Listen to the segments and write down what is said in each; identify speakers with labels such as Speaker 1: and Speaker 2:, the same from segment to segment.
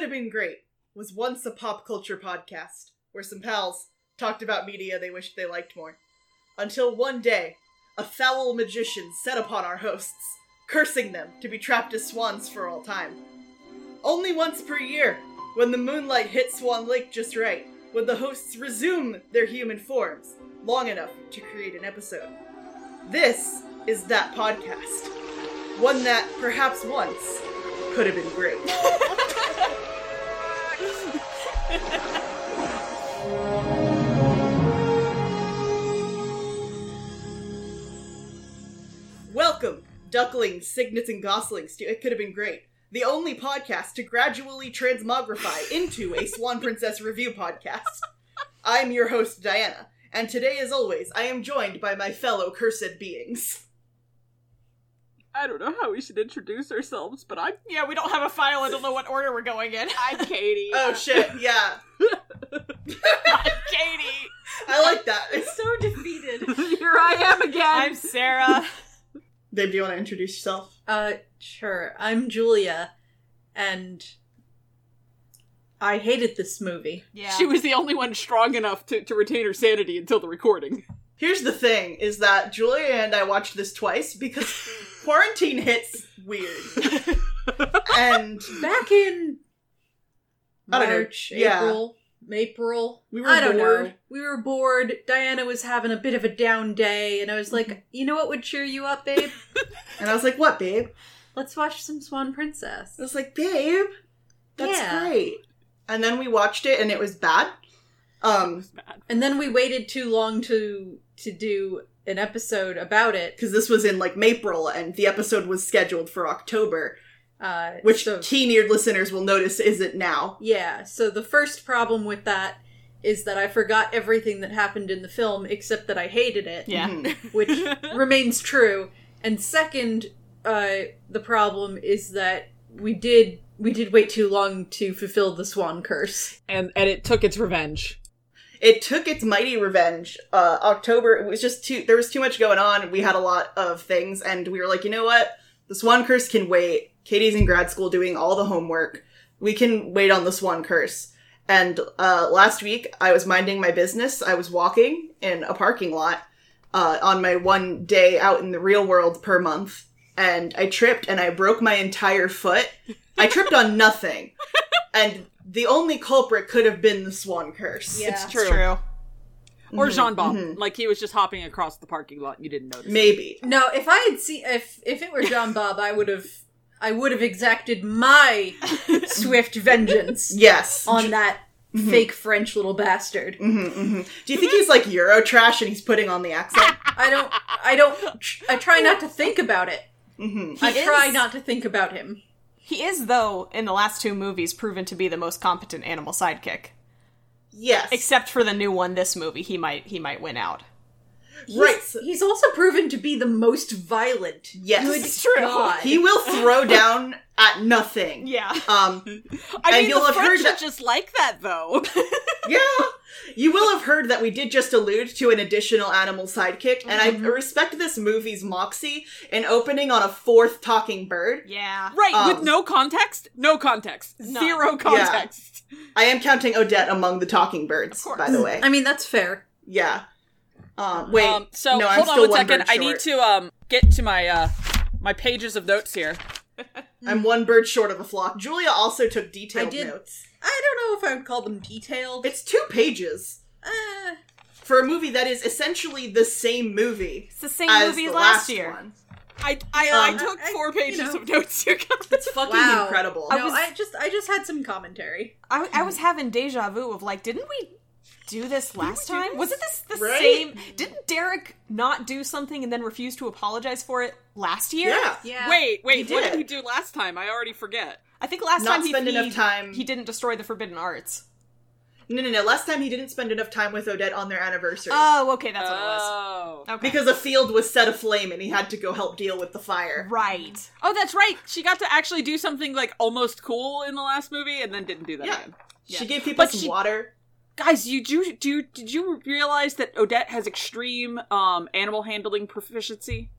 Speaker 1: have been great was once a pop culture podcast where some pals talked about media they wished they liked more. Until one day, a foul magician set upon our hosts, cursing them to be trapped as swans for all time. Only once per year, when the moonlight hits Swan Lake just right, would the hosts resume their human forms long enough to create an episode. This is that podcast. One that, perhaps once, could have been great. Welcome, ducklings, cygnets, and goslings. To, it could have been great. The only podcast to gradually transmogrify into a Swan Princess review podcast. I'm your host, Diana, and today, as always, I am joined by my fellow cursed beings.
Speaker 2: I don't know how we should introduce ourselves, but I'm
Speaker 3: Yeah, we don't have a file. I don't know what order we're going in.
Speaker 2: I'm Katie.
Speaker 1: Oh shit, yeah.
Speaker 3: Katie.
Speaker 1: I like that.
Speaker 4: so defeated.
Speaker 2: Here I am again.
Speaker 3: I'm Sarah.
Speaker 1: Dave, do you want to introduce yourself?
Speaker 4: Uh, sure. I'm Julia, and I hated this movie.
Speaker 3: Yeah.
Speaker 2: She was the only one strong enough to, to retain her sanity until the recording.
Speaker 1: Here's the thing is that Julia and I watched this twice because quarantine hits weird. and
Speaker 4: Back in
Speaker 1: I don't know.
Speaker 4: March,
Speaker 1: Yeah.
Speaker 4: April, April.
Speaker 1: We were
Speaker 4: I don't know.
Speaker 1: bored.
Speaker 4: We were bored. Diana was having a bit of a down day, and I was like, you know what would cheer you up, babe?
Speaker 1: and I was like, "What, babe?"
Speaker 4: Let's watch some Swan Princess.
Speaker 1: I was like, "Babe, that's
Speaker 4: Yeah.
Speaker 1: great." And then we watched it and it was bad. Um
Speaker 4: And then we waited too long to to do an episode about it.
Speaker 1: because this was in like April and the episode was scheduled for October,
Speaker 4: Uh,
Speaker 1: which
Speaker 4: so-
Speaker 1: keen-eared listeners will notice isn't now.
Speaker 4: Yeah, so the first problem with that is that I forgot everything that happened in the film except that I hated it,
Speaker 3: yeah.
Speaker 1: Mhm.
Speaker 4: which remains true. And second, uh, the problem is that we did we did wait too long to fulfill the swan curse.
Speaker 2: And and it took its revenge.
Speaker 1: it took its mighty revenge. Uh, October, it was just too, there was too much going on. We had a lot of things, and we were like, you know what? The Swan Curse can wait. Katie's in grad school doing all the homework. We can wait on the Swan Curse. And uh, last week, I was minding my business. I was walking in a parking lot uh, on my one day out in the real world per month, and I tripped and I broke my entire foot. I tripped on nothing. And the only culprit could have been the Swan Curse.
Speaker 4: Yeah.
Speaker 2: It's true. Or Jean Bob. Like he was just hopping across the parking lot and you didn't notice.
Speaker 1: Maybe.
Speaker 4: No, if I had seen if if it were John Bob, I would have I would have exacted my swift vengeance
Speaker 1: Yes. Mm-hmm,
Speaker 4: on that fake French little bastard.
Speaker 1: Do you
Speaker 2: Mhm.
Speaker 1: think he's like Euro trash and he's putting on the accent?
Speaker 4: I don't. I don't. I try not to think about it.
Speaker 1: Mm-hmm.
Speaker 4: I
Speaker 3: He
Speaker 4: try
Speaker 3: is-
Speaker 4: not to think about him.
Speaker 3: He is, though, in the last two movies, proven to be the most competent animal sidekick.
Speaker 1: yes.
Speaker 3: Except for the new one, this movie, he might he might win out.
Speaker 1: right.
Speaker 4: He's, he's also proven to be the most violent.
Speaker 1: Yes.
Speaker 4: Good
Speaker 1: It's
Speaker 3: true.
Speaker 4: God.
Speaker 1: he will throw down at nothing.
Speaker 3: Yeah.
Speaker 1: Um
Speaker 2: I
Speaker 1: And
Speaker 2: mean,
Speaker 1: you'll
Speaker 2: the
Speaker 1: have heard
Speaker 2: French are
Speaker 1: that-
Speaker 2: just like that though.
Speaker 1: yeah. You will have heard that we did just allude to an additional animal sidekick, and I respect this movie's moxie in opening on a fourth talking bird.
Speaker 3: Yeah.
Speaker 2: right, with
Speaker 1: Um,
Speaker 2: no context? No context.
Speaker 3: None.
Speaker 2: Zero context.
Speaker 1: I am counting Odette among the talking birds,
Speaker 3: course.
Speaker 1: by the way.
Speaker 4: I mean, that's fair.
Speaker 1: yeah. Um, wait.
Speaker 2: Um, so
Speaker 1: no, I'm
Speaker 2: hold on
Speaker 1: still
Speaker 2: one second.
Speaker 1: bird
Speaker 2: I need
Speaker 1: short.
Speaker 2: to um get to my uh my pages of notes here.
Speaker 1: I'm one bird short of a flock. Julia also took detailed
Speaker 4: I did-
Speaker 1: notes.
Speaker 4: I don't know if I would call them detailed.
Speaker 1: It's two pages
Speaker 4: Uh,
Speaker 1: for a movie that is essentially the same movie
Speaker 3: It's the same
Speaker 1: as
Speaker 3: movie
Speaker 1: the last
Speaker 3: last, year.
Speaker 1: one.
Speaker 2: I I,
Speaker 1: Um,
Speaker 2: I took
Speaker 4: I-
Speaker 2: four
Speaker 4: you
Speaker 2: pages
Speaker 4: know.
Speaker 2: of notes here.
Speaker 1: It's fucking
Speaker 4: wow.
Speaker 1: incredible.
Speaker 4: No, I,
Speaker 3: was-
Speaker 4: just, I just had some commentary.
Speaker 3: I, I was having deja vu of like, didn't we do this last
Speaker 2: we do
Speaker 3: time?
Speaker 2: this?
Speaker 3: Wasn't this the
Speaker 1: Right?
Speaker 3: same? Didn't Derek not do something and then refuse to apologize for it last year?
Speaker 1: yeah.
Speaker 4: Yeah.
Speaker 2: wait, wait,
Speaker 1: You
Speaker 2: what did
Speaker 1: did.
Speaker 2: we do last time? I already forget.
Speaker 3: I think last
Speaker 1: Not
Speaker 3: time he,
Speaker 1: spend
Speaker 3: he-
Speaker 1: enough time-
Speaker 3: he didn't destroy the forbidden arts.
Speaker 1: No, no, no. Last time he didn't spend enough time with Odette on their anniversary
Speaker 3: Oh, okay, that's what it was.
Speaker 2: Oh.
Speaker 3: Okay.
Speaker 1: because a field was set aflame and he had to go help deal with the fire.
Speaker 3: right.
Speaker 2: Oh, that's right. She got to actually do something like almost cool in the last movie, and then didn't do that
Speaker 1: Yeah.
Speaker 2: again.
Speaker 1: She gave people
Speaker 2: But
Speaker 1: some
Speaker 2: she-
Speaker 1: water.
Speaker 2: Guys, you do, do you- did you realize that Odette has extreme um, animal handling proficiency,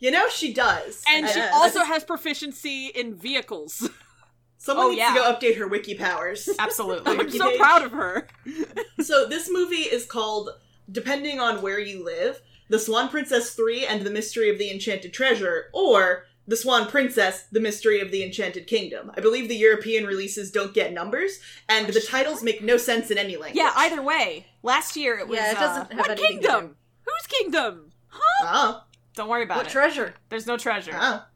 Speaker 1: You know she does.
Speaker 2: and she
Speaker 4: yes.
Speaker 2: also has proficiency in vehicles.
Speaker 1: Someone
Speaker 3: Oh,
Speaker 1: needs to
Speaker 3: yeah.
Speaker 1: go update her wiki powers.
Speaker 2: I'm
Speaker 3: Absolutely.
Speaker 2: so proud of her.
Speaker 1: so this movie is called depending on where you live the swan princess 3 and the mystery of the enchanted treasure or the swan princess the mystery of the enchanted kingdom i believe the european releases don't get numbers and the titles make no sense in any language
Speaker 3: yeah, either way. Last year it was.
Speaker 4: yeah, it doesn't
Speaker 3: uh,
Speaker 4: have
Speaker 2: What
Speaker 4: anything
Speaker 2: kingdom?
Speaker 4: To
Speaker 2: Whose kingdom?
Speaker 1: ah,
Speaker 3: don't worry
Speaker 4: do.
Speaker 3: about
Speaker 4: What
Speaker 3: it.
Speaker 4: treasure?
Speaker 3: There's no treasure.
Speaker 1: ah.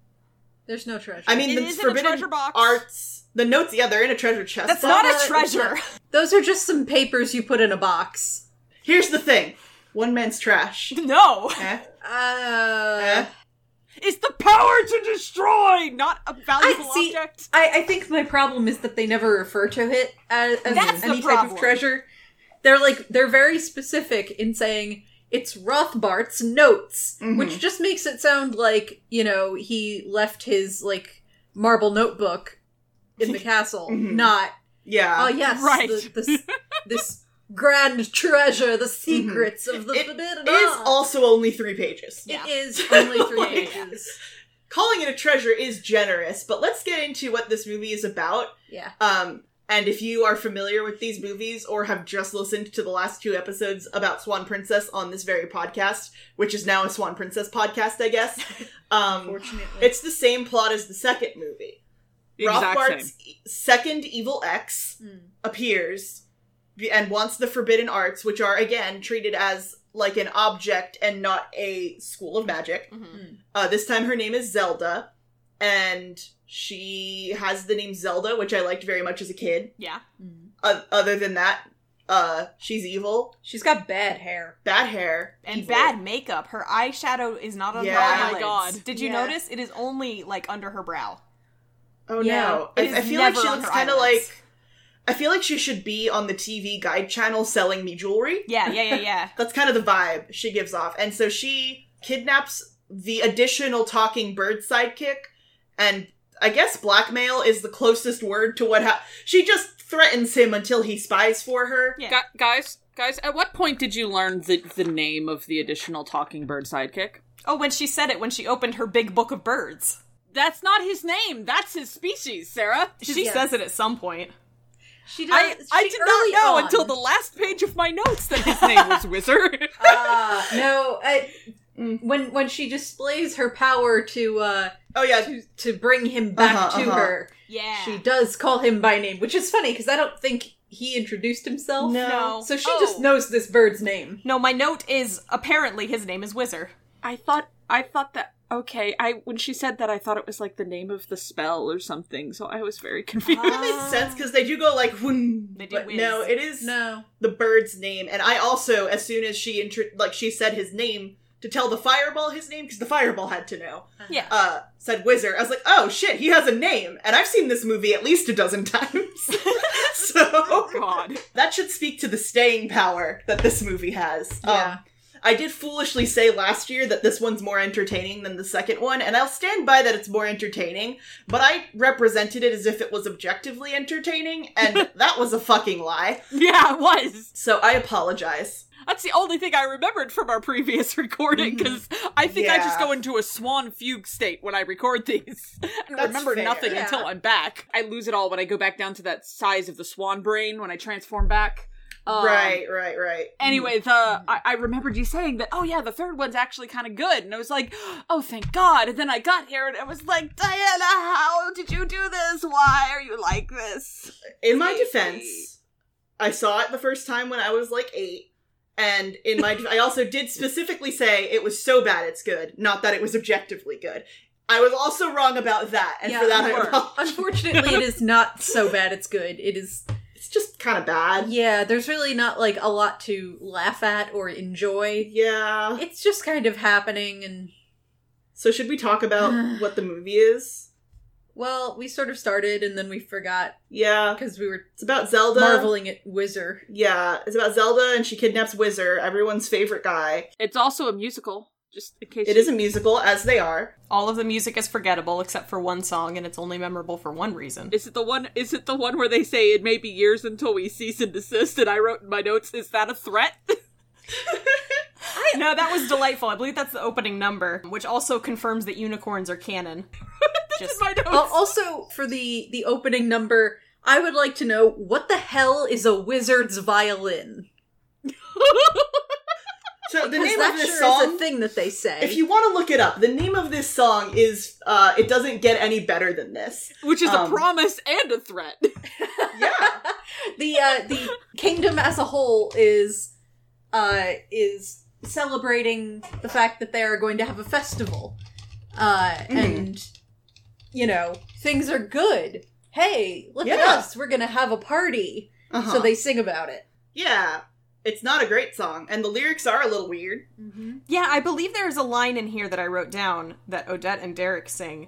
Speaker 4: There's no treasure.
Speaker 1: i mean
Speaker 2: It
Speaker 1: the
Speaker 2: is in a
Speaker 1: forbidden
Speaker 2: treasure box.
Speaker 1: arts the notes yeah they're in a treasure chest
Speaker 3: That's
Speaker 1: but
Speaker 3: not
Speaker 4: Baba
Speaker 3: a
Speaker 4: is
Speaker 3: treasure.
Speaker 4: those are just some papers you put in a box.
Speaker 1: here's the thing one man's trash
Speaker 3: no.
Speaker 1: Eh,
Speaker 4: Uh,
Speaker 1: eh.
Speaker 2: It's the power to destroy, not a valuable
Speaker 4: I see-
Speaker 2: object.
Speaker 4: I, I think my problem is that they never refer to it as, as
Speaker 3: That's the
Speaker 4: any type
Speaker 3: problem.
Speaker 4: of treasure. They're like they're very specific in saying it's Rothbart's notes,
Speaker 1: Mhm.
Speaker 4: which just makes it sound like you know he left his like marble notebook in the castle,
Speaker 1: Mhm.
Speaker 4: not
Speaker 1: yeah
Speaker 4: oh yes,
Speaker 2: right.
Speaker 4: the- this this grand treasure, the secrets of the
Speaker 1: It
Speaker 4: forbidden
Speaker 1: is
Speaker 4: Art.
Speaker 1: also only three pages
Speaker 4: It
Speaker 3: Yeah.
Speaker 4: is only three
Speaker 1: Like-
Speaker 4: pages.
Speaker 1: calling it a treasure is generous but let's get into what this movie is about
Speaker 4: Yeah.
Speaker 1: Um, and if you are familiar with these movies or have just listened to the last two episodes about Swan Princess on this very podcast, which is now a Swan Princess podcast, I guess, um,
Speaker 4: Unfortunately,
Speaker 1: it's the same plot as the second movie.
Speaker 2: The exact
Speaker 1: Rothbart's e- second evil ex
Speaker 4: Mm.
Speaker 1: appears b- and wants the forbidden arts, which are again treated as like an object and not a school of magic.
Speaker 3: Mm-hmm.
Speaker 1: Uh, this time her name is Zelda, and she has the name Zelda, which I liked very much as a kid.
Speaker 3: Yeah.
Speaker 4: Mm.
Speaker 1: O- other than that, uh, she's evil,
Speaker 4: she's got bad hair.
Speaker 1: bad hair,
Speaker 3: And
Speaker 1: evil.
Speaker 3: bad makeup. Her eyeshadow is not on
Speaker 1: Yeah.
Speaker 3: her
Speaker 1: Oh
Speaker 2: my
Speaker 3: eyelids.
Speaker 2: God.
Speaker 3: Did you
Speaker 4: Yeah.
Speaker 3: notice? It is only like under her brow.
Speaker 1: Oh
Speaker 4: Yeah.
Speaker 1: no!
Speaker 3: It is
Speaker 1: I, I feel like
Speaker 3: never
Speaker 1: she
Speaker 3: on
Speaker 1: looks
Speaker 3: her
Speaker 1: kind of
Speaker 3: eyelids.
Speaker 1: like. I feel like she should be on the TV guide channel selling me jewelry.
Speaker 3: Yeah, yeah, yeah, yeah.
Speaker 1: That's kind of the vibe she gives off, and so she kidnaps the additional talking bird sidekick, and I guess blackmail is the closest word to what ha- she just threatens him until he spies for her.
Speaker 3: Yeah.
Speaker 2: Gu- guys, guys, at what point did you learn the, the name of the additional talking bird sidekick?
Speaker 3: oh, when she said it, when she opened her big book of birds.
Speaker 2: That's not his name. That's his species, Sarah.
Speaker 3: She
Speaker 4: Yes.
Speaker 3: says it at some point.
Speaker 4: She does.
Speaker 2: I, I
Speaker 4: she
Speaker 2: did
Speaker 4: early
Speaker 2: not know
Speaker 4: on-
Speaker 2: until the last page of my notes that his name was Wizard.
Speaker 4: Ah, no, I,
Speaker 1: Mm.
Speaker 4: when when she displays her power to uh
Speaker 1: Oh yeah,
Speaker 4: to, to bring him back
Speaker 1: Uh-huh,
Speaker 4: to
Speaker 1: uh-huh.
Speaker 4: her,
Speaker 3: Yeah.
Speaker 4: she does call him by name, which is funny because I don't think he introduced himself.
Speaker 1: No.
Speaker 4: So she
Speaker 3: Oh.
Speaker 4: just knows this bird's name.
Speaker 3: No, my note is apparently his name is Whizzer.
Speaker 2: I thought I thought that okay, I when she said that I thought it was like the name of the spell or something, so I was very confused.
Speaker 1: that makes sense because they do go like, "Hmm,"
Speaker 3: Ah. They do
Speaker 1: but
Speaker 3: whiz.
Speaker 1: no, it is
Speaker 4: No.
Speaker 1: the bird's name and i also as soon as she intro- like she said his name to tell the fireball his name because the fireball had to know
Speaker 3: Yeah.
Speaker 1: uh said wizard i was like oh shit he has a name and i've seen this movie at least a dozen times so
Speaker 2: Oh, God.
Speaker 1: that should speak to the staying power that this movie has Um,
Speaker 4: Yeah.
Speaker 1: i did foolishly say last year that this one's more entertaining than the second one and i'll stand by that it's more entertaining but i represented it as if it was objectively entertaining and that was a fucking lie
Speaker 2: Yeah, it was.
Speaker 1: so i apologize
Speaker 2: That's the only thing I remembered from our previous recording because I think I just
Speaker 1: Yeah.
Speaker 2: go into a swan fugue state when I record these and
Speaker 1: That's
Speaker 2: remember
Speaker 1: fair.
Speaker 2: nothing
Speaker 4: Yeah.
Speaker 2: until I'm back. I lose it all when I go back down to that size of the swan brain when I transform back. Um,
Speaker 1: right, right, right.
Speaker 2: Anyway, the I, I remembered you saying that. Oh yeah, the third one's actually kind of good, and I was like, oh thank God. And then I got here, and I was like, Diana, how did you do this? Why are you like this?
Speaker 1: in my defense, I saw it the first time when I was like eight, and in my I also did specifically say it was so bad it's good, not that it was objectively good. I was also wrong about that, and
Speaker 4: Yeah,
Speaker 1: for that
Speaker 4: you
Speaker 1: I
Speaker 2: were.
Speaker 1: apologize.
Speaker 4: Unfortunately, it is not so bad. It's good. It is.
Speaker 1: It's just kind of bad.
Speaker 4: Yeah. There's really not like a lot to laugh at or enjoy.
Speaker 1: Yeah.
Speaker 4: It's just kind of happening, and
Speaker 1: So should we talk about what the movie is?
Speaker 4: well, we sort of started, and then we forgot
Speaker 1: Yeah,
Speaker 4: because we were
Speaker 1: it's about Zelda.
Speaker 4: marveling at Whizzer.
Speaker 1: Yeah, it's about Zelda, and she kidnaps Wizard, everyone's favorite guy.
Speaker 2: It's also a musical, just in case
Speaker 1: It is a musical, as they are.
Speaker 3: All of the music is forgettable except for one song, and it's only memorable for one reason.
Speaker 2: Is it the one? Is it the one where they say it may be years until we cease and desist? And I wrote in my notes, is that a threat?
Speaker 3: no, that was delightful. I believe that's the opening number, which also confirms that unicorns are canon. Oh,
Speaker 2: Just-
Speaker 3: in my notes.
Speaker 4: Uh, also, for the the opening number, I would like to know what the hell is a wizard's violin?
Speaker 1: So the
Speaker 4: Because
Speaker 1: name
Speaker 4: that
Speaker 1: of this
Speaker 4: sure is
Speaker 1: song
Speaker 4: a thing that they say.
Speaker 1: If you want to look it up, the name of this song is uh it doesn't get any better than this.
Speaker 2: which is
Speaker 1: Um,
Speaker 2: a promise and a threat.
Speaker 1: Yeah.
Speaker 4: the uh, the kingdom as a whole is uh, is celebrating the fact that they are going to have a festival, uh,
Speaker 1: Hmm.
Speaker 4: and you know things are good. Hey, look at
Speaker 1: Yeah.
Speaker 4: us! We're gonna have a party.
Speaker 1: Uh-huh.
Speaker 4: So they sing about it.
Speaker 1: Yeah. It's not a great song and the lyrics are a little weird.
Speaker 4: Mm-hmm.
Speaker 3: Yeah, I believe there is a line in here that I wrote down that Odette and Derek sing,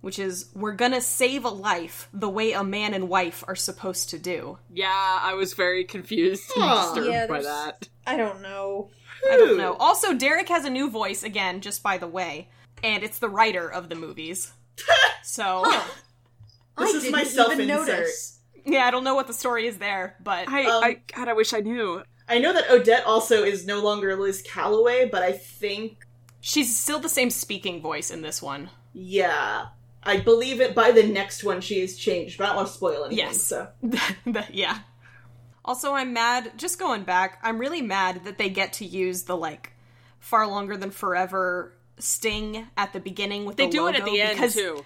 Speaker 3: which is We're gonna save a life the way a man and wife are supposed to do.
Speaker 2: yeah, I was very confused and
Speaker 1: Huh.
Speaker 2: disturbed
Speaker 4: Yeah,
Speaker 2: by
Speaker 4: there's-
Speaker 2: that.
Speaker 4: I don't know.
Speaker 3: I don't know. Also, Derek has a new voice again, just by the way, and it's the writer of the movies. so,
Speaker 1: This
Speaker 4: I
Speaker 1: is
Speaker 4: didn't
Speaker 1: my
Speaker 4: even
Speaker 1: self-insert.
Speaker 4: notice.
Speaker 3: yeah, I don't know what the story is there, but
Speaker 2: I,
Speaker 1: Um,
Speaker 2: I God, I wish I knew.
Speaker 1: I know that Odette also is no longer Liz Calloway, but I think
Speaker 3: she's still the same speaking voice in this one.
Speaker 1: yeah. I believe it by the next one she is changed, but I don't want to spoil anything.
Speaker 3: Yes.
Speaker 1: So
Speaker 3: yeah. Also, I'm mad, just going back, I'm really mad that they get to use the, like, far longer than forever sting at the beginning with
Speaker 2: They
Speaker 3: the
Speaker 2: do it at
Speaker 3: logo
Speaker 2: the end
Speaker 3: because
Speaker 2: too.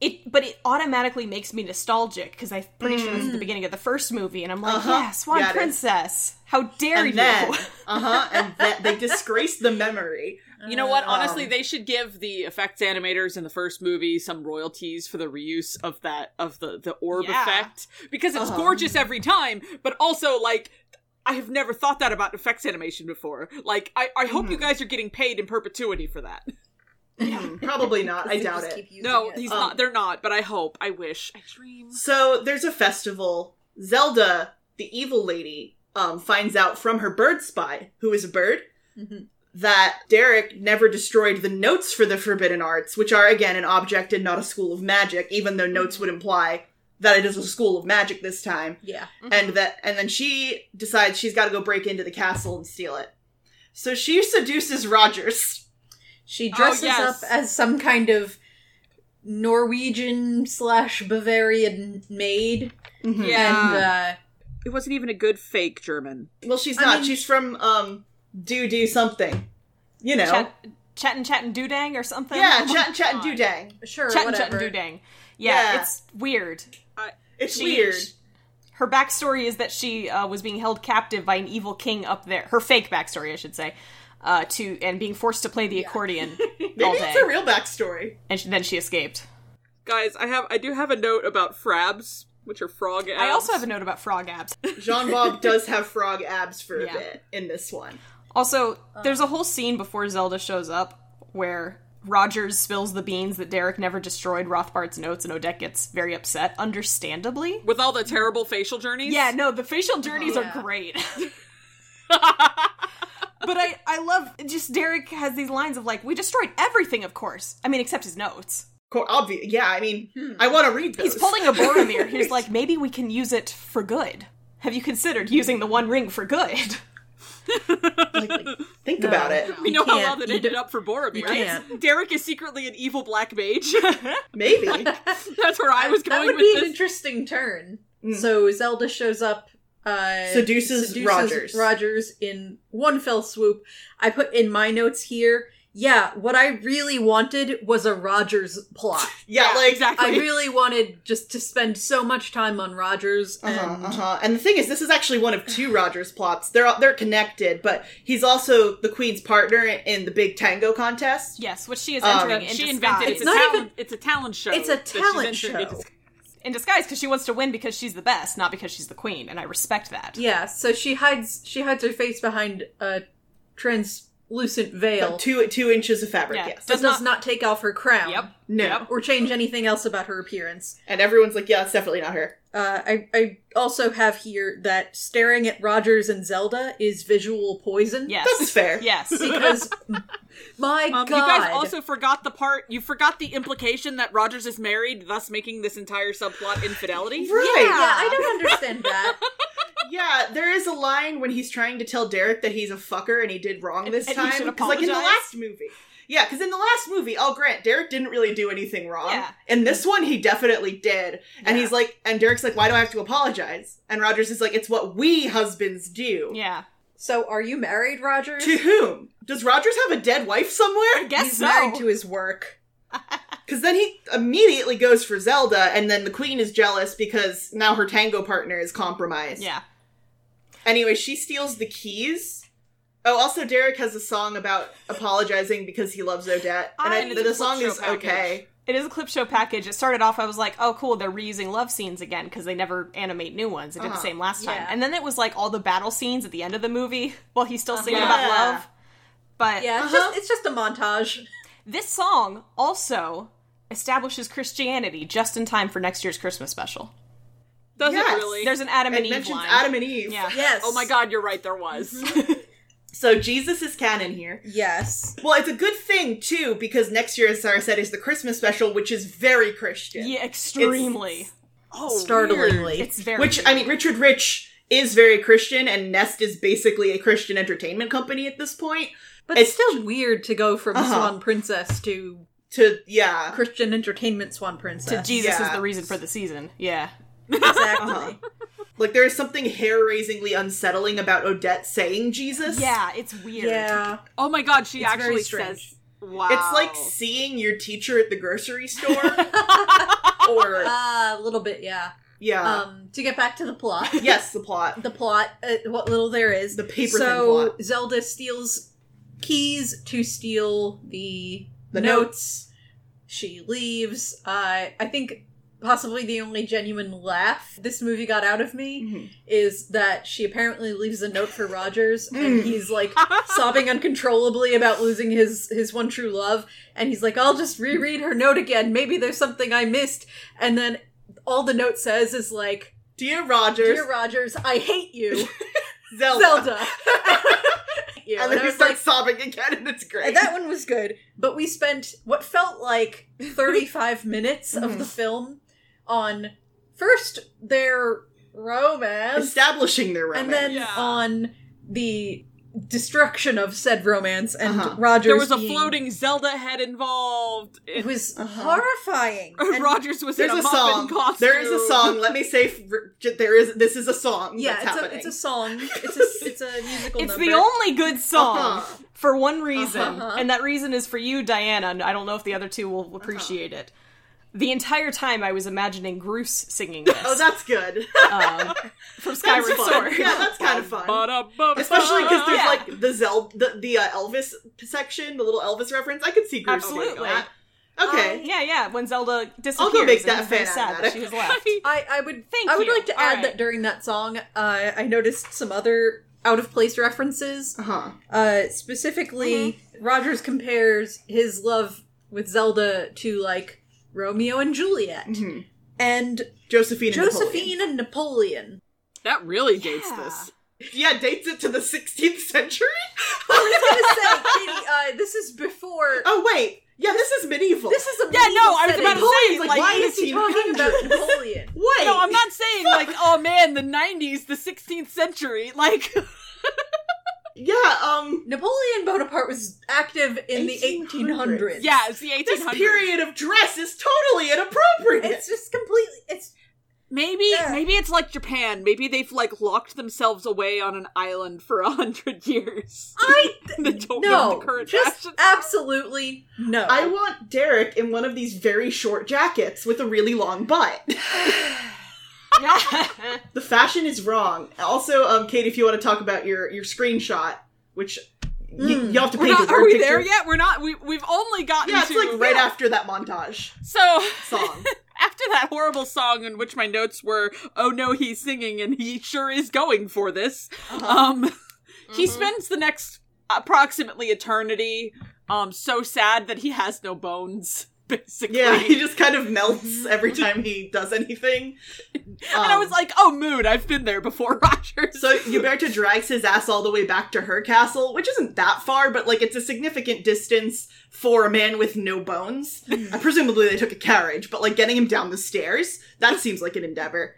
Speaker 3: it but it automatically makes me nostalgic because I'm pretty sure this is the beginning of the first movie, and I'm like,
Speaker 1: Uh-huh.
Speaker 3: yeah, Swan
Speaker 1: Yeah, it is.
Speaker 3: Princess. How dare you?
Speaker 1: and then uh-huh, and then they disgraced the memory.
Speaker 2: You know what? Honestly,
Speaker 1: Um,
Speaker 2: they should give the effects animators in the first movie some royalties for the reuse of that of the the orb
Speaker 3: Yeah.
Speaker 2: effect because it's
Speaker 1: Uh-huh.
Speaker 2: gorgeous every time, but also like I have never thought that about effects animation before. Like I, I hope
Speaker 3: Mm-hmm.
Speaker 2: you guys are getting paid in perpetuity for that.
Speaker 1: Hmm, probably not. I doubt it.
Speaker 2: No, he's
Speaker 1: Um,
Speaker 3: Oh.
Speaker 2: not. They're not. But I hope. I wish. I dream.
Speaker 1: So there's a festival. Zelda, the evil lady, um, finds out from her bird spy, who is a bird,
Speaker 4: Mhm.
Speaker 1: that Derek never destroyed the notes for the Forbidden Arts, which are again an object and not a school of magic, even though notes would imply that it is a school of magic this time.
Speaker 4: Yeah.
Speaker 3: Mm-hmm.
Speaker 1: And that and then she decides she's gotta go break into the castle and steal it. So she seduces Rogers.
Speaker 4: She
Speaker 2: Oh,
Speaker 4: dresses
Speaker 2: yes.
Speaker 4: up as some kind of Norwegian slash Bavarian maid. And uh,
Speaker 2: It wasn't even a good fake German.
Speaker 1: Well she's
Speaker 4: I
Speaker 1: not.
Speaker 4: mean-
Speaker 1: she's from um do do something. You know.
Speaker 3: Chat, chat and chat and doodang or something.
Speaker 1: Yeah,
Speaker 3: Oh my
Speaker 1: chat and chat and
Speaker 3: God.
Speaker 1: do dang.
Speaker 4: sure,
Speaker 3: Chat and chat
Speaker 4: whatever.
Speaker 3: and doodang. Yeah,
Speaker 1: Yeah.
Speaker 3: it's weird.
Speaker 1: It's
Speaker 3: She-
Speaker 1: weird.
Speaker 3: Her backstory is that she uh, was being held captive by an evil king up there. Her fake backstory, I should say, uh, to and being forced to play the accordion all
Speaker 1: Maybe
Speaker 3: day,
Speaker 1: it's a real backstory.
Speaker 3: and she, then she escaped.
Speaker 2: Guys, I have I do have a note about frabs, which are frog.
Speaker 1: Oh.
Speaker 3: I also have a note about frog abs.
Speaker 1: Jean Bob does have frog abs for a
Speaker 3: Yeah.
Speaker 1: bit in this one.
Speaker 3: Also, there's a whole scene before Zelda shows up where Rogers spills the beans that Derek never destroyed Rothbard's notes, and Odette gets very upset, understandably.
Speaker 2: with all the terrible facial journeys.
Speaker 3: Yeah, no, the facial journeys
Speaker 4: Yeah.
Speaker 3: are great. but I, I love just Derek has these lines of like, we destroyed everything, of course. I mean, except his notes.
Speaker 1: Co- obvi- yeah, I mean, I want to read those.
Speaker 3: Hmm. He's pulling a Boromir. He's like, maybe we can use it for good. Have you considered using the One Ring for good?
Speaker 1: Think about it.
Speaker 2: We
Speaker 4: Oh, You
Speaker 2: know how
Speaker 4: can't
Speaker 2: well that
Speaker 4: eat
Speaker 2: ended
Speaker 4: it.
Speaker 2: up for Boromir.
Speaker 4: can't.
Speaker 2: Derek is secretly an evil black mage.
Speaker 1: Maybe.
Speaker 2: That's where I was
Speaker 4: that
Speaker 2: going
Speaker 4: would
Speaker 2: with
Speaker 4: be an
Speaker 2: this.
Speaker 4: interesting turn.
Speaker 1: Mm.
Speaker 4: So Zelda shows up, uh,
Speaker 1: Seduces Rogers.
Speaker 4: Rogers in one fell swoop. I put in my notes here. Yeah, what I really wanted was a Rogers plot.
Speaker 1: yeah,
Speaker 2: Yeah,
Speaker 1: like
Speaker 2: exactly.
Speaker 4: I really wanted just to spend so much time on Rogers
Speaker 1: Uh-huh,
Speaker 4: and
Speaker 1: uh-huh. And the thing is, this is actually one of two Rogers plots. They're all- they're connected, but he's also the queen's partner in, in the big tango contest.
Speaker 3: Yes, which she is
Speaker 1: Um,
Speaker 3: entering in
Speaker 2: she
Speaker 3: disguise.
Speaker 2: invented it's,
Speaker 4: not
Speaker 2: talent,
Speaker 4: even-
Speaker 2: it's a talent show.
Speaker 4: It's a
Speaker 2: that she's
Speaker 4: talent
Speaker 2: entering in
Speaker 4: show.
Speaker 2: disguise.
Speaker 3: in disguise because she wants to win because she's the best, not because she's the queen, and I respect that.
Speaker 4: yeah. So she hides she hides her face behind a translucent veil,
Speaker 1: Two two inches of fabric.
Speaker 3: Yeah.
Speaker 1: Yes.
Speaker 4: but does not take off her crown.
Speaker 3: Yep.
Speaker 1: No.
Speaker 3: Yep.
Speaker 4: Or change anything else about her appearance.
Speaker 1: And everyone's like, yeah, it's definitely not her.
Speaker 4: Uh, I, I also have here that staring at Rogers and Zelda is visual poison.
Speaker 1: That's
Speaker 3: Yes.
Speaker 1: fair.
Speaker 3: Yes.
Speaker 4: Because, my
Speaker 2: Um,
Speaker 4: god.
Speaker 2: you guys also forgot the part. You forgot the implication that Rogers is married, thus making this entire subplot infidelity.
Speaker 1: Right.
Speaker 4: Yeah, I don't understand that.
Speaker 1: Yeah, there is a line when he's trying to tell Derek that he's a fucker and he did wrong this
Speaker 3: and he
Speaker 1: time.
Speaker 3: should
Speaker 1: Because like in the
Speaker 3: apologize.
Speaker 1: last movie, Yeah, because in the last movie, I'll grant Derek didn't really do anything wrong.
Speaker 3: Yeah.
Speaker 1: In this one, he definitely did. And
Speaker 3: Yeah.
Speaker 1: he's like, and Derek's like, why do I have to apologize? And Rogers is like, it's what we husbands do.
Speaker 3: Yeah.
Speaker 4: So, are you married, Rogers?
Speaker 1: To whom? Does Rogers have a dead wife somewhere?
Speaker 3: Guess
Speaker 4: He's
Speaker 3: so.
Speaker 4: married to his work.
Speaker 1: Because then he immediately goes for Zelda, and then the queen is jealous because now her tango partner is compromised.
Speaker 3: yeah.
Speaker 1: Anyway, she steals the keys. Oh, also Derek has a song about apologizing because he loves Odette, and
Speaker 3: I-
Speaker 1: I-
Speaker 3: and it's
Speaker 1: the
Speaker 3: a
Speaker 1: song
Speaker 2: clip show
Speaker 1: is
Speaker 2: package.
Speaker 1: okay.
Speaker 3: It is a clip show package. It started off, I was like, oh, cool, they're reusing love scenes again because they never animate new ones. They did
Speaker 1: Uh-huh.
Speaker 3: the same last time.
Speaker 4: Yeah.
Speaker 3: And then it was like all the battle scenes at the end of the movie while he's still singing
Speaker 1: Uh-huh.
Speaker 3: about
Speaker 1: Yeah.
Speaker 3: love. But
Speaker 4: Yeah, it's just it's just a montage.
Speaker 3: this song also establishes Christianity just in time for next year's Christmas special.
Speaker 2: Does
Speaker 1: Yes.
Speaker 2: it really?
Speaker 3: There's an Adam and
Speaker 1: It
Speaker 3: Eve
Speaker 1: mentions
Speaker 3: line.
Speaker 1: Adam and Eve.
Speaker 3: yeah.
Speaker 4: Yes.
Speaker 2: oh my god, you're right. There was.
Speaker 4: Mm-hmm.
Speaker 1: So Jesus is canon here.
Speaker 4: Yes.
Speaker 1: Well, it's a good thing too because next year, as Sarah said, is the Christmas special, which is very Christian.
Speaker 3: Yeah, extremely.
Speaker 2: oh,
Speaker 4: Startlingly.
Speaker 2: weird.
Speaker 3: It's, very
Speaker 1: Which I mean, Richard Rich is very Christian, and Nest is basically a Christian entertainment company at this point.
Speaker 4: But
Speaker 1: It's-
Speaker 4: it's still weird to go from
Speaker 1: Uh-huh.
Speaker 4: Swan Princess to
Speaker 1: To yeah,
Speaker 4: Christian entertainment Swan
Speaker 3: to
Speaker 4: Princess.
Speaker 3: Jesus is
Speaker 1: yeah.
Speaker 3: the reason for the season. Yeah.
Speaker 4: exactly.
Speaker 1: like there is something hair-raisingly unsettling about Odette saying Jesus.
Speaker 3: Yeah, it's weird.
Speaker 4: Yeah.
Speaker 2: Oh my god, she
Speaker 4: It's very
Speaker 2: actually
Speaker 4: strange.
Speaker 2: says. Wow.
Speaker 1: It's like seeing your teacher at the grocery store. or
Speaker 4: Uh, a little bit, yeah.
Speaker 1: yeah.
Speaker 4: Um, to get back to the plot.
Speaker 1: yes, the plot.
Speaker 4: the plot, uh, what little there is.
Speaker 1: The paper
Speaker 4: so
Speaker 1: thin plot.
Speaker 4: Zelda steals keys to steal the,
Speaker 1: The
Speaker 4: notes. She leaves. Uh, I think possibly the only genuine laugh this movie got out of me
Speaker 1: Mhm.
Speaker 4: is that she apparently leaves a note for Rogers, and
Speaker 1: Mm.
Speaker 4: he's like sobbing uncontrollably about losing his his one true love, and he's like, "I'll just reread her note again. Maybe there's something I missed." And then all the note says is like.
Speaker 1: Dear Rogers,
Speaker 4: Dear Rogers, I hate you,
Speaker 1: Zelda.
Speaker 4: Zelda. Hate you.
Speaker 1: And
Speaker 4: And
Speaker 1: then
Speaker 4: I
Speaker 1: he
Speaker 4: was
Speaker 1: starts
Speaker 4: like,
Speaker 1: sobbing again, and it's great.
Speaker 4: "And that one was good, but we spent what felt like 35 minutes of
Speaker 1: Mhm.
Speaker 4: the film on first their romance,
Speaker 1: Establishing their romance.
Speaker 4: and then
Speaker 2: Yeah.
Speaker 4: on the destruction of said romance and
Speaker 1: Uh-huh.
Speaker 4: Rogers.
Speaker 2: there was a
Speaker 4: being-
Speaker 2: floating Zelda head involved.
Speaker 4: It
Speaker 2: It,
Speaker 4: was
Speaker 1: Uh-huh.
Speaker 4: horrifying. and-
Speaker 2: Rogers was
Speaker 1: there's
Speaker 2: in
Speaker 1: a,
Speaker 2: a,
Speaker 1: song.
Speaker 2: muffin costume.
Speaker 1: There is a song. Let me say, f- r- j- there is. This is a song.
Speaker 4: Yeah,
Speaker 1: that's
Speaker 4: it's a,
Speaker 1: happening.
Speaker 4: it's a song. It's a, it's a musical
Speaker 3: It's
Speaker 4: number.
Speaker 3: the only good song
Speaker 1: Uh-huh.
Speaker 3: for one reason,
Speaker 4: Uh-huh.
Speaker 3: and that reason is for you, Diana. And I don't know if the other two
Speaker 1: Uh-huh.
Speaker 3: will appreciate it. The entire time I was imagining Groose singing this
Speaker 1: Oh, that's good.
Speaker 3: um, from
Speaker 1: That's
Speaker 3: Skyward
Speaker 1: fun.
Speaker 3: Sword.
Speaker 1: Yeah, that's kind of fun.
Speaker 2: Ba-da-ba-ba.
Speaker 1: Especially because there's
Speaker 3: Yeah.
Speaker 1: like the Zelda, the, the uh, Elvis section, the little Elvis reference. I could see Groove singing
Speaker 3: Absolutely.
Speaker 1: that. Okay.
Speaker 4: Um,
Speaker 3: Yeah, yeah. When Zelda disappears,
Speaker 1: make
Speaker 3: and
Speaker 1: that
Speaker 3: is very
Speaker 1: fan
Speaker 3: sad that
Speaker 1: automatic.
Speaker 3: she has left.
Speaker 4: I, I would
Speaker 3: Thank
Speaker 4: I would
Speaker 3: you.
Speaker 4: like to
Speaker 3: All
Speaker 4: add
Speaker 3: right.
Speaker 4: that during that song, uh, I noticed some other out of place references.
Speaker 1: Uh huh.
Speaker 4: Uh, specifically,
Speaker 3: Mm-hmm.
Speaker 4: Rogers compares his love with Zelda to like Romeo and Juliet
Speaker 1: Mhm.
Speaker 4: Mm-hmm. and
Speaker 1: Josephine. and Napoleon.
Speaker 4: Josephine and Napoleon.
Speaker 2: that really dates
Speaker 3: Yeah.
Speaker 2: this.
Speaker 1: Yeah, dates it to the 16th century.
Speaker 4: I was gonna say, Katie, uh, this is before.
Speaker 1: Oh wait, yeah, this is medieval.
Speaker 4: This is a
Speaker 3: Yeah, no,
Speaker 4: medieval
Speaker 3: I was
Speaker 4: setting.
Speaker 3: about to say,
Speaker 1: Napoleon's
Speaker 3: like,
Speaker 1: like,
Speaker 4: Why
Speaker 1: why
Speaker 4: is he talking about Napoleon?
Speaker 1: Wait,
Speaker 2: No, I'm not saying like, oh man, the '90s, the 16th century. Like,
Speaker 1: yeah, um,
Speaker 4: Napoleon Bonaparte was active in the 1800s.
Speaker 1: 1800s.
Speaker 2: yeah, it's the 1800s.
Speaker 1: this period of dress is totally inappropriate.
Speaker 4: It's just completely. It's
Speaker 2: Maybe,
Speaker 4: Yeah.
Speaker 2: maybe it's like Japan. Maybe they've like locked themselves away on an island for a hundred years.
Speaker 4: I
Speaker 2: they don't know
Speaker 4: no,
Speaker 2: the current
Speaker 4: just
Speaker 2: fashion.
Speaker 4: absolutely no.
Speaker 1: I want Derek in one of these very short jackets with a really long butt.
Speaker 3: Yeah.
Speaker 1: the fashion is wrong. Also, um, Kate, if you want to talk about your your screenshot, which y-
Speaker 4: Mm.
Speaker 1: you have to
Speaker 2: We're
Speaker 1: paint
Speaker 2: not,
Speaker 1: a
Speaker 2: are
Speaker 1: word
Speaker 2: we
Speaker 1: picture.
Speaker 2: there yet? We're not. We we've only gotten
Speaker 1: Yeah, it's
Speaker 2: to
Speaker 1: like right after that montage
Speaker 2: So
Speaker 1: song.
Speaker 2: after that horrible song in which my notes were, oh no, he's singing and he sure is going for this.
Speaker 1: Uh-huh.
Speaker 2: Um, he
Speaker 1: Mm-hmm.
Speaker 2: spends the next approximately eternity, um, so sad that he has no bones, basically.
Speaker 1: yeah, he just kind of melts every time he does anything.
Speaker 2: and I was
Speaker 1: Um,
Speaker 2: like, oh, mood, I've been there before, Rogers.
Speaker 1: So Huberta drags his ass all the way back to her castle, which isn't that far, but like it's a significant distance for a man with no bones. Uh, presumably they took a carriage, but like getting him down the stairs, that seems like an endeavor.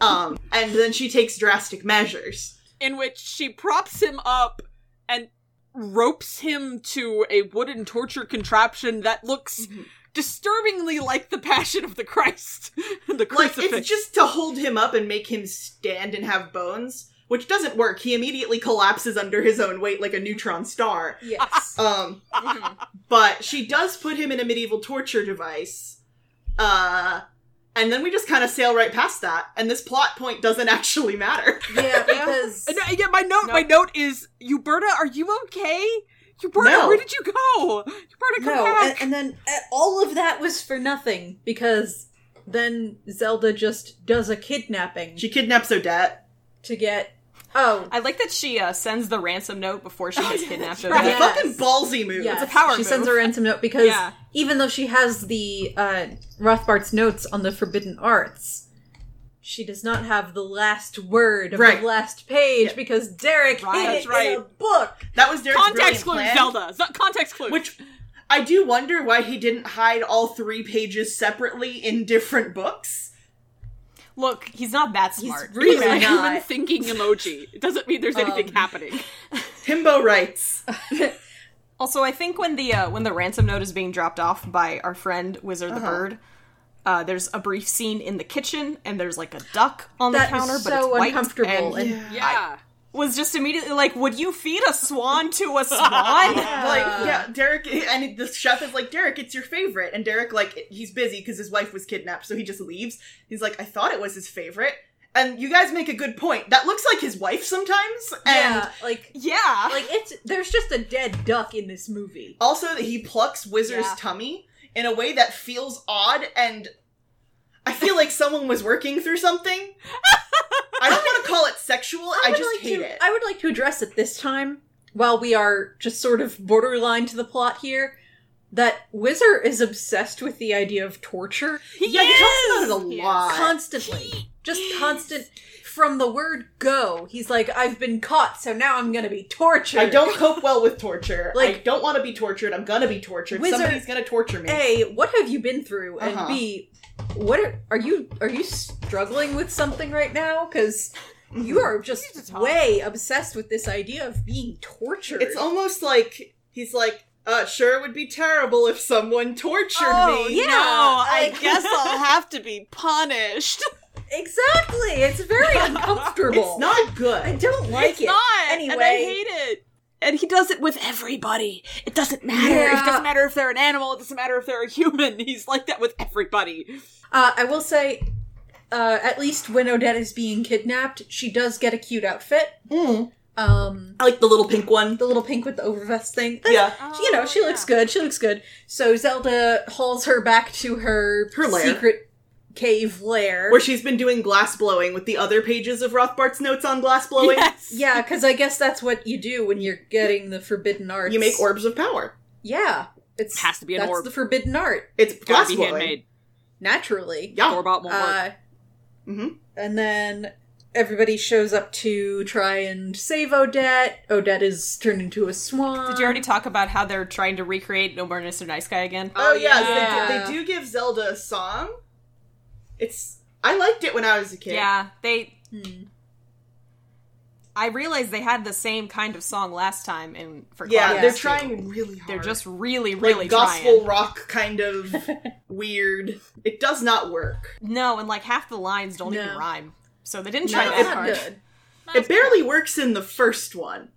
Speaker 1: Um, and then she takes drastic measures.
Speaker 2: in which she props him up and ropes him to a wooden torture contraption that looks
Speaker 1: Mm-hmm.
Speaker 2: disturbingly like the Passion of the Christ, the
Speaker 1: Like,
Speaker 2: crucifix.
Speaker 1: it's just to hold him up and make him stand and have bones, which doesn't work. He immediately collapses under his own weight like a neutron star.
Speaker 4: Yes.
Speaker 1: Um,
Speaker 4: Mhm.
Speaker 1: but she does put him in a medieval torture device. Uh, and then we just kind of sail right past that, and this plot point doesn't actually matter.
Speaker 4: Yeah, because
Speaker 2: And, uh, yeah, my note.
Speaker 3: No.
Speaker 2: My note is, Uberta, are you okay? Uberta,
Speaker 1: No.
Speaker 2: where did you go? Uberta, come
Speaker 4: no, and,
Speaker 2: back.
Speaker 4: and then uh, all of that was for nothing because then Zelda just does a kidnapping
Speaker 1: She kidnaps Odette.
Speaker 4: to get. Oh,
Speaker 3: I like that she uh, sends the ransom note before
Speaker 1: Oh,
Speaker 3: she gets kidnapped.
Speaker 2: right.
Speaker 3: Odette.
Speaker 4: Yes.
Speaker 1: Fucking ballsy move.
Speaker 4: yeah,
Speaker 3: a power
Speaker 4: She sends
Speaker 3: move.
Speaker 4: a ransom note because
Speaker 3: Yeah.
Speaker 4: even though she has the uh, Rothbart's notes on the Forbidden Arts, she does not have the last word of
Speaker 1: Right.
Speaker 4: the last page because Derek
Speaker 3: Right,
Speaker 4: hid
Speaker 2: that's
Speaker 4: it
Speaker 2: right.
Speaker 4: in a book.
Speaker 1: That was Derek's
Speaker 2: Context
Speaker 1: brilliant plan,
Speaker 2: clues, Zelda. Z- Context clues.
Speaker 1: Which I do wonder why he didn't hide all three pages separately in different books.
Speaker 3: Look, he's not that smart.
Speaker 4: really
Speaker 2: It's a
Speaker 4: not.
Speaker 2: human thinking emoji. It doesn't mean there's anything
Speaker 4: Um.
Speaker 2: happening.
Speaker 1: Himbo writes.
Speaker 3: Also, I think when the uh, when the ransom note is being dropped off by our friend Wizard
Speaker 1: Uh-huh.
Speaker 3: the Bird, uh, there's a brief scene in the kitchen, and there's like a duck on
Speaker 4: That
Speaker 3: the counter,
Speaker 4: is
Speaker 3: but it's
Speaker 4: so
Speaker 3: white
Speaker 4: uncomfortable.
Speaker 3: and
Speaker 4: And,
Speaker 2: Yeah.
Speaker 3: was just immediately like, "Would you feed a swan to a swan?"
Speaker 1: Like, yeah, Derek, and the chef is like, Derek, it's your favorite. And Derek, like, he's busy because his wife was kidnapped, so he just leaves. He's like, I thought it was his favorite. And you guys make a good point. That looks like his wife sometimes. And
Speaker 4: yeah, like
Speaker 3: yeah,
Speaker 4: like it's there's just a dead duck in this movie.
Speaker 1: also that he plucks Wizard's
Speaker 3: Yeah.
Speaker 1: tummy in a way that feels odd and I feel like someone was working through something. I don't want to call it sexual, I,
Speaker 4: would
Speaker 1: just
Speaker 4: like
Speaker 1: hate
Speaker 4: to,
Speaker 1: it.
Speaker 4: I would like to address it this time, while we are just sort of borderline to the plot here, that Wizard is obsessed with the idea of torture
Speaker 2: He
Speaker 1: yeah, he talks about it a
Speaker 2: is!
Speaker 1: lot.
Speaker 4: constantly. Just constant from the word go. He's like, I've been caught, so now I'm gonna be tortured.
Speaker 1: I don't cope well with torture. Like, I
Speaker 4: Like-
Speaker 1: don't want to be tortured. I'm gonna be tortured.
Speaker 4: Wizard-
Speaker 1: Somebody's gonna torture me.
Speaker 4: A, what have you been through? And
Speaker 1: Uh-huh.
Speaker 4: B, what are, are you are you struggling with something right now? Because you are
Speaker 2: Mm-hmm. need to
Speaker 4: just
Speaker 2: talk.
Speaker 4: way obsessed with this idea of being tortured.
Speaker 1: It's almost like he's like, uh, sure, it would be terrible if someone tortured
Speaker 2: Oh,
Speaker 1: me.
Speaker 2: yeah. No,
Speaker 4: I
Speaker 2: I
Speaker 4: like-
Speaker 2: guess I'll have to be punished.
Speaker 4: Exactly. It's very uncomfortable.
Speaker 1: It's not
Speaker 4: I
Speaker 1: good.
Speaker 4: don't like
Speaker 2: it's
Speaker 4: it.
Speaker 2: not.
Speaker 4: Anyway,
Speaker 2: and I hate it. And he does it with everybody. It doesn't matter.
Speaker 4: Yeah.
Speaker 2: It doesn't matter if they're an animal. It doesn't matter if they're a human. He's like that with everybody.
Speaker 4: uh, I will say, uh, at least when Odette is being kidnapped, she does get a cute outfit.
Speaker 1: Mm.
Speaker 4: Um,
Speaker 1: I like the little pink one.
Speaker 4: the little pink with the overvest thing. That's-
Speaker 1: Yeah.
Speaker 4: you know, she looks good. She looks good. So Zelda hauls her back to her,
Speaker 1: Her lair.
Speaker 4: secret cave lair.
Speaker 1: Where she's been doing glass blowing with the other pages of Rothbart's notes on glass blowing.
Speaker 2: Yes.
Speaker 4: yeah, because I guess that's what you do when you're getting the forbidden arts.
Speaker 1: You make orbs of power.
Speaker 4: Yeah, it's
Speaker 2: Has to be an
Speaker 4: that's
Speaker 2: orb.
Speaker 4: the forbidden art
Speaker 1: It's
Speaker 2: Gotta
Speaker 1: glass
Speaker 2: be
Speaker 1: blowing.
Speaker 2: handmade.
Speaker 4: naturally.
Speaker 1: Yeah.
Speaker 2: Door bought won't work.
Speaker 4: Uh,
Speaker 1: Mhm.
Speaker 4: And then everybody shows up to try and save Odette. Odette is turned into a swan.
Speaker 3: Did you already talk about how they're trying to recreate No More Mr. Nice Guy again?
Speaker 1: Oh,
Speaker 2: Oh,
Speaker 1: yes,
Speaker 4: yeah.
Speaker 1: They, do, they do give Zelda a song. It's I liked it when I was a kid.
Speaker 3: Yeah, they.
Speaker 1: Hmm.
Speaker 3: I realized they had the same kind of song last time, and for
Speaker 1: Yeah,
Speaker 3: Claudius,
Speaker 1: they're
Speaker 3: too.
Speaker 1: trying really hard.
Speaker 3: They're just really,
Speaker 1: like
Speaker 3: really
Speaker 1: gospel
Speaker 3: trying.
Speaker 1: rock kind of weird. It does not work.
Speaker 3: No, and like half the lines don't
Speaker 4: No.
Speaker 3: even rhyme, so they didn't
Speaker 4: No,
Speaker 3: try
Speaker 4: it's
Speaker 3: that
Speaker 4: not
Speaker 3: hard.
Speaker 4: good.
Speaker 1: it barely works in the first one.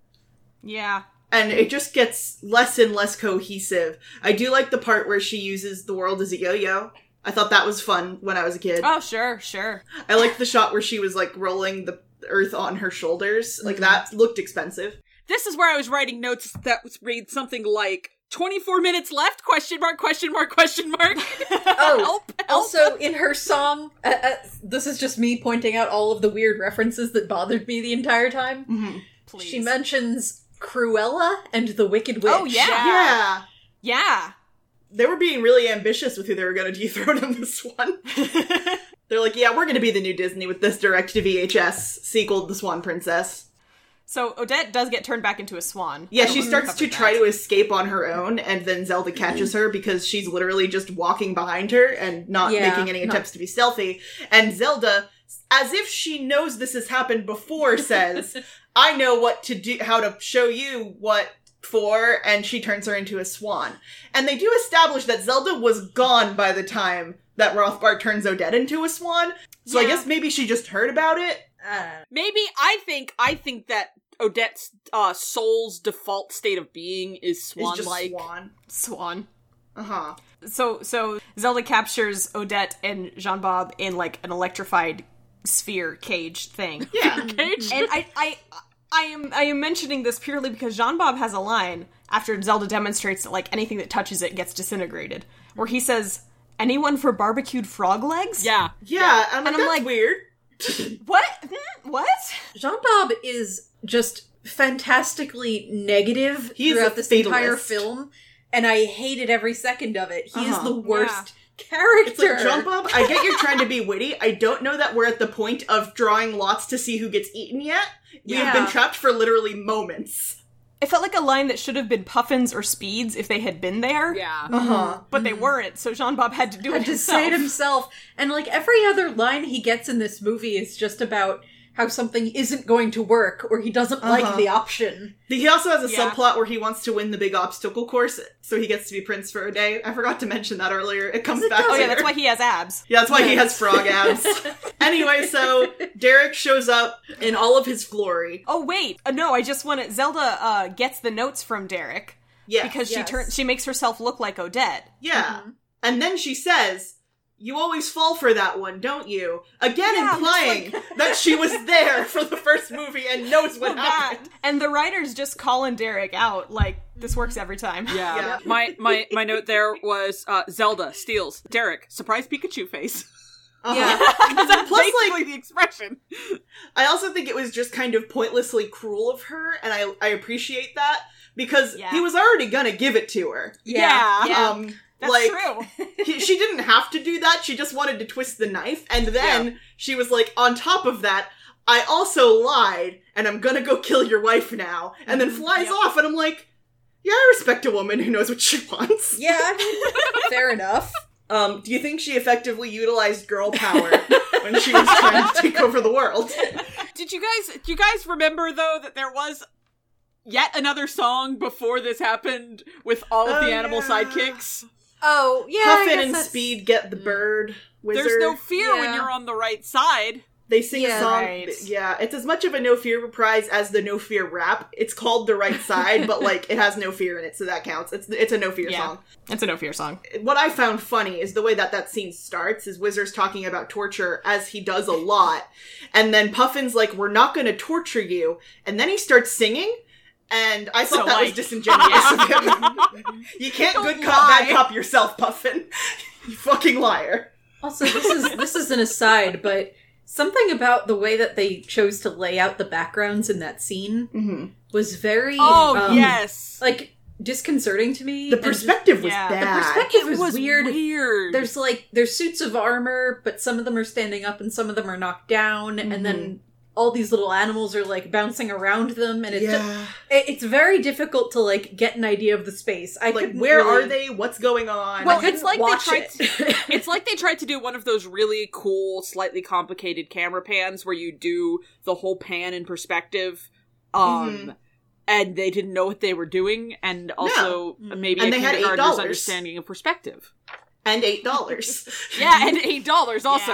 Speaker 3: Yeah,
Speaker 1: And it just gets less and less cohesive. I do like the part where she uses the world as a yo-yo. I thought that was fun when I was a kid.
Speaker 3: Oh, sure, sure.
Speaker 1: I liked the shot where she was like rolling the earth on her shoulders. Like
Speaker 4: Mhm.
Speaker 1: that looked expensive.
Speaker 2: this is where I was writing notes that was read something like 24 minutes left question mark question mark question mark
Speaker 4: Oh,
Speaker 2: help, help.
Speaker 4: Also, in her song, uh, uh, this is just me pointing out all of the weird references that bothered me the entire time.
Speaker 3: Please.
Speaker 4: She mentions Cruella and the Wicked Witch.
Speaker 3: Oh yeah,
Speaker 1: Yeah.
Speaker 3: yeah.
Speaker 1: They were being really ambitious with who they were going to dethrone in this one. They're like, yeah, we're going to be the new Disney with this direct to VHS sequel, The Swan Princess.
Speaker 3: So Odette does get turned back into a swan.
Speaker 1: Yeah,
Speaker 3: I
Speaker 1: she
Speaker 3: don't
Speaker 1: starts to
Speaker 3: remember
Speaker 1: try
Speaker 3: that.
Speaker 1: to escape on her own, and then Zelda catches her because she's literally just walking behind her and not
Speaker 4: Yeah,
Speaker 1: making any
Speaker 4: not-
Speaker 1: attempts to be stealthy. And Zelda, as if she knows this has happened before, says, I know what to do, how to show you what for, and she turns her into a swan. And they do establish that Zelda was gone by the time that Rothbard turns Odette into a swan. So I
Speaker 3: Yeah.
Speaker 1: guess maybe she just heard about it.
Speaker 4: I
Speaker 2: Maybe I think I think that Odette's uh, soul's default state of being is
Speaker 1: It's
Speaker 2: swan
Speaker 1: just
Speaker 2: like.
Speaker 1: swan.
Speaker 3: Swan.
Speaker 1: Uh huh.
Speaker 3: So so Zelda captures Odette and Jean Bob in like an electrified sphere cage thing.
Speaker 1: Yeah.
Speaker 2: Cage.
Speaker 3: and I, I I am I am mentioning this purely because Jean Bob has a line after Zelda demonstrates that like anything that touches it gets disintegrated, where he says, "Anyone for barbecued frog legs?"
Speaker 2: yeah.
Speaker 1: yeah. And I'm like,
Speaker 3: And I'm
Speaker 1: That's
Speaker 3: like-
Speaker 1: weird.
Speaker 3: What? Hmm? What?
Speaker 4: Jean Bob is just fantastically negative
Speaker 1: He's a
Speaker 4: throughout this
Speaker 1: fatalist.
Speaker 4: entire film, and I hated every second of it. He is
Speaker 1: Uh-huh.
Speaker 4: the worst character.
Speaker 1: It's like, jump up. I get you're trying to be witty. I don't know that we're at the point of drawing lots to see who gets eaten yet. We have
Speaker 4: Yeah.
Speaker 1: been trapped for literally moments.
Speaker 3: It felt like a line that should have been Puffins or Speeds if they had been there.
Speaker 2: Yeah.
Speaker 1: Uh huh.
Speaker 3: But they weren't, so Jean Bob had to do it
Speaker 4: had to
Speaker 3: himself.
Speaker 4: say it himself. And like every other line he gets in this movie is just about how something isn't going to work or he doesn't like
Speaker 1: Uh-huh.
Speaker 4: the option.
Speaker 1: He also has a
Speaker 3: Yeah.
Speaker 1: subplot where he wants to win the big obstacle course, so he gets to be prince for a day. I forgot to mention that earlier. It comes
Speaker 4: Yes, it
Speaker 1: back.
Speaker 4: does.
Speaker 3: Oh yeah,
Speaker 1: later.
Speaker 3: that's why he has abs.
Speaker 1: Yeah, that's why he has frog abs. anyway, so Derek shows up in all of his glory.
Speaker 3: Oh wait, uh, no, I just want to. Zelda uh, gets the notes from Derek
Speaker 1: Yeah,
Speaker 3: because
Speaker 4: yes.
Speaker 3: she turns she makes herself look like Odette.
Speaker 1: yeah.
Speaker 3: Mm-hmm.
Speaker 1: And then she says, "You always fall for that one, don't you?" Again,
Speaker 3: Yeah,
Speaker 1: implying that she was there for the first movie and knows what
Speaker 3: that.
Speaker 1: happened.
Speaker 3: And the writers just calling Derek out like this works every time.
Speaker 2: Yeah.
Speaker 1: Yeah.
Speaker 2: My my my note there was uh, Zelda steals Derek surprise Pikachu face.
Speaker 1: Uh-huh.
Speaker 2: That's
Speaker 1: Plus,
Speaker 2: basically
Speaker 1: like-
Speaker 2: the expression.
Speaker 1: I also think it was just kind of pointlessly cruel of her, and I I appreciate that because
Speaker 3: Yeah.
Speaker 1: he was already gonna give it to her.
Speaker 2: Yeah.
Speaker 3: Yeah.
Speaker 1: Um,
Speaker 3: That's
Speaker 1: like,
Speaker 3: true.
Speaker 1: he- she didn't have to do that. She just wanted to twist the knife. And then she was like, on top of that, I also lied and I'm gonna go kill your wife now. And
Speaker 4: Mm-hmm.
Speaker 1: then flies
Speaker 3: Yep.
Speaker 1: off. And I'm like, yeah, I respect a woman who knows what she wants.
Speaker 4: Yeah, I mean, fair enough.
Speaker 1: Um, do you think she effectively utilized girl power when she was trying to take over the world?
Speaker 2: Did you guys do you guys remember though that there was yet another song before this happened with all of
Speaker 1: Oh,
Speaker 2: the animal
Speaker 1: yeah.
Speaker 2: sidekicks?
Speaker 4: Oh, yeah. I
Speaker 1: Puffin
Speaker 4: guess
Speaker 1: and
Speaker 4: that's- mm.
Speaker 1: Speed get the bird. Wizard.
Speaker 2: There's no fear when
Speaker 4: Yeah.
Speaker 2: you're on the right side.
Speaker 1: They sing
Speaker 4: Yeah.
Speaker 1: a song.
Speaker 3: Right.
Speaker 1: Yeah, it's as much of a No Fear reprise as the No Fear rap. It's called The Right Side, but like it has no fear in it, so that counts. It's it's a No Fear
Speaker 3: Yeah.
Speaker 1: song.
Speaker 3: It's a no fear song.
Speaker 1: What I found funny is the way that that scene starts is Wizard's talking about torture as he does a lot, and then Puffin's like, "We're not going to torture you," and then he starts singing. And I thought
Speaker 2: So,
Speaker 1: that
Speaker 2: like-
Speaker 1: was disingenuous of him. you can't
Speaker 2: Don't
Speaker 1: good cop, bad
Speaker 2: lie.
Speaker 1: cop yourself, Puffin. you fucking liar.
Speaker 4: Also, this is this is an aside, but something about the way that they chose to lay out the backgrounds in that scene
Speaker 1: Mhm.
Speaker 4: was very
Speaker 2: Oh
Speaker 4: um,
Speaker 2: yes.
Speaker 4: like disconcerting to me.
Speaker 1: The
Speaker 4: and just-
Speaker 1: perspective was
Speaker 3: yeah. The
Speaker 1: bad.
Speaker 4: perspective was, weird.
Speaker 2: weird.
Speaker 4: There's like there's suits of armor, but some of them are standing up and some of them are knocked down, and then all these little animals are like bouncing around them, and it's just,
Speaker 1: yeah.
Speaker 4: it- it's very difficult to like get an idea of the space. I
Speaker 1: like
Speaker 4: couldn't
Speaker 1: where
Speaker 4: really-
Speaker 1: are they what's going on
Speaker 2: Well,
Speaker 4: I couldn't
Speaker 2: it's like they
Speaker 4: watch
Speaker 2: tried
Speaker 4: it.
Speaker 3: Mm-hmm.
Speaker 2: It's like they tried to do one of those really cool, slightly complicated camera pans where you do the whole pan in perspective. Um
Speaker 4: Mm-hmm.
Speaker 1: Mhm.
Speaker 2: and they didn't know what they were doing and also
Speaker 4: Mm.
Speaker 2: maybe
Speaker 1: And
Speaker 2: a
Speaker 1: they had
Speaker 2: kindergartner's
Speaker 1: $8.
Speaker 2: understanding of perspective.
Speaker 1: and eight dollars
Speaker 2: Yeah, and eight dollars also.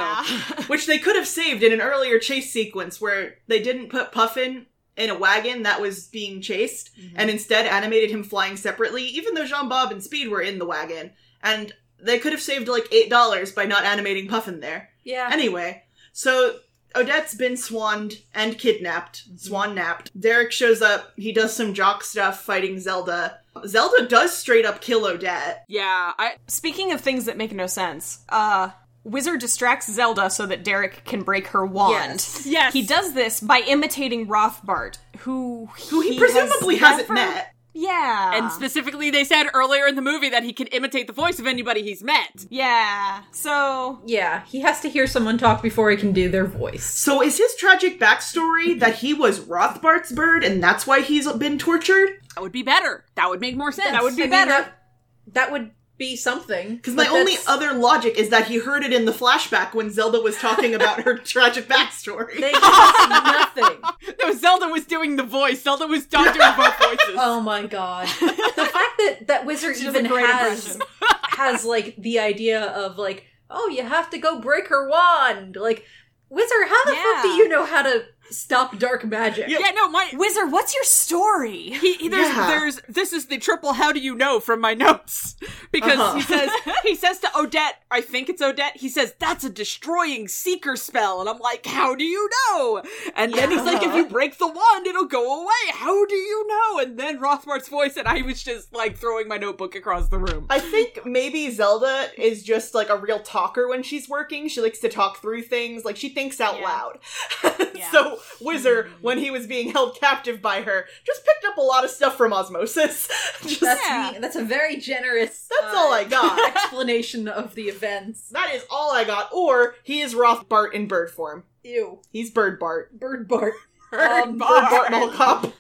Speaker 1: which they could have saved in an earlier chase sequence where they didn't put puffin in a wagon that was being chased
Speaker 4: Mm-hmm.
Speaker 1: and instead animated him flying separately even though jean bob and speed were in the wagon and they could have saved like eight dollars by not animating puffin there
Speaker 4: yeah.
Speaker 1: anyway so odette's been swanned and kidnapped swan napped derek shows up he does some jock stuff fighting zelda zelda does straight up kill odette
Speaker 2: Yeah, I
Speaker 3: Speaking of things that make no sense, uh Wizard distracts Zelda so that Derek can break her wand.
Speaker 4: Yes.
Speaker 2: Yes.
Speaker 3: He does this by imitating Rothbart, who
Speaker 1: who he, presumably
Speaker 3: has
Speaker 1: hasn't
Speaker 3: never-
Speaker 1: met.
Speaker 3: Yeah.
Speaker 4: Uh-huh.
Speaker 2: and specifically they said earlier in the movie that he can imitate the voice of anybody he's met.
Speaker 3: yeah. So
Speaker 4: Yeah, he has to hear someone talk before he can do their voice.
Speaker 1: So is his tragic backstory that he was Rothbart's bird and that's why he's been tortured?
Speaker 2: That would be better. That would make more sense.
Speaker 3: that would be
Speaker 4: I mean,
Speaker 3: better.
Speaker 4: that, that would be something.
Speaker 1: Because my
Speaker 4: but
Speaker 1: only
Speaker 4: that's-
Speaker 1: other logic is that he heard it in the flashback when Zelda was talking about her tragic backstory.
Speaker 4: they give us nothing.
Speaker 2: No, Zelda was doing the voice. Zelda was not doing both voices.
Speaker 4: Oh my god. The fact that that wizard
Speaker 3: She does
Speaker 4: even
Speaker 3: a great
Speaker 4: has
Speaker 3: impression.
Speaker 4: has like the idea of like, oh, you have to go break her wand. Like, wizard, how the fuck do
Speaker 3: Yeah.
Speaker 4: you know how to stop dark magic?
Speaker 2: Yeah, no, my
Speaker 3: Wizard, what's your story?
Speaker 2: He, he- there's,
Speaker 1: Yeah.
Speaker 2: there's, this is the triple how do you know from my notes. Because he says, he says to Odette, I think it's Odette, he says, that's a destroying seeker spell. And I'm like, how do you know? And then he's like, if you break the wand, it'll go away. How do you know? And then Rothbart's voice, and I was just like throwing my notebook across the room.
Speaker 1: I think maybe Zelda is just like a real talker when she's working. She likes to talk through things. Like she thinks out
Speaker 3: Yeah.
Speaker 1: loud.
Speaker 3: Yeah.
Speaker 1: so Wizard, when he was being held captive by her, just picked up a lot of stuff from osmosis. just,
Speaker 4: That's
Speaker 3: Yeah.
Speaker 4: me. That's a very generous. uh,
Speaker 1: That's all I got.
Speaker 4: explanation of the events.
Speaker 1: that is all I got. Or he is Rothbart in bird form.
Speaker 4: Ew.
Speaker 1: He's Bird Bart.
Speaker 4: Bird Bart.
Speaker 2: Bird
Speaker 4: um,
Speaker 1: Bird
Speaker 2: Bart.
Speaker 1: Bart Mall Cop.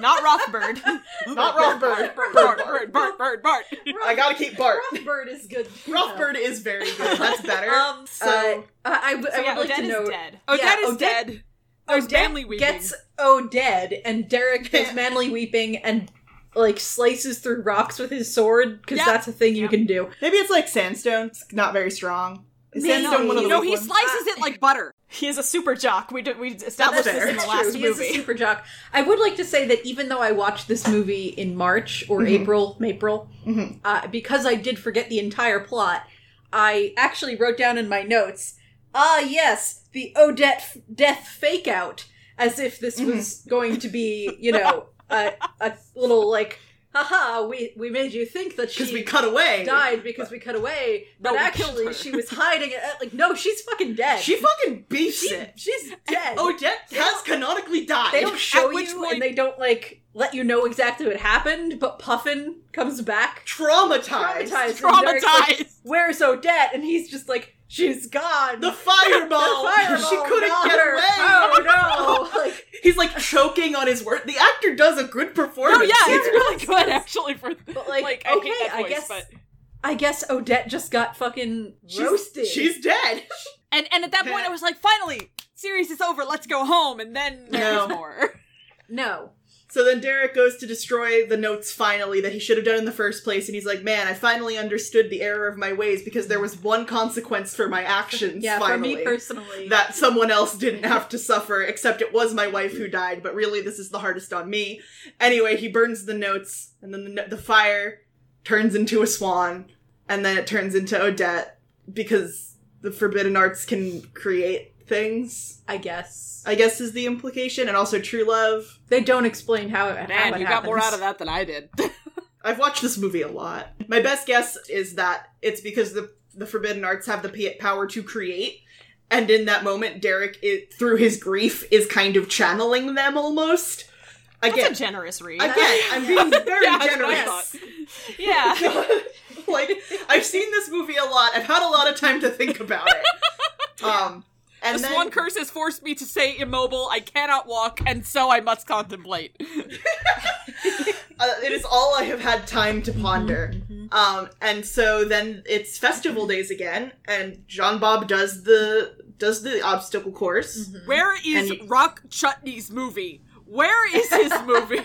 Speaker 3: Not Rothbard.
Speaker 1: Not Rothbart.
Speaker 2: Bart, Bart, Bart, Bart, Bart, Bart.
Speaker 1: I gotta keep Bart.
Speaker 4: Rothbard is good.
Speaker 1: Rothbart is very good. That's better. Uh,
Speaker 4: Um, so
Speaker 1: So-
Speaker 4: I, I would- I
Speaker 3: So yeah,
Speaker 4: would
Speaker 3: Odette
Speaker 4: like to
Speaker 3: is
Speaker 4: know.
Speaker 3: dead.
Speaker 2: Odette
Speaker 4: Yeah,
Speaker 2: is
Speaker 4: Odette-
Speaker 2: dead. There's
Speaker 4: Odette
Speaker 2: manly weeping.
Speaker 4: gets oh dead, and Derek does manly weeping and like slices through rocks with his sword because
Speaker 2: Yeah.
Speaker 4: that's a thing you can do.
Speaker 1: Maybe it's like sandstone. It's not very strong. Is
Speaker 4: Maybe.
Speaker 1: sandstone one of the
Speaker 2: no,
Speaker 1: weak
Speaker 2: he
Speaker 1: ones?
Speaker 2: slices it like butter.
Speaker 3: He is a super jock. We did, we established
Speaker 1: That's
Speaker 3: this
Speaker 1: fair.
Speaker 3: in the
Speaker 1: It's
Speaker 3: last
Speaker 4: He is a
Speaker 3: movie.
Speaker 4: super jock. I would like to say that even though I watched this movie in March or April, April,
Speaker 1: Mhm.
Speaker 4: uh, because I did forget the entire plot, I actually wrote down in my notes, ah, yes, the Odette f- death fake out, as if this was going to be, you know, a, a little like, haha, we, we made you think that she
Speaker 1: because we cut away.
Speaker 4: died because we cut away,
Speaker 2: No,
Speaker 4: but
Speaker 2: we killed her.
Speaker 4: actually she was hiding it. Like, no, she's fucking dead.
Speaker 1: She fucking beefs
Speaker 4: She-
Speaker 1: it.
Speaker 4: she's dead.
Speaker 1: Odette has canonically died.
Speaker 4: they don't show
Speaker 2: At which
Speaker 4: you
Speaker 2: point-
Speaker 4: and they don't like let you know exactly what happened but puffin comes back
Speaker 1: traumatized.
Speaker 4: traumatized and Derek's like,
Speaker 2: Traumatized.
Speaker 4: where's odette and he's just like she's gone
Speaker 1: The fireball.
Speaker 4: The fireball
Speaker 1: she couldn't
Speaker 4: got
Speaker 1: get
Speaker 4: her.
Speaker 1: away.
Speaker 4: oh no like
Speaker 1: He's like choking on his word. The actor does a good performance.
Speaker 2: Oh yeah,
Speaker 1: here.
Speaker 2: it's really good actually. For
Speaker 4: But,
Speaker 2: like,
Speaker 4: like,
Speaker 2: I hate
Speaker 4: okay,
Speaker 2: that
Speaker 4: I
Speaker 2: voice,
Speaker 4: guess-
Speaker 2: but
Speaker 4: i guess odette just got fucking
Speaker 1: She's-
Speaker 4: roasted
Speaker 1: She's dead.
Speaker 2: and and at that point, I was like, finally, series is over. Let's go home. And then
Speaker 1: No.
Speaker 2: there's more.
Speaker 4: no
Speaker 1: So then Derek goes to destroy the notes finally that he should have done in the first place, and he's like, "Man, I finally understood the error of my ways because there was one consequence for my actions.
Speaker 4: yeah
Speaker 1: finally.
Speaker 4: for me personally
Speaker 1: that someone else didn't have to suffer, except it was my wife who died, but really this is the hardest on me. Anyway, he burns the notes, and then the, no- the fire turns into a swan, and then it turns into Odette, because the forbidden arts can create things,
Speaker 4: i guess
Speaker 1: I guess is the implication, and also true love.
Speaker 4: they don't explain how it how
Speaker 2: Man,
Speaker 4: it
Speaker 2: you got more out
Speaker 4: happens.
Speaker 2: of that than I did.
Speaker 1: I've watched this movie a lot. My best guess is that it's because the, the forbidden arts have the p- power to create. And in that moment, Derek, it, through his grief, is kind of channeling them almost.
Speaker 3: That's
Speaker 1: Again,
Speaker 3: a generous read.
Speaker 1: Again, I'm being very
Speaker 2: Yeah, that's what I
Speaker 1: generous.
Speaker 3: yeah.
Speaker 1: like I've seen this movie a lot. I've had a lot of time to think about it. Um, and
Speaker 2: this
Speaker 1: then
Speaker 2: one curse has forced me to say immobile. I cannot walk, and so I must contemplate.
Speaker 1: uh, it is all I have had time to ponder.
Speaker 4: Mm-hmm.
Speaker 1: Um, and so then it's festival days again, and John Bob does the does the obstacle course.
Speaker 4: Mm-hmm.
Speaker 2: Where is
Speaker 1: And-
Speaker 2: Rock Chutney's movie? Where is his movie?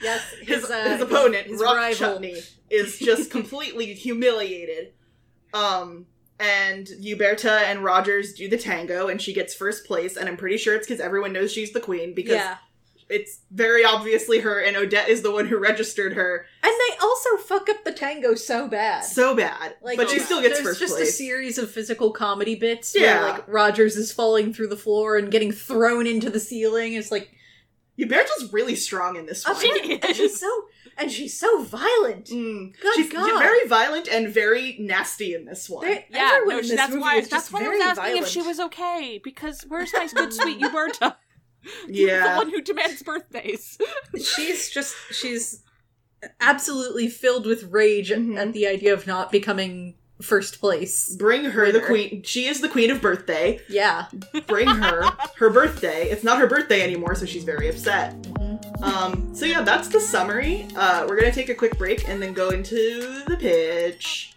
Speaker 4: yes
Speaker 1: his,
Speaker 4: his, uh,
Speaker 1: his opponent,
Speaker 4: his
Speaker 1: Rock
Speaker 4: rival.
Speaker 1: Chutney, is just completely humiliated. Um, and Huberta and Rogers do the tango, and she gets first place. And I'm pretty sure it's because everyone knows she's the queen because
Speaker 4: yeah
Speaker 1: it's very obviously her, and Odette is the one who registered her
Speaker 4: and they also fuck up the tango so bad
Speaker 1: so bad.
Speaker 4: Like, oh,
Speaker 1: but she
Speaker 2: so
Speaker 1: still gets
Speaker 4: there's
Speaker 1: first
Speaker 4: just a
Speaker 1: place.
Speaker 4: series of physical comedy bits
Speaker 1: Yeah.
Speaker 4: where like Rogers is falling through the floor and getting thrown into the ceiling. It's like
Speaker 1: Huberta's really strong in this one.
Speaker 4: Oh, she- and she's so and she's so violent.
Speaker 1: Mm.
Speaker 4: Good
Speaker 1: she's
Speaker 4: God.
Speaker 1: very violent and very nasty in this one.
Speaker 4: They-
Speaker 2: yeah,
Speaker 4: everyone
Speaker 2: no,
Speaker 4: in
Speaker 2: she-
Speaker 4: this
Speaker 2: that's
Speaker 4: movie
Speaker 2: why.
Speaker 4: is
Speaker 2: That's
Speaker 4: just
Speaker 2: why I
Speaker 4: very
Speaker 2: was asking if
Speaker 4: violent.
Speaker 2: she was okay. Because where's my good sweet Uberta? the
Speaker 1: yeah,
Speaker 2: one who demands birthdays.
Speaker 4: She's just she's absolutely filled with rage at-
Speaker 1: Mhm.
Speaker 4: at the idea of not becoming first place.
Speaker 1: bring her the
Speaker 4: Winner.
Speaker 1: queen. She is the queen of birthday.
Speaker 4: Yeah,
Speaker 1: bring her her birthday. It's not her birthday anymore, so she's very upset. Um, so yeah, that's the summary. Uh, we're gonna take a quick break and then go into the pitch.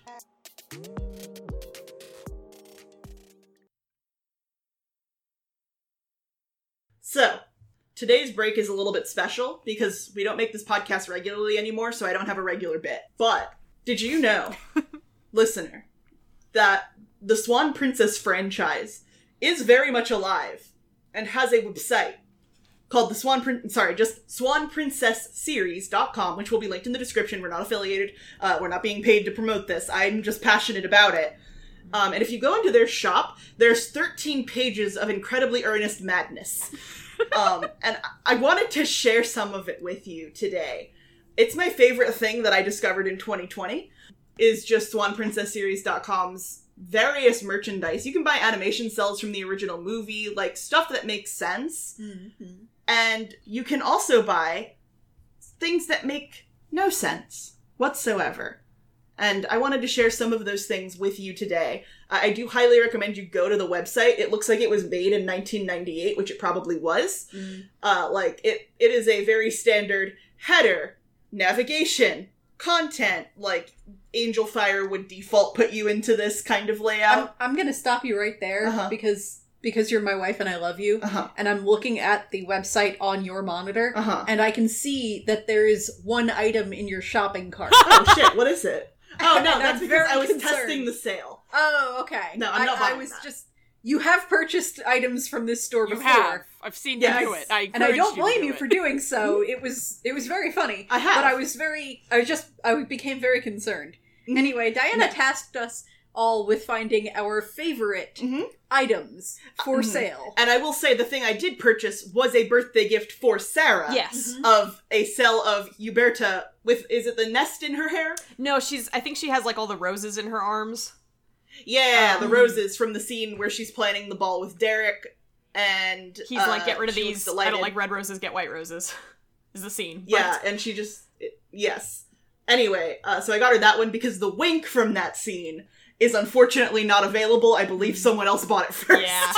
Speaker 1: So today's break is a little bit special because we don't make this podcast regularly anymore, so I don't have a regular bit. But did you know, listener, that the Swan Princess franchise is very much alive and has a website called the Swan Prin- sorry, just swanprincessseries.com, which will be linked in the description. We're not affiliated. Uh, we're not being paid to promote this. I'm just passionate about it. Um, and if you go into their shop, there's 13 pages of incredibly earnest madness. Um, and I-, I wanted to share some of it with you today. It's my favorite thing that I discovered in 2020 is just swanprincessseries.com's various merchandise. You can buy animation cells from the original movie, like stuff that makes sense
Speaker 4: Mm-hmm.
Speaker 1: and you can also buy things that make no sense whatsoever. And I wanted to share some of those things with you today. I I do highly recommend you go to the website. It looks like it was made in 1998, which it probably was.
Speaker 4: Mm.
Speaker 1: Uh, like it, it is a very standard header, navigation, content. Like Angel Fire would default put you into this kind of
Speaker 4: I'm,
Speaker 1: layout.
Speaker 4: I'm gonna stop you right there
Speaker 1: Uh-huh.
Speaker 4: because because you're my wife and I love you,
Speaker 1: Uh huh.
Speaker 4: and I'm looking at the website on your monitor,
Speaker 1: Uh huh.
Speaker 4: and I can see that there is one item in your shopping cart.
Speaker 1: Oh shit! What is it? Oh no,
Speaker 4: I'm
Speaker 1: that's because
Speaker 4: very
Speaker 1: I was
Speaker 4: concerned.
Speaker 1: testing the sale.
Speaker 4: oh, okay.
Speaker 1: No, I'm
Speaker 4: I-
Speaker 1: not
Speaker 4: I,
Speaker 1: buying
Speaker 4: was
Speaker 1: that.
Speaker 4: just. You have purchased items from this store
Speaker 2: You
Speaker 4: before,
Speaker 2: have. I've seen
Speaker 1: Yes.
Speaker 2: you do it. I
Speaker 4: and I
Speaker 2: encouraged
Speaker 4: don't
Speaker 2: you to
Speaker 4: blame
Speaker 2: do
Speaker 4: you
Speaker 2: it.
Speaker 4: for doing so. It was it was very funny.
Speaker 1: I have.
Speaker 4: But I was very, I was just, I became very concerned.
Speaker 2: Mm-hmm.
Speaker 1: Mhm.
Speaker 4: Anyway, Diana tasked us all with finding our favorite
Speaker 2: Mm-hmm.
Speaker 1: Mhm.
Speaker 4: items for
Speaker 1: Mhm.
Speaker 4: sale.
Speaker 1: And I will say the thing I did purchase was a birthday gift for Sarah.
Speaker 3: Yes.
Speaker 1: Of a cell of Huberta with is it the nest in her hair?
Speaker 3: No, she's. I think she has like all the roses in her arms.
Speaker 1: Yeah, the
Speaker 4: Um.
Speaker 1: roses from the scene where she's planning the ball with Derek and
Speaker 3: He's
Speaker 1: uh,
Speaker 3: like, get rid of
Speaker 1: she looks
Speaker 3: these. I
Speaker 1: delighted.
Speaker 3: don't like red roses. Get white roses. Is the scene? But
Speaker 1: Yeah, and she just it- yes. Anyway, uh, so I got her that one because the wink from that scene is unfortunately not available. I believe someone else bought it first.
Speaker 3: Yeah.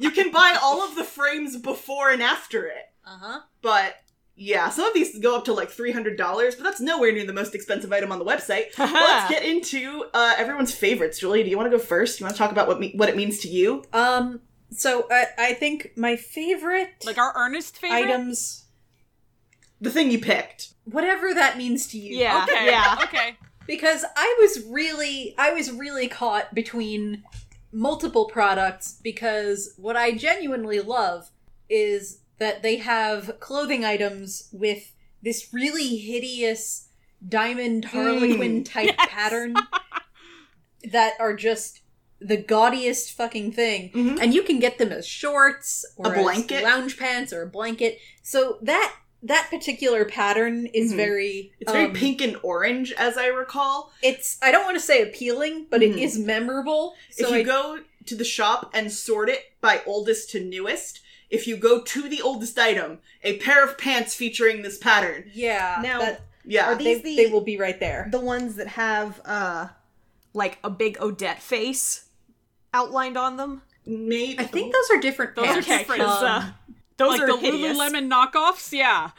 Speaker 1: you can buy all of the frames before and after it.
Speaker 4: Uh
Speaker 2: Uh-huh.
Speaker 4: huh.
Speaker 1: But yeah, some of these go up to like three hundred dollars, but that's nowhere near the most expensive item on the website. Well, let's get into uh, everyone's favorites. Julie, do you want to go first? You want to talk about what me- what it means to you?
Speaker 4: Um. So I, I think my favorite
Speaker 2: like our earnest favorite.
Speaker 4: items,
Speaker 1: The thing you picked.
Speaker 4: whatever that means to you.
Speaker 3: Yeah.
Speaker 2: Okay.
Speaker 3: Yeah.
Speaker 2: Okay.
Speaker 4: because I was really I was really caught between multiple products because what I genuinely love is that they have clothing items with this really hideous diamond
Speaker 1: Mm,
Speaker 4: harlequin type
Speaker 2: Yes.
Speaker 4: pattern that are just the gaudiest fucking thing
Speaker 1: Mhm.
Speaker 4: and you can get them as shorts or
Speaker 1: A
Speaker 4: as
Speaker 1: blanket.
Speaker 4: lounge pants or a blanket so that that particular pattern is
Speaker 1: Mhm.
Speaker 4: very
Speaker 1: It's very
Speaker 4: um,
Speaker 1: pink and orange, as I recall.
Speaker 4: it's I don't want to say appealing, but it
Speaker 1: Mhm.
Speaker 4: is memorable. So
Speaker 1: if you
Speaker 4: I,
Speaker 1: go to the shop and sort it by oldest to newest, if you go to the oldest item, a pair of pants featuring this pattern.
Speaker 4: yeah,
Speaker 5: Now,
Speaker 4: that-
Speaker 1: Yeah,
Speaker 5: Are these
Speaker 4: they,
Speaker 5: the-
Speaker 4: they will be right there.
Speaker 5: the ones that have uh
Speaker 3: like a big Odette face outlined on them.
Speaker 1: maybe.
Speaker 4: I think those are different.
Speaker 2: Those are
Speaker 4: pants. Um,
Speaker 2: different.
Speaker 3: Because, uh, those
Speaker 2: like
Speaker 3: are
Speaker 2: the
Speaker 3: hideous.
Speaker 2: Lululemon knockoffs. Yeah.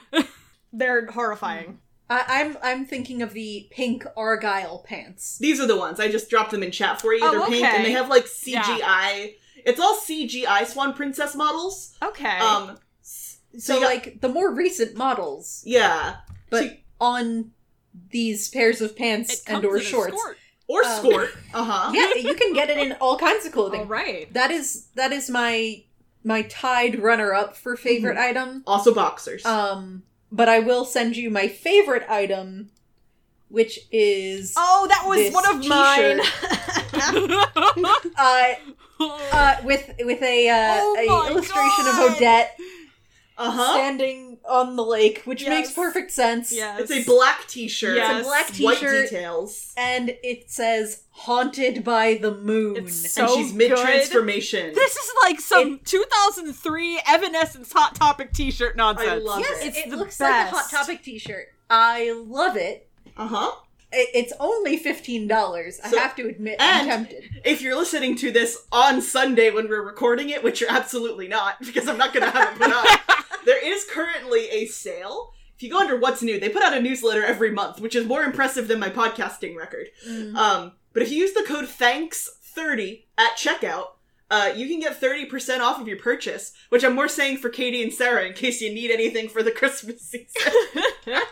Speaker 5: they're horrifying.
Speaker 4: I, I'm I'm thinking of the pink argyle pants.
Speaker 1: These are the ones. I just dropped them in chat for you.
Speaker 3: Oh,
Speaker 1: They're pink
Speaker 3: okay.
Speaker 1: and they have like
Speaker 2: Yeah.
Speaker 1: CGI. It's all CGI Swan Princess models.
Speaker 3: Okay.
Speaker 1: Um
Speaker 4: So,
Speaker 1: you got-
Speaker 4: like the more recent models,
Speaker 1: yeah.
Speaker 4: but
Speaker 1: So-
Speaker 4: on these pairs of pants
Speaker 2: It comes
Speaker 4: and or
Speaker 2: in a
Speaker 4: shorts.
Speaker 2: skirt.
Speaker 1: Or
Speaker 4: Um,
Speaker 1: skort. Uh-huh.
Speaker 4: Yeah, you can get it in all kinds of clothing.
Speaker 3: all right.
Speaker 4: That is that is my my tied runner up for favorite item.
Speaker 1: Also boxers.
Speaker 4: Um, but I will send you my favorite item, which is
Speaker 3: Oh, that was
Speaker 4: this
Speaker 3: one of
Speaker 4: t-shirt,
Speaker 3: mine.
Speaker 4: uh, uh, with with a uh,
Speaker 2: Oh my
Speaker 4: a illustration
Speaker 2: God!
Speaker 4: of Odette
Speaker 1: uh-huh.
Speaker 4: standing on the lake, which makes
Speaker 3: Yes.
Speaker 4: perfect sense.
Speaker 3: yes.
Speaker 1: It's a black t-shirt.
Speaker 3: Yes.
Speaker 4: It's a black
Speaker 1: White
Speaker 4: t-shirt.
Speaker 1: details.
Speaker 4: And it says "Haunted by the Moon."
Speaker 3: It's
Speaker 1: and
Speaker 3: So
Speaker 1: she's
Speaker 3: good.
Speaker 1: mid-transformation.
Speaker 2: This is like some 2003 Evanescence Hot Topic T-shirt
Speaker 1: I
Speaker 2: nonsense.
Speaker 1: love
Speaker 4: yes,
Speaker 1: it.
Speaker 4: it
Speaker 3: the
Speaker 4: looks like a Hot
Speaker 3: best.
Speaker 4: Topic T-shirt. I love it.
Speaker 1: Uh-huh.
Speaker 4: I- It's only fifteen dollars.
Speaker 1: So-
Speaker 4: I have to admit, I'm
Speaker 1: and-
Speaker 4: tempted.
Speaker 1: If you're listening to this on Sunday when we're recording it, which you're absolutely not, because I'm not gonna have it put up. there is currently a sale. If you go under What's New, they put out a newsletter every month, which is more impressive than my podcasting record. Um, but if you use the code THANKS30 at checkout, uh, you can get 30% off of your purchase, which I'm more saying for Katie and Sarah in case you need anything for the Christmas season. Gonna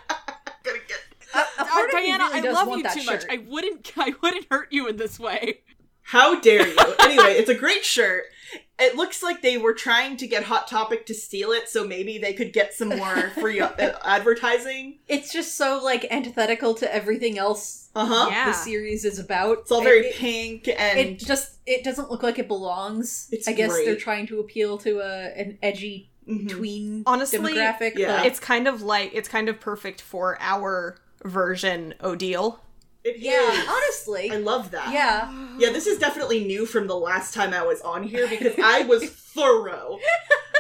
Speaker 1: get
Speaker 4: a
Speaker 2: Oh,
Speaker 4: part of me
Speaker 2: Diana,
Speaker 4: really
Speaker 2: I
Speaker 4: does
Speaker 2: love
Speaker 4: want
Speaker 2: you
Speaker 4: that
Speaker 2: too much.
Speaker 4: shirt.
Speaker 2: I wouldn't. I wouldn't hurt you in this way.
Speaker 1: How dare you? anyway, it's a great shirt. It looks like they were trying to get Hot Topic to steal it, so maybe they could get some more free uh, advertising.
Speaker 4: It's just so like antithetical to everything else
Speaker 1: Uh huh.
Speaker 3: Yeah.
Speaker 4: the series is about.
Speaker 1: It's all very
Speaker 4: It,
Speaker 1: pink
Speaker 4: it-
Speaker 1: and
Speaker 4: it just it doesn't look like it belongs.
Speaker 1: It's
Speaker 4: I guess
Speaker 1: great.
Speaker 4: they're trying to appeal to a an edgy
Speaker 1: Mhm.
Speaker 4: tween
Speaker 3: Honestly,
Speaker 4: demographic.
Speaker 1: yeah.
Speaker 4: but-
Speaker 3: It's kind of like it's kind of perfect for our version Odile.
Speaker 1: It
Speaker 4: yeah,
Speaker 1: is.
Speaker 4: honestly,
Speaker 1: I love that.
Speaker 4: yeah.
Speaker 1: Yeah, this is definitely new from the last time I was on here because I was thorough.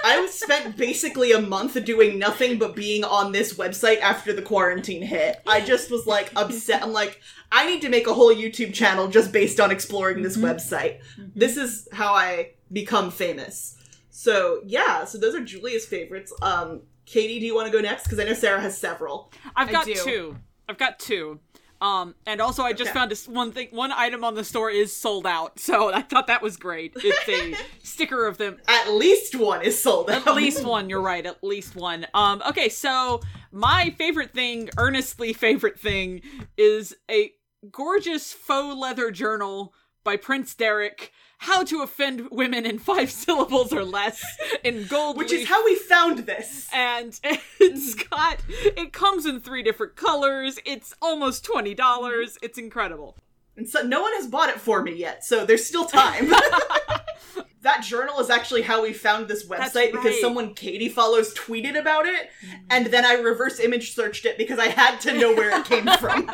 Speaker 1: I spent basically a month doing nothing but being on this website after the quarantine hit. I just was like upset. I'm like, I need to make a whole YouTube channel just based on exploring
Speaker 2: Mm-hmm.
Speaker 1: this website. This is how I become famous. So yeah, so those are Julia's favorites. Um, Katie, do you want to go next? Because I know Sarah has several.
Speaker 2: I've got
Speaker 3: do.
Speaker 2: two. I've got two. Um, and also I just
Speaker 1: Okay.
Speaker 2: found this one thing. One item on the store is sold out, so I thought that was great. It's a sticker of them.
Speaker 1: At least one is sold out.
Speaker 2: At least one. You're right. At least one. Um, okay, so my favorite thing, earnestly favorite thing, is a gorgeous faux leather journal by Prince Derek. How to offend women in five syllables or less in gold,
Speaker 1: which
Speaker 2: leaf
Speaker 1: is how Mm-hmm. we found this.
Speaker 2: and it's got it comes in three different colors it's almost $20 it's incredible
Speaker 1: And so no one has bought it for me yet, so there's still time. that journal is actually how we found this website because
Speaker 2: right. Mm-hmm.
Speaker 1: someone Katie follows tweeted about it, and then I reverse image searched it because I had to know where it came from.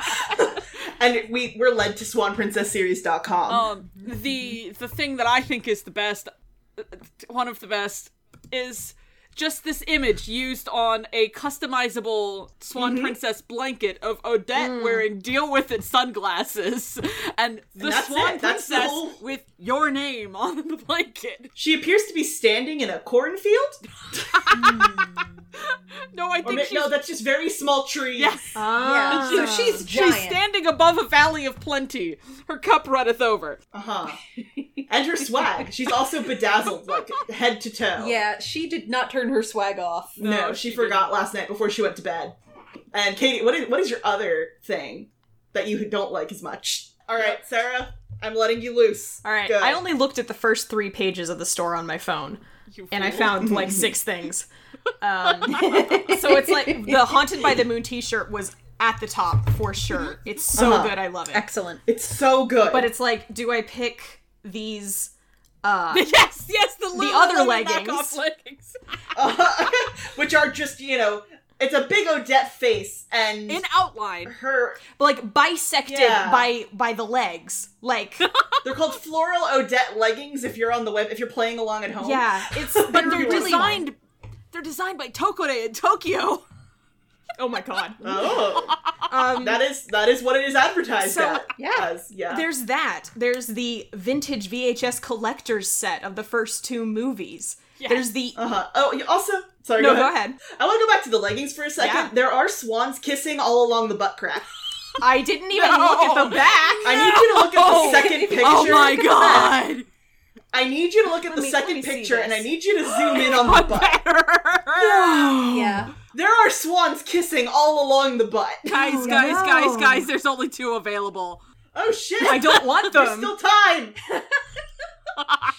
Speaker 1: and we we're led to swanprincessseries.com.
Speaker 2: um the the thing that i think is the best uh, one of the best is just this image used on a customizable swan
Speaker 1: Mm-hmm.
Speaker 2: princess blanket of odette
Speaker 1: Mm.
Speaker 2: wearing deal with it sunglasses and the
Speaker 1: that's
Speaker 2: swan
Speaker 1: it. That's the
Speaker 2: princess
Speaker 1: whole-
Speaker 2: with your name on the blanket
Speaker 1: she appears to be standing in a cornfield.
Speaker 2: no i
Speaker 1: Or
Speaker 2: think
Speaker 1: ma-
Speaker 2: she's
Speaker 1: no, that's just very small trees.
Speaker 2: Yes.
Speaker 3: Ah.
Speaker 2: So she's
Speaker 4: Giant.
Speaker 2: she's standing above a valley of plenty. Her cup runneth over.
Speaker 1: Uh-huh. and her swag. She's also bedazzled, like head to toe.
Speaker 4: Yeah, she did not turn her swag off.
Speaker 1: No,
Speaker 2: No,
Speaker 1: she,
Speaker 2: she
Speaker 1: forgot last night before she went to bed. And Katie, what is what is your other thing that you don't like as much? All right, Sarah, I'm letting you loose.
Speaker 3: All right.
Speaker 1: Go.
Speaker 3: I only looked at the first three pages of the store on my phone,
Speaker 2: You
Speaker 3: and I
Speaker 2: fool.
Speaker 3: found like six things. Um, so it's like the Haunted by the Moon T-shirt was at the top for sure. It's so
Speaker 1: Uh-huh.
Speaker 3: good. I love it.
Speaker 4: Excellent.
Speaker 1: It's so good.
Speaker 3: But it's like, do I pick these?
Speaker 2: yes, yes, the, Lulu
Speaker 3: other
Speaker 2: Lemon
Speaker 3: leggings.
Speaker 2: knockoff leggings
Speaker 1: which are just you know, it's a big Odette face and
Speaker 2: in outline.
Speaker 1: her.
Speaker 3: Like bisected
Speaker 1: Yeah.
Speaker 3: by by the legs. Like
Speaker 1: They're called floral Odette leggings. If you're on the web, if you're playing along at home,
Speaker 3: yeah, it's but
Speaker 2: They're designed. They're designed by Tokore in Tokyo.
Speaker 3: Oh my god.
Speaker 1: Oh,
Speaker 3: Um,
Speaker 1: that is that is what it is advertised
Speaker 3: So-
Speaker 1: at.
Speaker 4: Yeah.
Speaker 1: as, yeah.
Speaker 3: There's that. There's the vintage VHS collector's set of the first two movies. There's the
Speaker 1: uh-huh. Oh, you also, sorry.
Speaker 3: no. Go ahead.
Speaker 1: I want to go back to the leggings for a second.
Speaker 3: Yeah.
Speaker 1: There are swans kissing all along the butt crack.
Speaker 3: I didn't even look at the back.
Speaker 1: I need you to look at the
Speaker 2: No!
Speaker 1: second picture.
Speaker 2: oh my god!
Speaker 1: I need you to look at the
Speaker 3: me- let
Speaker 1: second
Speaker 3: me see
Speaker 1: picture, and I
Speaker 3: this.
Speaker 1: need you to zoom in on the butt.
Speaker 4: Yeah.
Speaker 1: There are swans kissing all along the butt.
Speaker 2: guys, guys, guys, guys! There's only two available.
Speaker 1: Oh shit!
Speaker 3: I don't want
Speaker 1: There's
Speaker 3: them.
Speaker 1: still time.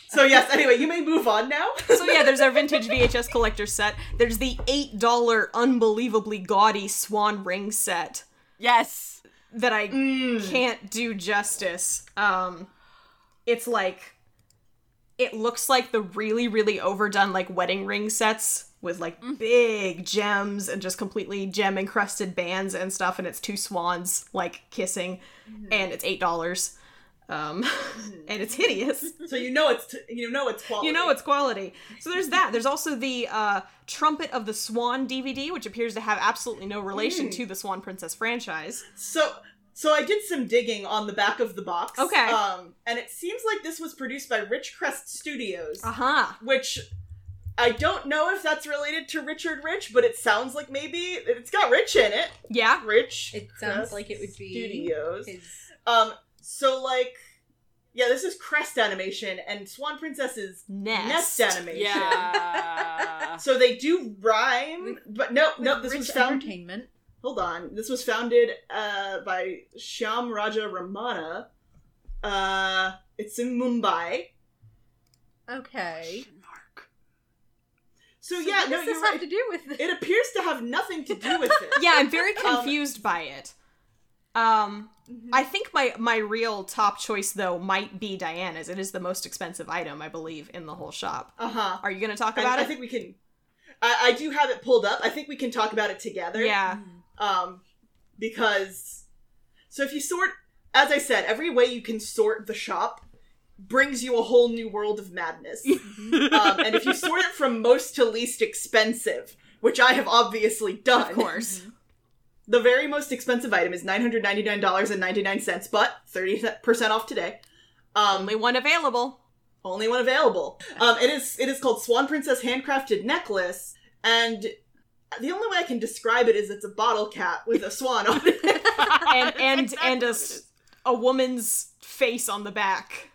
Speaker 1: so yes. Anyway, you may move on now.
Speaker 3: so Oh, yeah, there's our vintage VHS collector set. There's the eight dollar unbelievably gaudy swan ring set
Speaker 2: Yes,
Speaker 3: that I can't do justice. Um, it's like it looks like the really really overdone like wedding ring sets with like big gems and just completely gem encrusted bands and stuff and it's two swans like kissing and it's eight dollars um and it's hideous
Speaker 1: so you know it's t- you know it's quality.
Speaker 3: you know it's quality. So there's that. There's also the uh, Trumpet of the Swan DVD, which appears to have absolutely no
Speaker 1: Hmm.
Speaker 3: relation to the Swan Princess franchise.
Speaker 1: So so I did some digging on the back of the box.
Speaker 3: Okay.
Speaker 1: Um, and it seems like this was produced by Rich Crest Studios.
Speaker 3: Aha.
Speaker 1: which I don't know if that's related to Richard Rich, but it sounds like maybe it's got Rich in it.
Speaker 3: Yeah.
Speaker 1: Rich.
Speaker 4: It sounds
Speaker 1: Crest
Speaker 4: like it would be
Speaker 1: Studios.
Speaker 4: His,
Speaker 1: Um. So like, yeah, this is Crest Animation and Swan Princess is Nest,
Speaker 3: Nest.
Speaker 1: Animation.
Speaker 2: Yeah.
Speaker 1: So they do rhyme, but no, no. This
Speaker 4: Rich
Speaker 1: was found.
Speaker 4: entertainment.
Speaker 1: Hold on. This was founded uh, by Shyam Raja Ramana. Uh, it's in Mumbai.
Speaker 4: Okay.
Speaker 2: Mark.
Speaker 1: So,
Speaker 4: So
Speaker 1: yeah,
Speaker 4: what
Speaker 1: no,
Speaker 4: does this
Speaker 1: you're
Speaker 4: have
Speaker 1: right.
Speaker 4: to do with
Speaker 1: It appears to have nothing to do with it.
Speaker 3: Yeah, I'm very
Speaker 1: Um,
Speaker 3: confused by it. Um I think my my real top choice though might be Diana's. It is the most expensive item, I believe, in the whole shop.
Speaker 1: Uh huh.
Speaker 3: Are you going to talk
Speaker 1: And
Speaker 3: about
Speaker 1: I
Speaker 3: it?
Speaker 1: think we can. I, I do have it pulled up. I think we can talk about it together.
Speaker 3: yeah.
Speaker 1: Um, because so if you sort, as I said, every way you can sort the shop brings you a whole new world of madness.
Speaker 2: Uh,
Speaker 1: um, and if you sort it from most to least expensive, which I have obviously done,
Speaker 3: Of course.
Speaker 1: the very most expensive item is nine hundred ninety nine dollars and ninety nine cents, but thirty percent off today. Um,
Speaker 3: Only one available.
Speaker 1: only one available. Um, it is it is called Swan Princess Handcrafted Necklace, and the only way I can describe it is it's a bottle cap with a swan on it.
Speaker 3: And and and a, s- a woman's face on the back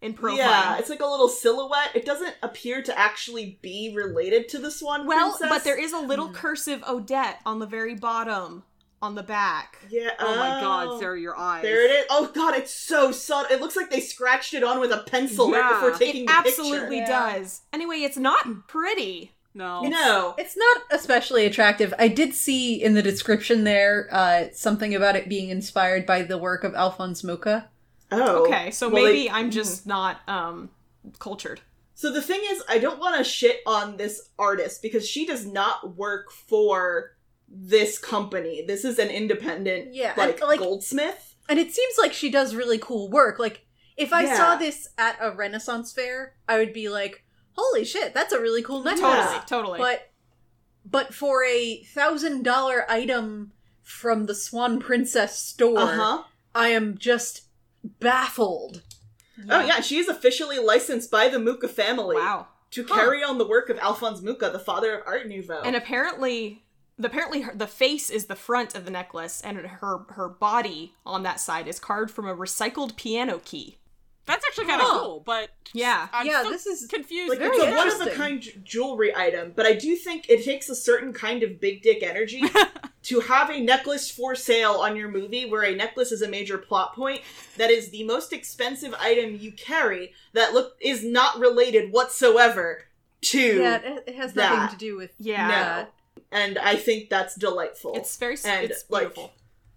Speaker 3: in profile.
Speaker 1: Yeah, it's like a little silhouette. It doesn't appear to actually be related to the Swan
Speaker 3: Well,
Speaker 1: Princess.
Speaker 3: but there is a little cursive Odette on the very bottom on the back.
Speaker 1: Yeah.
Speaker 2: Oh my god, Sarah, your eyes.
Speaker 1: There it is. Oh god, it's so subtle. It looks like they scratched it on with a pencil right
Speaker 2: Yeah.
Speaker 1: before taking
Speaker 3: It
Speaker 1: the
Speaker 3: absolutely
Speaker 1: picture.
Speaker 4: Yeah.
Speaker 3: does. Anyway, it's not pretty.
Speaker 2: No.
Speaker 1: No.
Speaker 4: It's not especially attractive. I did see in the description there uh, something about it being inspired by the work of Alphonse Mucha.
Speaker 1: Oh.
Speaker 3: Okay, so
Speaker 1: Well,
Speaker 3: maybe
Speaker 1: they- Mm-hmm.
Speaker 3: I'm just not um cultured.
Speaker 1: So the thing is, I don't want to shit on this artist because she does not work for this company. This is an independent,
Speaker 4: Yeah,
Speaker 1: like,
Speaker 4: and, like-
Speaker 1: goldsmith.
Speaker 4: And it seems like she does really cool work. Like, if I
Speaker 1: Yeah.
Speaker 4: saw this at a Renaissance fair, I would be like, holy shit, that's a really cool necklace.
Speaker 3: Totally,
Speaker 1: Yeah.
Speaker 3: totally.
Speaker 4: But, but for a thousand dollar item from the Swan Princess store,
Speaker 1: Uh huh.
Speaker 4: I am just baffled.
Speaker 1: Oh yeah, she is officially licensed by the Mucha family
Speaker 3: wow.
Speaker 1: to carry on the work of Alphonse Mucha, the father of Art Nouveau.
Speaker 3: And apparently, the, apparently her, the face is the front of the necklace, and her her body on that side is carved from a recycled piano key.
Speaker 2: That's actually kind of
Speaker 4: Huh.
Speaker 2: cool, but
Speaker 3: Yeah.
Speaker 2: I'm
Speaker 4: Yeah,
Speaker 2: still
Speaker 4: this is-
Speaker 2: confused.
Speaker 1: like
Speaker 2: with
Speaker 1: it's
Speaker 4: very
Speaker 1: a one of a kind jewelry item, but I do think it takes a certain kind of big dick energy to have a necklace for sale on your movie where a necklace is a major plot point that is the most expensive item you carry that look is not related whatsoever to
Speaker 4: Yeah, it- it has
Speaker 1: That.
Speaker 4: nothing to do with
Speaker 3: Yeah.
Speaker 4: that.
Speaker 1: and I think that's delightful.
Speaker 3: It's very s-
Speaker 1: And,
Speaker 3: it's
Speaker 1: like,
Speaker 3: beautiful.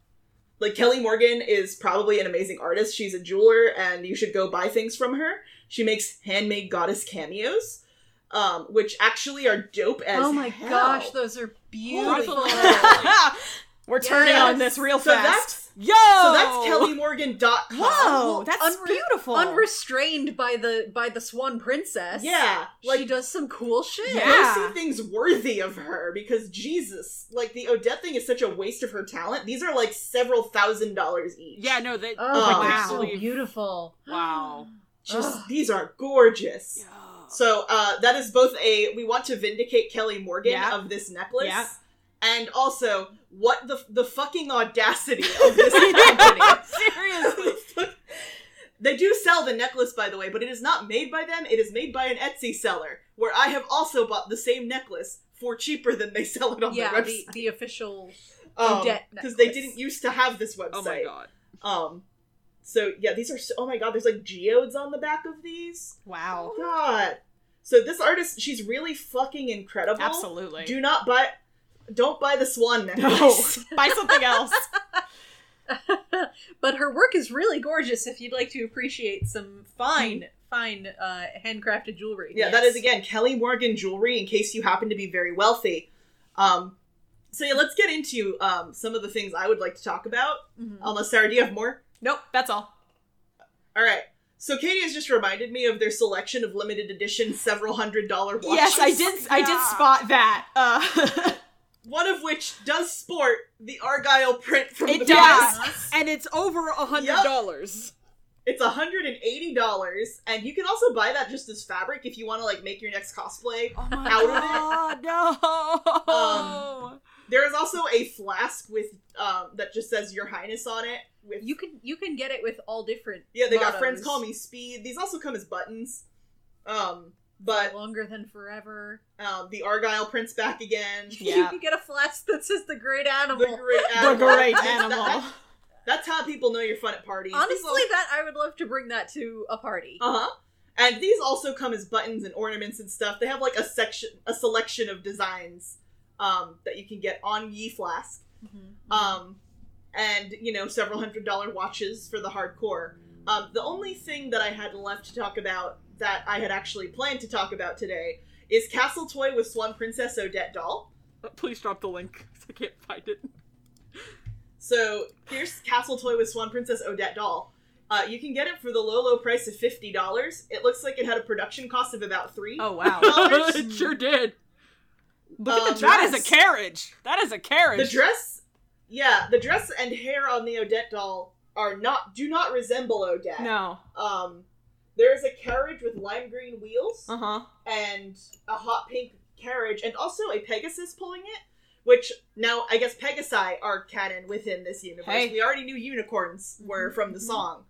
Speaker 1: like Kelly Morgan is probably an amazing artist. She's a jeweler, and you should go buy things from her. She makes handmade goddess cameos, um, which actually are dope as
Speaker 4: Oh my
Speaker 1: hell.
Speaker 4: gosh, those are beautiful.
Speaker 2: Russell-
Speaker 3: We're turning
Speaker 1: Yes.
Speaker 3: on this real
Speaker 1: so
Speaker 3: fast.
Speaker 1: That's,
Speaker 2: Yo!
Speaker 1: so that's KellyMorgan.com.
Speaker 3: Whoa,
Speaker 4: Well,
Speaker 3: that's
Speaker 4: unre-
Speaker 3: beautiful.
Speaker 4: Unrestrained by the by the Swan Princess.
Speaker 1: Yeah,
Speaker 4: she
Speaker 1: like
Speaker 4: does some cool shit.
Speaker 3: Yeah.
Speaker 1: go see things worthy of her because Jesus, like the Odette thing is such a waste of her talent. These are like several thousand dollars each.
Speaker 2: Yeah, no, they.
Speaker 4: Oh,
Speaker 1: Oh,
Speaker 4: they're
Speaker 1: wow.
Speaker 4: so beautiful.
Speaker 2: Wow.
Speaker 1: just
Speaker 4: Ugh.
Speaker 1: these are gorgeous. So uh, that is both a we want to vindicate Kelly Morgan
Speaker 3: Yeah.
Speaker 1: of this necklace,
Speaker 3: Yeah.
Speaker 1: and also what the the fucking audacity of this company.
Speaker 2: Seriously.
Speaker 1: They do sell the necklace, by the way, but it is not made by them. It is made by an Etsy seller, where I have also bought the same necklace for cheaper than they sell it on
Speaker 4: Yeah,
Speaker 1: their
Speaker 4: the,
Speaker 1: website.
Speaker 4: the official. Odette
Speaker 1: Because they
Speaker 4: necklace.
Speaker 1: didn't used to have this website.
Speaker 2: Oh my god.
Speaker 1: Um, so yeah, these are so, oh my god. There's like geodes on the back of these.
Speaker 3: wow.
Speaker 1: God. So this artist, she's really fucking incredible.
Speaker 3: Absolutely.
Speaker 1: Do not buy. Don't buy the swan
Speaker 3: no.
Speaker 1: necklace.
Speaker 3: Buy something else.
Speaker 4: But her work is really gorgeous. If you'd like to appreciate some fine, fine uh, handcrafted jewelry.
Speaker 1: Mm-hmm. yeah, that is again Kelly Morgan jewelry. In case you happen to be very wealthy. Um, so yeah, let's get into um, some of the things I would like to talk about.
Speaker 3: Mm-hmm.
Speaker 4: Mhm.
Speaker 1: Unless Sarah, do you have more?
Speaker 3: Nope, that's all.
Speaker 1: All right. So Katie has just reminded me of their selection of limited edition several hundred dollar watches.
Speaker 3: Yes, I did. I did
Speaker 2: Yeah.
Speaker 3: spot that. Uh,
Speaker 1: One of which does sport the Argyle print from
Speaker 3: It
Speaker 1: the
Speaker 3: does.
Speaker 1: past.
Speaker 2: And it's over a hundred
Speaker 1: Yup.
Speaker 2: dollars.
Speaker 1: It's $180, and you can also buy that just as fabric if you want to like make your next cosplay.
Speaker 2: Oh
Speaker 1: Out
Speaker 2: my god, no!
Speaker 1: There is also a flask with um that just says Your Highness on it. With
Speaker 4: You can you can get it with all different.
Speaker 1: yeah, they got
Speaker 4: mottos.
Speaker 1: friends call me Speed. These also come as buttons. Um, but
Speaker 4: longer than forever.
Speaker 1: um, the Argyle Prince back again.
Speaker 4: you
Speaker 3: Yeah.
Speaker 4: can get a flask that says the great
Speaker 1: The
Speaker 4: animal.
Speaker 1: great
Speaker 3: The
Speaker 1: animal.
Speaker 3: great
Speaker 1: That- that-
Speaker 3: animal.
Speaker 1: that's how people know you're fun at parties.
Speaker 4: Honestly, that I would love to bring that to a party.
Speaker 1: Uh huh. And these also come as buttons and ornaments and stuff. They have like a section, a selection of designs um, that you can get on Ye Flask.
Speaker 4: Mm-hmm.
Speaker 1: Um, and you know, several hundred dollar watches for the hardcore. Um, the only thing that I had left to talk about that I had actually planned to talk about today is Castle Toy with Swan Princess Odette doll.
Speaker 2: Um, Please drop the link. 'cause I can't find it.
Speaker 1: So here's Castle Toy with Swan Princess Odette doll. Uh, you can get it for the low, low price of fifty dollars. It looks like it had a production cost of about three.
Speaker 3: Oh wow.
Speaker 1: Dollars?
Speaker 2: it sure did.
Speaker 3: Look at
Speaker 1: Um,
Speaker 2: That
Speaker 3: the dress.
Speaker 2: is a carriage. That is a carriage.
Speaker 1: The dress, yeah, the dress and hair on the Odette doll are not do not resemble Odette.
Speaker 3: No.
Speaker 1: Um, there is a carriage with lime green wheels
Speaker 3: Uh huh.
Speaker 1: and a hot pink carriage, and also a Pegasus pulling it. Which now I guess Pegasi are canon within this universe.
Speaker 3: Hey.
Speaker 1: We already knew unicorns were from the song.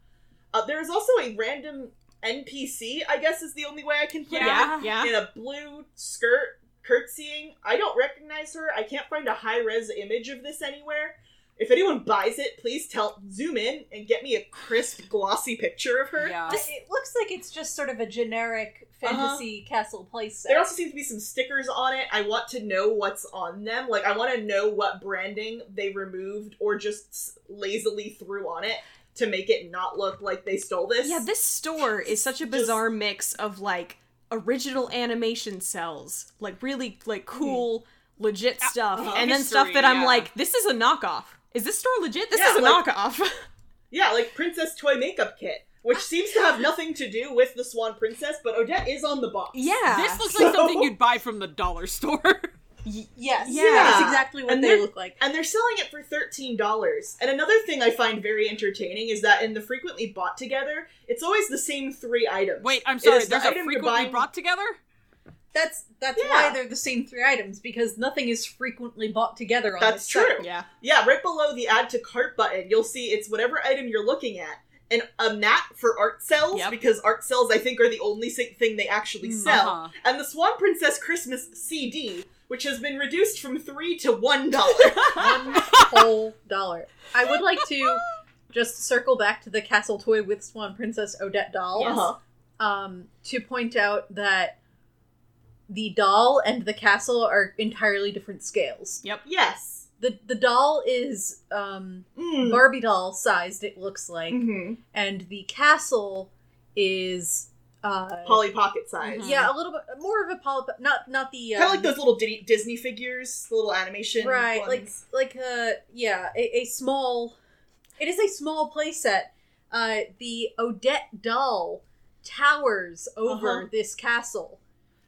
Speaker 1: Uh, there is also a random NPC. I guess is the only way I can put
Speaker 2: Yeah.
Speaker 3: Yeah.
Speaker 1: it
Speaker 3: Yeah.
Speaker 1: in a blue skirt, curtsying. I don't recognize her. I can't find a high res image of this anywhere. If anyone buys it, please tell zoom in and get me a crisp, glossy picture of her.
Speaker 2: Yeah.
Speaker 4: it looks like it's just sort of a generic fantasy castle place.
Speaker 1: There Uh-huh. also seems to be some stickers on it. I want to know what's on them. Like, I want to know what branding they removed or just s- lazily threw on it to make it not look like they stole this.
Speaker 3: Yeah, this store is such a bizarre mix of like original animation cells, like really like cool, legit stuff,
Speaker 2: uh-huh.
Speaker 3: and then stuff
Speaker 2: History,
Speaker 3: that I'm
Speaker 2: yeah.
Speaker 3: like, this is a knockoff. Is this store legit? This
Speaker 1: Yeah,
Speaker 3: is a
Speaker 1: like-
Speaker 3: knockoff.
Speaker 1: Yeah, like Princess Toy Makeup Kit, which seems to have nothing to do with the Swan Princess, but Odette is on the box.
Speaker 3: yeah.
Speaker 2: This looks
Speaker 1: So-
Speaker 2: like something you'd buy from the dollar store.
Speaker 4: yes,
Speaker 3: Yeah.
Speaker 4: that's exactly what
Speaker 1: And
Speaker 4: they
Speaker 1: they're-
Speaker 4: look like.
Speaker 1: And they're selling it for $13. And another thing I find very entertaining is that in the frequently bought together, it's always the same three items.
Speaker 2: Wait, I'm
Speaker 1: It
Speaker 2: sorry.
Speaker 1: is the
Speaker 2: There's a
Speaker 1: item you're
Speaker 2: frequently
Speaker 1: buying-
Speaker 2: brought together.
Speaker 4: That's that's
Speaker 1: Yeah.
Speaker 4: why they're the same three items because nothing is frequently bought together. on
Speaker 1: That's
Speaker 4: this site.
Speaker 1: true.
Speaker 3: yeah.
Speaker 1: Yeah, right below the add to cart button, you'll see it's whatever item you're looking at. And a mat for art cells,
Speaker 3: Yep.
Speaker 1: because art cells, I think, are the only si- thing they actually sell.
Speaker 2: Uh-huh.
Speaker 1: And the Swan Princess Christmas CD, which has been reduced from three to one dollar.
Speaker 4: One whole dollar. I would like to just circle back to the castle toy with Swan Princess Odette doll.
Speaker 1: Uh-huh.
Speaker 4: um, to point out that the doll and the castle are entirely different scales.
Speaker 1: Yes.
Speaker 4: The the doll is um,
Speaker 1: Mm.
Speaker 4: Barbie doll sized, it looks like,
Speaker 1: hmm
Speaker 4: and the castle is uh, Mm-hmm.
Speaker 1: Polly Pocket size.
Speaker 2: Mhm.
Speaker 4: yeah, a little bit more of a poly, not not the um,
Speaker 1: Kind of like those little Di- Disney figures, the little animation.
Speaker 4: right,
Speaker 1: ones.
Speaker 4: like like uh yeah, a, a small. It is a small playset. Uh, the Odette doll towers over
Speaker 1: Uh-huh.
Speaker 4: this castle.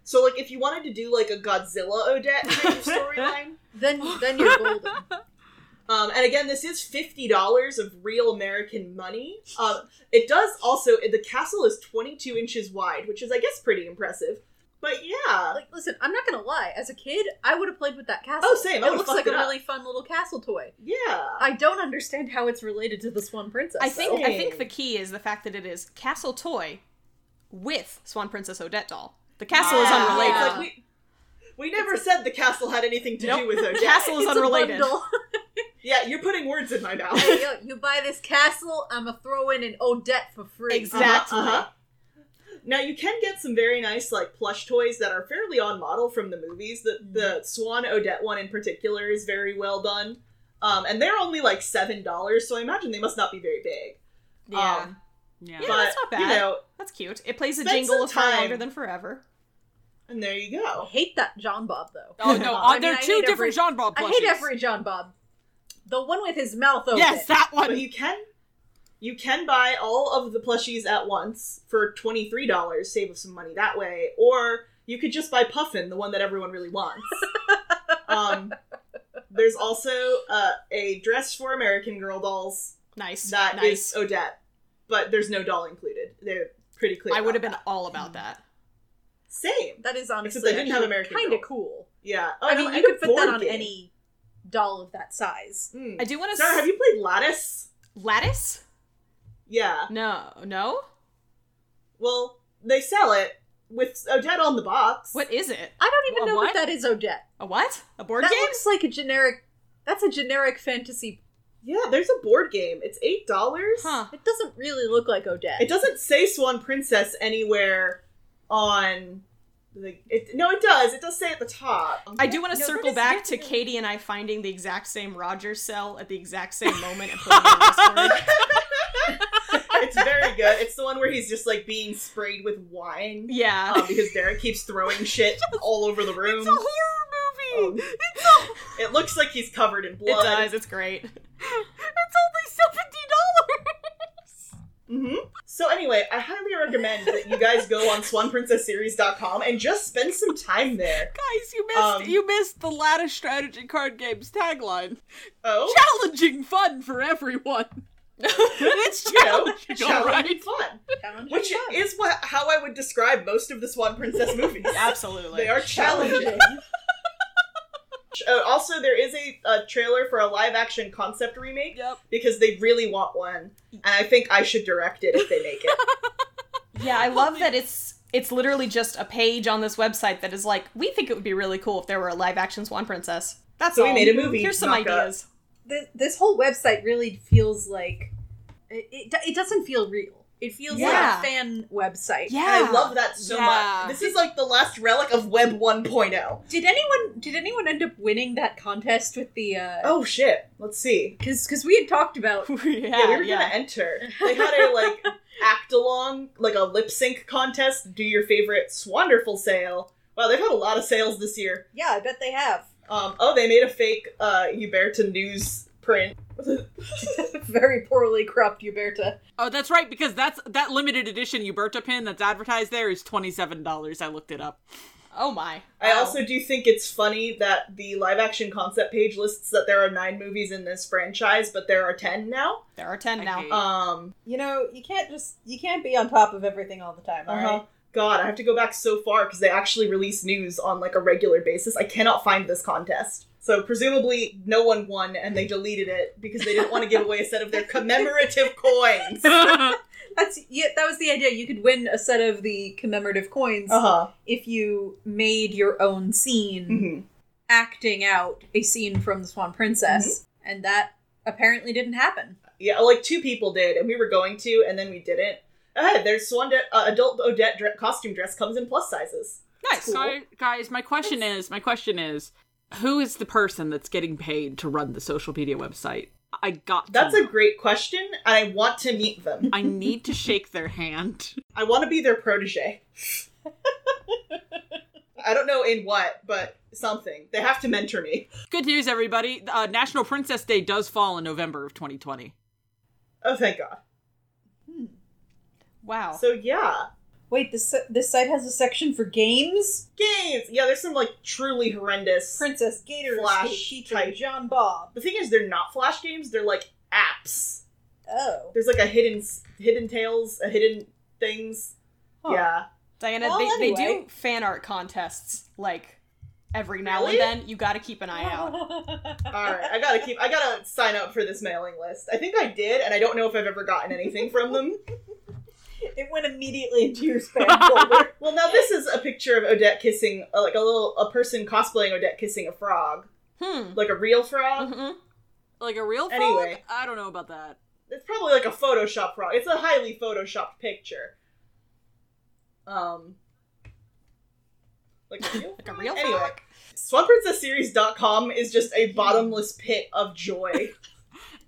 Speaker 1: So, like, if you wanted to do like a Godzilla Odette kind of storyline,
Speaker 4: Then then you're golden.
Speaker 1: Um, and again, this is fifty dollars of real American money. Um, it does also the castle is twenty two inches wide, which is I guess pretty impressive. But yeah,
Speaker 4: Like, listen, I'm not gonna lie. As a kid, I would have played with that castle.
Speaker 1: Oh, same. I
Speaker 4: it
Speaker 1: would've
Speaker 4: looks
Speaker 1: fucked
Speaker 4: like
Speaker 1: it
Speaker 4: a
Speaker 1: up.
Speaker 4: really fun little castle toy.
Speaker 1: yeah,
Speaker 4: I don't understand how it's related to the Swan Princess.
Speaker 3: I think
Speaker 4: though.
Speaker 3: I think the key is the fact that it is Castle Toy with Swan Princess Odette doll. The castle is
Speaker 1: Yeah.
Speaker 3: unrelated.
Speaker 1: It's like we, we never said the castle had anything to do
Speaker 3: Nope.
Speaker 1: with Odette.
Speaker 3: castle is
Speaker 4: it's
Speaker 3: unrelated.
Speaker 4: a bundle.
Speaker 1: Yeah, you're putting words in my mouth.
Speaker 4: hey, yo, you buy this castle, I'm gonna throw in an Odette for free.
Speaker 3: Exact- Exactly.
Speaker 1: Uh-huh, Now you can get some very nice like plush toys that are fairly on model from the movies. The
Speaker 3: Mm-hmm.
Speaker 1: the Swan Odette one in particular is very well done. Um, and they're only like seven dollars, so I imagine they must not be very big.
Speaker 3: Yeah.
Speaker 1: Um,
Speaker 2: Yeah.
Speaker 3: Yeah,
Speaker 1: but
Speaker 3: that's not
Speaker 1: you
Speaker 3: bad.
Speaker 1: know,
Speaker 3: That's cute. It plays a
Speaker 1: Spend
Speaker 3: jingle
Speaker 1: some
Speaker 3: of Far
Speaker 1: time.
Speaker 3: Longer Than Forever.
Speaker 1: and there you
Speaker 4: I
Speaker 1: go.
Speaker 4: hate that John Bob though.
Speaker 2: Oh no,
Speaker 4: I
Speaker 2: uh,
Speaker 4: mean,
Speaker 2: there are
Speaker 4: I
Speaker 2: two
Speaker 4: hate
Speaker 2: different
Speaker 4: every-
Speaker 2: John Bob
Speaker 4: I
Speaker 2: plushies.
Speaker 4: hate every John Bob. The one with his mouth open.
Speaker 2: Yes, that
Speaker 1: But
Speaker 2: one.
Speaker 1: you can you can buy all of the plushies at once for twenty three dollars, save some money that way, or you could just buy Puffin, the one that everyone really wants. um, there's also uh, a dress for American Girl dolls
Speaker 3: Nice.
Speaker 1: That is
Speaker 3: nice.
Speaker 1: Odette. but there's no doll included. They're pretty clear.
Speaker 3: I would have
Speaker 1: about
Speaker 3: been all about that.
Speaker 1: that. same.
Speaker 4: That is honestly
Speaker 1: they didn't have American
Speaker 4: kind of
Speaker 1: Girl.
Speaker 4: cool.
Speaker 1: Yeah. Oh,
Speaker 4: I
Speaker 1: no,
Speaker 4: mean, you
Speaker 1: had a
Speaker 4: could put that
Speaker 1: board
Speaker 4: on
Speaker 1: game.
Speaker 4: any doll of that size.
Speaker 1: Mm.
Speaker 3: I do want to.
Speaker 1: Sarah, have you played Lattice?
Speaker 3: Lattice?
Speaker 1: Yeah.
Speaker 3: No, no.
Speaker 1: Well, they sell it with Odette on the box.
Speaker 3: What is it?
Speaker 4: I don't even
Speaker 3: A
Speaker 4: know
Speaker 3: what?
Speaker 4: what that is, Odette.
Speaker 3: A what? A board
Speaker 4: That
Speaker 3: game?
Speaker 4: looks like a generic. That's a generic fantasy.
Speaker 1: Yeah, there's a board game. It's eight dollars.
Speaker 3: Huh.
Speaker 4: It doesn't really look like Odette.
Speaker 1: It doesn't say Swan Princess anywhere on the. It, no, it does. It does say at the top.
Speaker 3: I do want to
Speaker 4: No, that
Speaker 3: circle
Speaker 4: is
Speaker 3: back to
Speaker 4: definitely-
Speaker 3: Katie and I finding the exact same Roger cell at the exact same moment and putting it in Discord.
Speaker 1: It's very good. It's the one where he's just like being sprayed with wine.
Speaker 3: Yeah.
Speaker 1: Um, because Derek keeps throwing shit all over the room.
Speaker 2: It's a horror movie.
Speaker 1: Um, it looks like he's covered in
Speaker 3: it
Speaker 1: blood.
Speaker 3: does. It's great.
Speaker 2: It's only seventy dollars.
Speaker 1: hmm So anyway, I highly recommend that you guys go on swanprincessseries.com and just spend some time there.
Speaker 2: Guys, you missed
Speaker 1: Um,
Speaker 2: you missed the lattice strategy card game's tagline.
Speaker 1: Oh,
Speaker 2: Challenging fun for everyone. it's challenging,
Speaker 1: you know,
Speaker 2: all
Speaker 1: challenging
Speaker 2: right.
Speaker 1: fun,
Speaker 4: Challenging
Speaker 1: which
Speaker 4: fun.
Speaker 1: is what how I would describe most of the Swan Princess movies.
Speaker 3: Absolutely.
Speaker 1: they are challenging. Uh, also, there is a, a trailer for a live action concept remake
Speaker 2: Yep.
Speaker 1: because they really want one, and I think I should direct it if they make it.
Speaker 3: Yeah, I love that it's it's literally just a page on this website that is like, we think it would be really cool if there were a live action Swan Princess. That's
Speaker 1: So we
Speaker 3: all.
Speaker 1: made a movie,
Speaker 3: Here's some
Speaker 1: knock up.
Speaker 3: ideas.
Speaker 4: Th- this whole website really feels like it, it, do- it doesn't feel real. It feels
Speaker 3: Yeah.
Speaker 4: like a fan website.
Speaker 1: And I love that so
Speaker 2: Yeah.
Speaker 1: much. This is like the last relic of Web oh. 1.0.
Speaker 4: Did anyone did anyone end up winning that contest with the uh
Speaker 1: Oh shit! Let's see.
Speaker 4: cuz cuz we had talked about
Speaker 3: yeah,
Speaker 1: yeah, we
Speaker 3: yeah.
Speaker 1: were gonna enter. They had a like act along, like a lip sync contest. Do your favorite Swanderful sale. Wow, they've had a lot of sales this year.
Speaker 4: Yeah, I bet they have.
Speaker 1: Um, oh, they made a fake uh, Huberta news print.
Speaker 4: Very poorly cropped Uberta.
Speaker 2: Oh, that's right because that's that limited edition Uberta pin that's advertised there is twenty seven dollars. I looked it up.
Speaker 3: Oh my.
Speaker 1: I
Speaker 3: Wow.
Speaker 1: also do think it's funny that the live action concept page lists that there are nine movies in this franchise, but there are ten now.
Speaker 3: There are 10
Speaker 2: I
Speaker 3: now.
Speaker 2: hate-
Speaker 1: Um,
Speaker 4: You know, you can't just you can't be on top of everything all the time, all right?
Speaker 1: uh-huh. God, I have to go back so far because they actually release news on like a regular basis. I cannot find this contest. So presumably no one won and they deleted it because they didn't want to give away a set of their commemorative coins.
Speaker 4: That's yeah, that was the idea. You could win a set of the commemorative coins
Speaker 1: Uh-huh.
Speaker 4: if you made your own scene
Speaker 1: Mhm.
Speaker 4: acting out a scene from the Swan Princess, and that apparently didn't happen.
Speaker 1: Yeah, like two people did and we were going to and then we didn't. Oh, hey, there's Swan De- uh, adult Odette dre- costume dress comes in plus sizes.
Speaker 3: nice.
Speaker 2: Guy- guys, my question is, my question is, who is the person that's getting paid to run the social media website? I got to
Speaker 1: That's a
Speaker 2: know.
Speaker 1: great question and I want to meet them.
Speaker 2: I need to shake their hand.
Speaker 1: I want to be their protege. I don't know in what, but something. They have to mentor me.
Speaker 2: Good news, everybody. Uh, National Princess Day does fall in November of 2020.
Speaker 1: Oh, thank God.
Speaker 3: Wow.
Speaker 1: So yeah,
Speaker 4: Wait, this this site has a section for games.
Speaker 1: games. Yeah, there's some like truly horrendous.
Speaker 4: Princess Gator
Speaker 1: Flash
Speaker 4: Escape featuring
Speaker 1: type.
Speaker 4: John Bob.
Speaker 1: the thing is, they're not flash games. They're like apps.
Speaker 4: Oh,
Speaker 1: There's like a hidden, hidden tales, a hidden things.
Speaker 4: Huh.
Speaker 1: Yeah.
Speaker 3: Diana,
Speaker 4: Well,
Speaker 3: they, they do
Speaker 4: anyway.
Speaker 3: fan art contests like every now
Speaker 1: Really?
Speaker 3: and then. You got to keep an eye out.
Speaker 1: All right. I gotta keep. I gotta sign up for this mailing list. I think I did, and I don't know if I've ever gotten anything from them.
Speaker 4: it went immediately into your spam folder.
Speaker 1: Well, now this is a picture of Odette kissing, uh, like a little, a person cosplaying Odette kissing a frog,
Speaker 3: Hmm.
Speaker 1: like a real frog.
Speaker 3: Mhm.
Speaker 2: Like a real frog?
Speaker 1: Anyway.
Speaker 2: I don't know about that.
Speaker 1: It's probably like a Photoshop frog. It's a highly photoshopped picture. Um, like a real
Speaker 3: Like a real
Speaker 1: Anyway.
Speaker 3: frog?
Speaker 1: SwanPrincessSeries.com is just a bottomless pit of joy.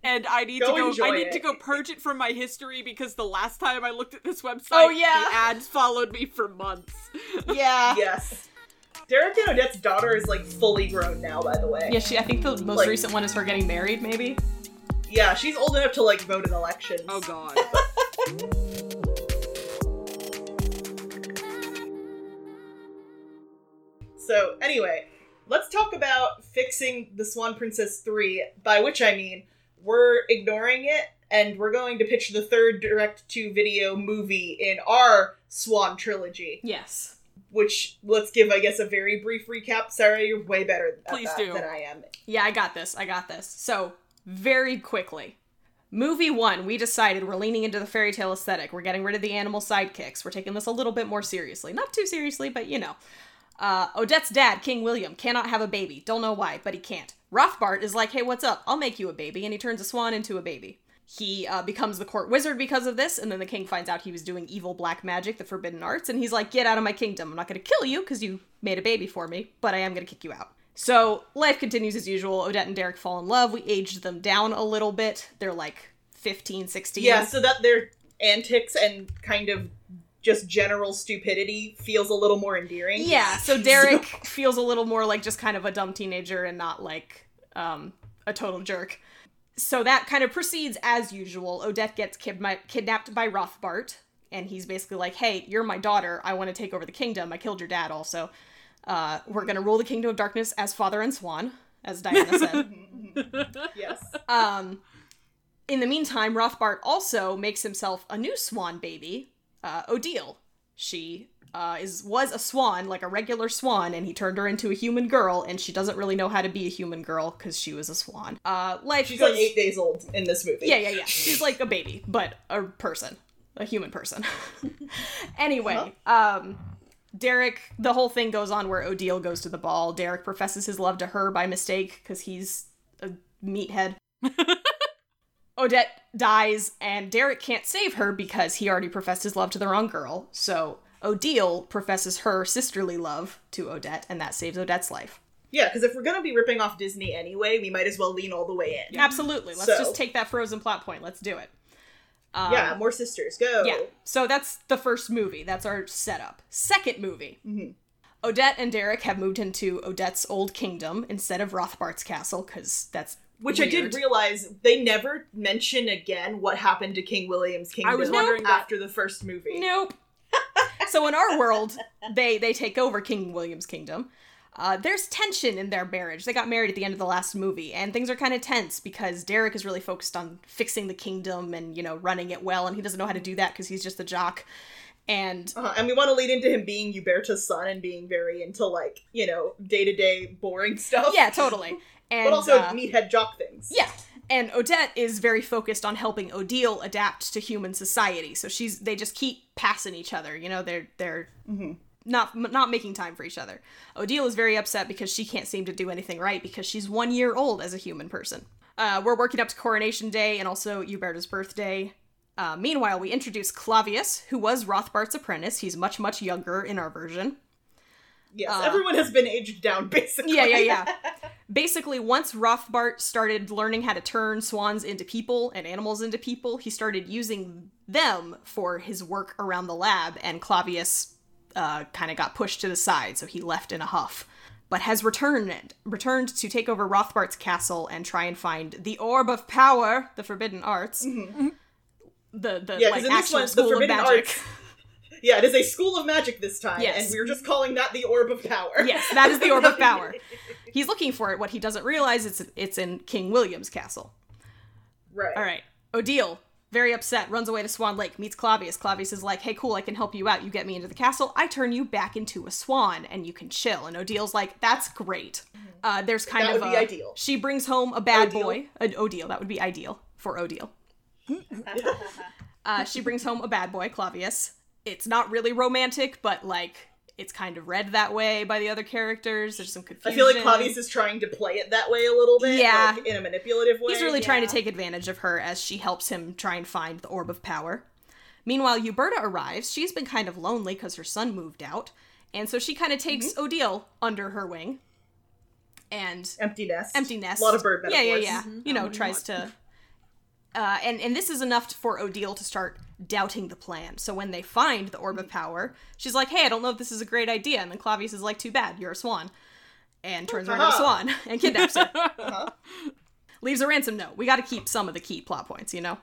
Speaker 2: And I need
Speaker 1: Go
Speaker 2: to go.
Speaker 1: enjoy
Speaker 2: I need
Speaker 1: it.
Speaker 2: to go purge it from my history because the last time I looked at this website,
Speaker 3: Oh, yeah.
Speaker 2: the ads followed me for months.
Speaker 3: Yeah.
Speaker 1: yes. Derek and Odette's daughter is like fully grown now, by the way.
Speaker 3: Yeah, she, I think the most
Speaker 1: Like-
Speaker 3: recent one is her getting married, maybe.
Speaker 1: Yeah, she's old enough to like vote in elections.
Speaker 2: Oh God.
Speaker 1: So, anyway, let's talk about fixing the Swan Princess 3, by which I mean we're ignoring it and we're going to pitch the third direct to video movie in our Swan trilogy.
Speaker 3: Yes.
Speaker 1: Which let's give, I guess, a very brief recap. Sarah, you're way better at
Speaker 2: Please
Speaker 1: that
Speaker 2: do.
Speaker 1: than I am.
Speaker 3: Yeah, I got this. I got this. So, very quickly. Movie one, we decided we're leaning into the fairy tale aesthetic. We're getting rid of the animal sidekicks. We're taking this a little bit more seriously. Not too seriously, but you know. Uh, Odette's dad, King William, cannot have a baby. Don't know why, but he can't. Rothbart is like, hey, what's up? I'll make you a baby. And he turns a swan into a baby. He uh, becomes the court wizard because of this, and then the king finds out he was doing evil black magic, the forbidden arts, and he's like, get out of my kingdom. I'm not going to kill you because you made a baby for me, but I am going to kick you out. So life continues as usual. Odette and Derek fall in love. We aged them down a little bit. They're like 15, 16.
Speaker 1: Yeah, so that their antics and kind of just general stupidity feels a little more endearing.
Speaker 3: Yeah, so Derek feels a little more like just kind of a dumb teenager and not like um, a total jerk. So that kind of proceeds as usual. Odette gets kidmi- kidnapped by Rothbart, and he's basically like, "Hey, you're my daughter. I want to take over the kingdom. I killed your dad, also. Uh, we're gonna rule the kingdom of darkness as father and swan, as Diana said."
Speaker 1: Yes.
Speaker 3: Um, in the meantime, Rothbart also makes himself a new swan baby, uh, Odile. She uh, is was a swan, like a regular swan, and he turned her into a human girl, and she doesn't really know how to be a human girl because she was a swan. Uh, life
Speaker 1: She's
Speaker 3: goes-
Speaker 1: like eight days old in this movie.
Speaker 3: yeah, yeah, yeah. She's like a baby, but a person, a human person. anyway, um, Derek, the whole thing goes on where Odile goes to the ball. Derek professes his love to her by mistake because he's a meathead. Odette dies, and Derek can't save her because he already professed his love to the wrong girl. So Odile professes her sisterly love to Odette, and that saves Odette's life.
Speaker 1: Yeah, because if we're gonna be ripping off Disney anyway, we might as well lean all the way in.
Speaker 3: Absolutely. Let's
Speaker 1: So-
Speaker 3: just take that frozen plot point. Let's do it. Um,
Speaker 1: Yeah, more sisters, go.
Speaker 3: Yeah. So that's the first movie. That's our setup. Second movie.
Speaker 1: Mm-hmm.
Speaker 3: Odette and Derek have moved into Odette's old kingdom instead of Rothbart's castle because that's
Speaker 1: Which I
Speaker 3: weird.
Speaker 1: did realize they never mention again what happened to King William's kingdom
Speaker 2: was wondering that.
Speaker 1: after the first movie.
Speaker 3: Nope. so in our world, they they take over King William's kingdom. Uh, there's tension in their marriage. They got married at the end of the last movie, and things are kind of tense because Derek is really focused on fixing the kingdom and you know running it well, and he doesn't know how to do that because he's just a jock. And
Speaker 1: Uh-huh, and we want to lead into him being Huberta's son and being very into like you know day to day boring stuff.
Speaker 3: yeah, totally. And
Speaker 1: Oh. but also
Speaker 3: uh,
Speaker 1: meathead jock things.
Speaker 3: Yeah. And Odette is very focused on helping Odile adapt to human society. So she's they just keep passing each other. You know, they're they're not m- not making time for each other. Odile is very upset because she can't seem to do anything right because she's one year old as a human person. Uh, we're working up to coronation day and also Huberta's birthday. Uh, meanwhile, we introduce Clavius, who was Rothbart's apprentice. He's much much younger in our version.
Speaker 1: Yes, everyone has been aged down basically.
Speaker 3: Uh. Yeah, yeah, yeah. Basically, once Rothbart started learning how to turn swans into people and animals into people, he started using them for his work around the lab, and Clavius uh, kind of got pushed to the side, so he left in a huff. But has returned returned to take over Rothbart's castle and try and find the orb of power, the forbidden arts, Mm-hmm. the the
Speaker 1: Yeah, 'cause
Speaker 3: like
Speaker 1: in this
Speaker 3: actual
Speaker 1: one, the
Speaker 3: school of
Speaker 1: forbidden
Speaker 3: magic.
Speaker 1: arts Yeah, it is a school of magic this time,
Speaker 3: Yes.
Speaker 1: and we were just calling that the orb of power.
Speaker 3: Yes, that is the orb of power. He's looking for it. What he doesn't realize it's it's in King William's castle.
Speaker 1: right.
Speaker 3: All right. Odile, very upset, runs away to Swan Lake, meets Clavius. Clavius is like, hey, cool, I can help you out. You get me into the castle, I turn you back into a swan, and you can chill. And Odile's like, that's great. Uh, there's kind
Speaker 1: Mm-hmm. That
Speaker 3: of
Speaker 1: would be
Speaker 3: a,
Speaker 1: ideal.
Speaker 3: She brings home a bad
Speaker 1: Odile.
Speaker 3: boy, an Odile. That would be ideal for Odile. uh, she brings home a bad boy, Clavius. It's not really romantic, but like it's kind of read that way by the other characters. There's some
Speaker 1: I
Speaker 3: confusion.
Speaker 1: feel like Clavius is trying to play it that way a little bit,
Speaker 3: Yeah.
Speaker 1: like in a manipulative way.
Speaker 3: He's really trying to take advantage of her as she helps him try and find the Orb of Power. Meanwhile, Huberta arrives. She's been kind of lonely because her son moved out. And so she kind of takes Odile under her wing and
Speaker 1: empty nest.
Speaker 3: empty nest.
Speaker 1: A lot of bird
Speaker 3: Yeah,
Speaker 1: metaphors. Mm-hmm.
Speaker 3: yeah, yeah. You know, tries to. Uh, and, and this is enough for Odile to start doubting the plan. So when they find the Orb of Power, she's like, hey, I don't know if this is a great idea. And then Clavius is like, too bad, you're a swan. And turns her into a
Speaker 1: Uh-huh.
Speaker 3: swan and kidnaps her leaves a ransom note. We got to keep some of the key plot points, you know.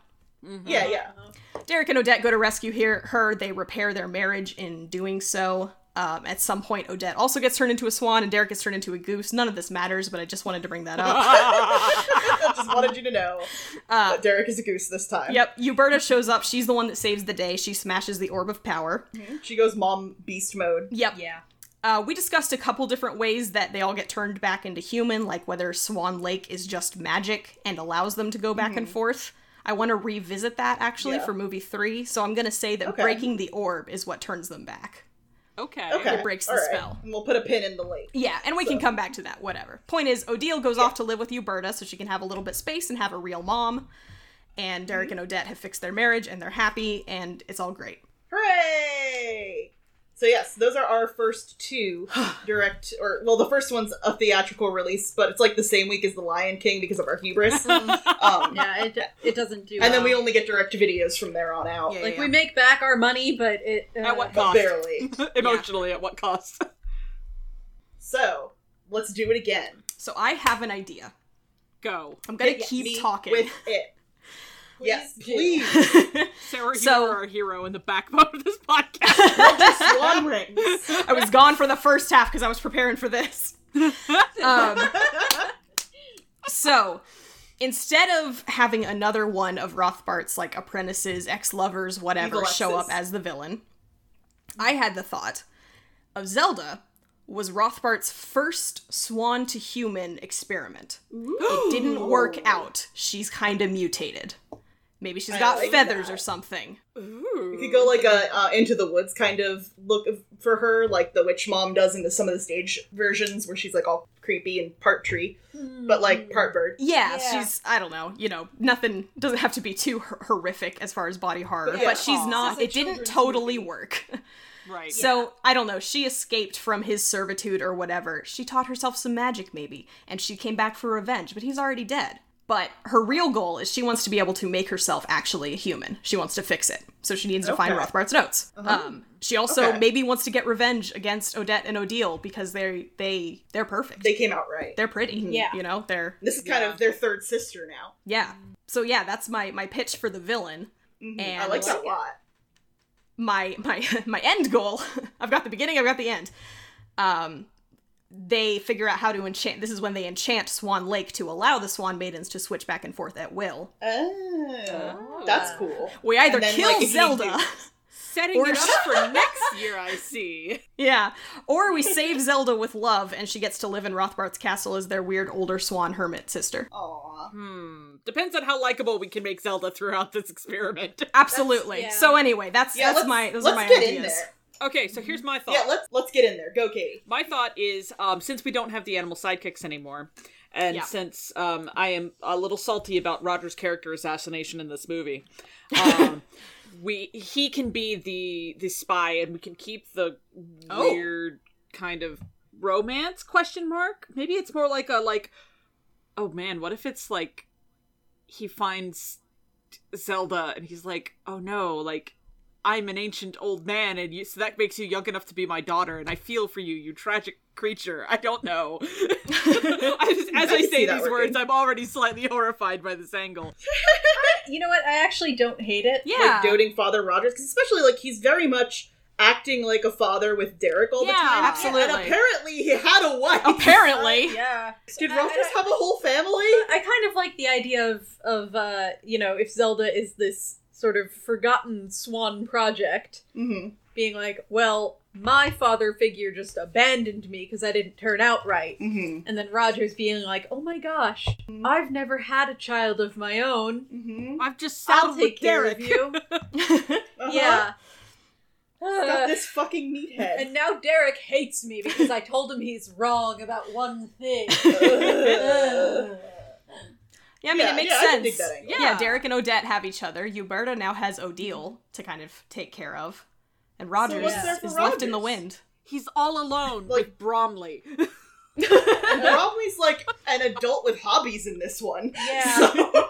Speaker 1: Yeah, yeah.
Speaker 3: Uh, Derek and Odette go to rescue here her. They repair their marriage in doing so. Um, at some point, Odette also gets turned into a swan, and Derek gets turned into a goose. None of this matters, but I just wanted to bring that up.
Speaker 1: I just wanted you to know
Speaker 3: Uh,
Speaker 1: that Derek is a goose this time.
Speaker 3: yep, Uberta shows up. She's the one that saves the day. She smashes the orb of power.
Speaker 1: She goes mom beast mode.
Speaker 3: Yep.
Speaker 4: Yeah.
Speaker 3: Uh, we discussed a couple different ways that they all get turned back into human, like whether Swan Lake is just magic and allows them to go back and forth. I want to revisit that actually
Speaker 1: Yeah.
Speaker 3: for movie three, so I'm going to say that
Speaker 1: Okay.
Speaker 3: breaking the orb is what turns them back.
Speaker 2: Okay.
Speaker 1: Okay.
Speaker 3: It breaks the
Speaker 1: all right.
Speaker 3: spell.
Speaker 1: And we'll put a pin in the lake.
Speaker 3: Yeah, and we can come back to that, whatever. Point is, Odile goes off to live with Uberta so she can have a little bit space and have a real mom. And Derek and Odette have fixed their marriage and they're happy and it's all great.
Speaker 1: Hooray! So yes, those are our first two direct or well the first one's a theatrical release, but it's like the same week as The Lion King because of our hubris. um,
Speaker 4: yeah, it, it doesn't do.
Speaker 1: And then we
Speaker 4: well.
Speaker 1: only get direct videos from there on out.
Speaker 3: Yeah,
Speaker 4: like we make back our money, but it uh,
Speaker 2: At what
Speaker 1: but
Speaker 2: cost?
Speaker 1: barely.
Speaker 2: Emotionally, at what cost?
Speaker 1: so let's do it again.
Speaker 3: So I have an idea.
Speaker 2: Go,
Speaker 3: I'm going to
Speaker 1: Hit
Speaker 3: keep
Speaker 1: me
Speaker 3: talking.
Speaker 1: with it. yes,
Speaker 4: do.
Speaker 1: please.
Speaker 2: Sarah. You
Speaker 3: So-
Speaker 2: are our hero in the backbone of this podcast.
Speaker 1: Swan rings.
Speaker 3: I was gone for the first half because I was preparing for this. Um, so instead of having another one of Rothbart's like apprentices, ex lovers, whatever,
Speaker 1: Evil
Speaker 3: show up
Speaker 1: exes.
Speaker 3: as the villain, I had the thought of Zelda was Rothbart's first swan to human experiment. It didn't work out. She's kind of mutated. Maybe she's
Speaker 1: I
Speaker 3: got
Speaker 1: like
Speaker 3: feathers
Speaker 1: that.
Speaker 3: or something.
Speaker 2: Ooh.
Speaker 1: You could go like a uh, into the woods kind of look for her, like the witch mom does into some of the stage versions where she's like all creepy and part tree, but like part bird.
Speaker 3: Yeah,
Speaker 4: Yeah.
Speaker 3: she's I don't know, you know, nothing doesn't have to be too hor- horrific as far as body horror,
Speaker 1: Yeah.
Speaker 3: but she's
Speaker 2: Aw.
Speaker 3: not.
Speaker 4: This
Speaker 3: It
Speaker 4: is a
Speaker 3: didn't
Speaker 4: children's
Speaker 3: totally work.
Speaker 2: right.
Speaker 3: So I don't know. She escaped from his servitude or whatever. She taught herself some magic maybe, and she came back for revenge. But he's already dead. But her real goal is she wants to be able to make herself actually a human. She wants to fix it. So she needs to find
Speaker 1: Okay.
Speaker 3: Rothbart's notes. Um, she also
Speaker 1: Okay.
Speaker 3: maybe wants to get revenge against Odette and Odile because they they they're perfect.
Speaker 1: They came out right.
Speaker 3: they're pretty.
Speaker 4: Yeah.
Speaker 3: You know, they're
Speaker 1: This is kind of their third sister now.
Speaker 3: yeah. So yeah, that's my my pitch for the villain. And
Speaker 1: Mm-hmm. I like that a lot.
Speaker 3: my my my end goal. I've got the beginning. I've got the end. Um, they figure out how to enchant. This is when they enchant Swan Lake to allow the Swan Maidens to switch back and forth at will.
Speaker 1: Oh, that's cool.
Speaker 3: We either
Speaker 1: And then,
Speaker 3: kill
Speaker 1: like, if you
Speaker 3: Zelda,
Speaker 2: setting
Speaker 3: Or
Speaker 2: it up
Speaker 3: sh-
Speaker 2: for next year. I see.
Speaker 3: yeah, or we save Zelda with love, and she gets to live in Rothbart's castle as their weird older Swan hermit sister.
Speaker 1: Aw.
Speaker 2: Hmm. Depends on how likable we can make Zelda throughout this experiment.
Speaker 3: Absolutely.
Speaker 4: yeah.
Speaker 3: So anyway, that's
Speaker 1: Yeah,
Speaker 3: that's
Speaker 1: let's,
Speaker 3: my those
Speaker 1: let's
Speaker 3: are my
Speaker 1: get
Speaker 3: ideas.
Speaker 1: in there.
Speaker 2: Okay, so here's my thought.
Speaker 1: Yeah, let's let's get in there. Go, Katie.
Speaker 2: my thought is um, since we don't have the animal sidekicks anymore and
Speaker 3: Yeah.
Speaker 2: since um, i am a little salty about roger's character assassination in this movie um, we he can be the the spy and we can keep the
Speaker 3: Oh.
Speaker 2: weird kind of romance question mark maybe it's more like a like oh man what if it's like he finds zelda and he's like oh no like I'm an ancient old man, and you, so that makes you young enough to be my daughter, and I feel for you, you tragic creature. I don't know. I just- as
Speaker 1: I can
Speaker 2: I,
Speaker 1: see
Speaker 2: say
Speaker 1: that
Speaker 2: these
Speaker 1: working.
Speaker 2: words, I'm already slightly horrified by this angle.
Speaker 4: You know what? I actually don't hate it.
Speaker 3: Yeah.
Speaker 1: Like doting Father Rogers, 'cause especially like he's very much acting like a father with Derek all the
Speaker 2: Yeah,
Speaker 1: time.
Speaker 3: absolutely.
Speaker 1: And apparently he had a wife.
Speaker 3: Apparently,
Speaker 4: Yeah,
Speaker 1: Did
Speaker 4: I-
Speaker 1: Rogers
Speaker 4: I-
Speaker 1: have a whole family?
Speaker 4: I kind of like the idea of of uh, you know if Zelda is this sort of forgotten swan project,
Speaker 1: Mm-hmm.
Speaker 4: being like, well, my father figure just abandoned me because I didn't turn out right.
Speaker 1: Mm-hmm.
Speaker 4: And then Rogers being like, "Oh my gosh,
Speaker 1: Mhm.
Speaker 4: I've never had a child of my own.
Speaker 1: Mm-hmm.
Speaker 2: I've just
Speaker 4: I'll
Speaker 2: saddled
Speaker 4: take
Speaker 2: with
Speaker 4: care
Speaker 2: Derek.
Speaker 4: of you."
Speaker 1: Uh-huh.
Speaker 4: Yeah.
Speaker 1: Got
Speaker 4: Uh,
Speaker 1: this fucking meathead.
Speaker 4: and now Derek hates me because I told him he's wrong about one thing.
Speaker 1: Ugh.
Speaker 3: Yeah, I mean,
Speaker 1: Yeah,
Speaker 3: it makes
Speaker 1: yeah, I
Speaker 3: sense.
Speaker 1: can dig that angle.
Speaker 3: yeah.
Speaker 2: Yeah.
Speaker 3: Derek and Odette have each other. Uberta now has Odile to kind of take care of. And Rogers
Speaker 4: what's there
Speaker 1: for
Speaker 3: is left in the
Speaker 1: Rogers?
Speaker 3: wind.
Speaker 2: He's all alone
Speaker 1: Like-
Speaker 2: with Bromley.
Speaker 1: And Bromley's like an adult with hobbies in this one.
Speaker 4: Yeah.
Speaker 1: So,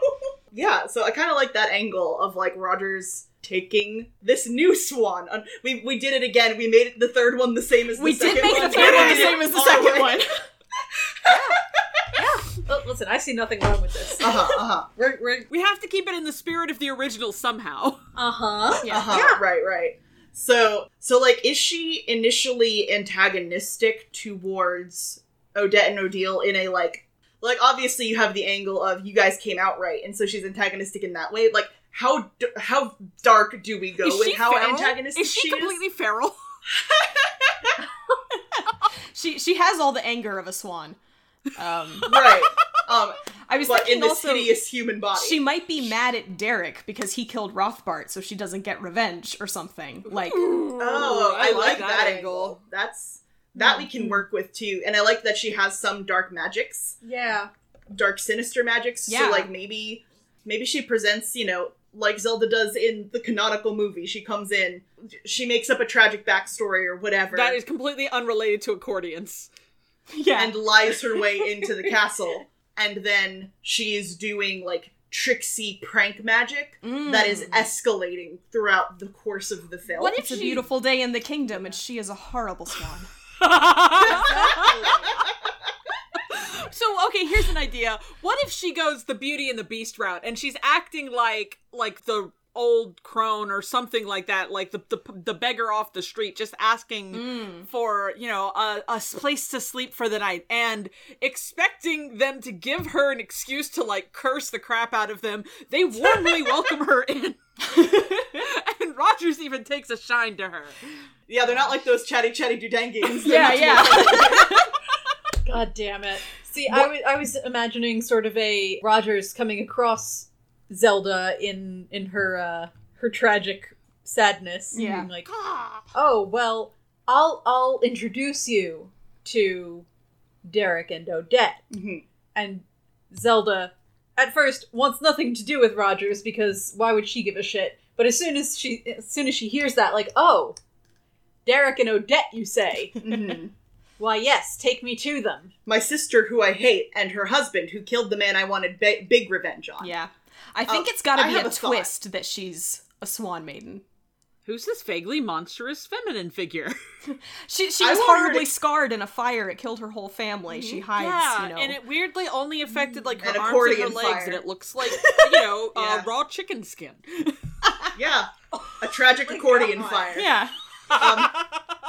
Speaker 1: yeah, so I kind of like that angle of like Rogers taking this new swan. on- We we did it again. We made it the third one the same as the
Speaker 3: We
Speaker 1: second
Speaker 3: did make
Speaker 1: one.
Speaker 3: the third one the same as the second one.
Speaker 4: But Oh, listen, I see nothing wrong with this.
Speaker 1: Uh huh. Uh huh.
Speaker 4: We're, we're,
Speaker 2: we have to keep it in the spirit of the original somehow.
Speaker 4: uh huh.
Speaker 3: Yeah.
Speaker 1: Uh-huh. Right. Right. So, so like, is she initially antagonistic towards Odette and Odile in a like, like obviously you have the angle of you guys came out right, and so she's antagonistic in that way. Like, how d- how dark do we go
Speaker 2: Is
Speaker 1: with
Speaker 2: she
Speaker 1: how
Speaker 2: feral?
Speaker 1: antagonistic
Speaker 2: Is she,
Speaker 1: is?
Speaker 2: completely feral?
Speaker 3: She she has all the anger of a swan. Um,
Speaker 1: right? Um,
Speaker 3: I was
Speaker 1: but
Speaker 3: thinking
Speaker 1: in this
Speaker 3: also
Speaker 1: hideous human body.
Speaker 3: she might be mad at Derek because he killed Rothbart, so she doesn't get revenge or something. Like
Speaker 1: Oh, I, like, that angle. That's that we can work with too, and I like that she has some dark magics,
Speaker 4: Yeah.
Speaker 1: dark sinister magics.
Speaker 3: Yeah.
Speaker 1: So like maybe, maybe she presents, you know, like Zelda does in the canonical movie. She comes in, she makes up a tragic backstory or whatever,
Speaker 2: That is completely unrelated to accordions.
Speaker 3: yeah,
Speaker 1: and lies her way into the castle, and then she is doing like tricksy prank magic that is escalating throughout the course of the film.
Speaker 2: Mm. What if
Speaker 3: it's a
Speaker 2: she-
Speaker 3: beautiful day in the kingdom, and she is a horrible swan.
Speaker 2: so okay, here's an idea. What if she goes the Beauty and the Beast route and she's acting like like the old crone or something like that, like the the, the beggar off the street, just asking for you know a, a s- place to sleep for the night and expecting them to give her an excuse to like curse the crap out of them. They warmly welcome her in. and Rogers even takes a shine to her.
Speaker 1: yeah, they're not like those chatty chatty dudengings.
Speaker 3: yeah, yeah.
Speaker 4: God damn it. See, I wa- I was imagining sort of a Rogers coming across Zelda in in her uh, her tragic sadness.
Speaker 3: Yeah.
Speaker 4: being Like, oh well, I'll I'll introduce you to Derek and Odette.
Speaker 1: Mhm.
Speaker 4: And Zelda, at first, wants nothing to do with Rogers because why would she give a shit? But as soon as she as soon as she hears that, like, oh, Derek and Odette, you say?
Speaker 1: Mhm.
Speaker 4: why, yes, take me to them.
Speaker 1: my sister who I hate and her husband who killed the man I wanted ba- big revenge on.
Speaker 3: yeah. I think
Speaker 1: Oh,
Speaker 3: it's got to
Speaker 1: I
Speaker 3: be
Speaker 1: have
Speaker 3: a,
Speaker 1: a thought.
Speaker 3: twist that she's a swan maiden.
Speaker 2: Who's this vaguely monstrous feminine figure?
Speaker 3: She she
Speaker 1: I want her
Speaker 3: was
Speaker 1: to- Mm-hmm.
Speaker 3: horribly scarred in a fire. It killed her whole family. She hides, you know.
Speaker 2: and it weirdly only affected like her
Speaker 1: An
Speaker 2: arms and her
Speaker 1: accordion
Speaker 2: legs,
Speaker 1: fire.
Speaker 2: and it looks like you know uh,
Speaker 1: Yeah.
Speaker 2: raw chicken skin.
Speaker 1: Yeah.
Speaker 2: Oh
Speaker 1: A tragic accordion fire.
Speaker 3: yeah.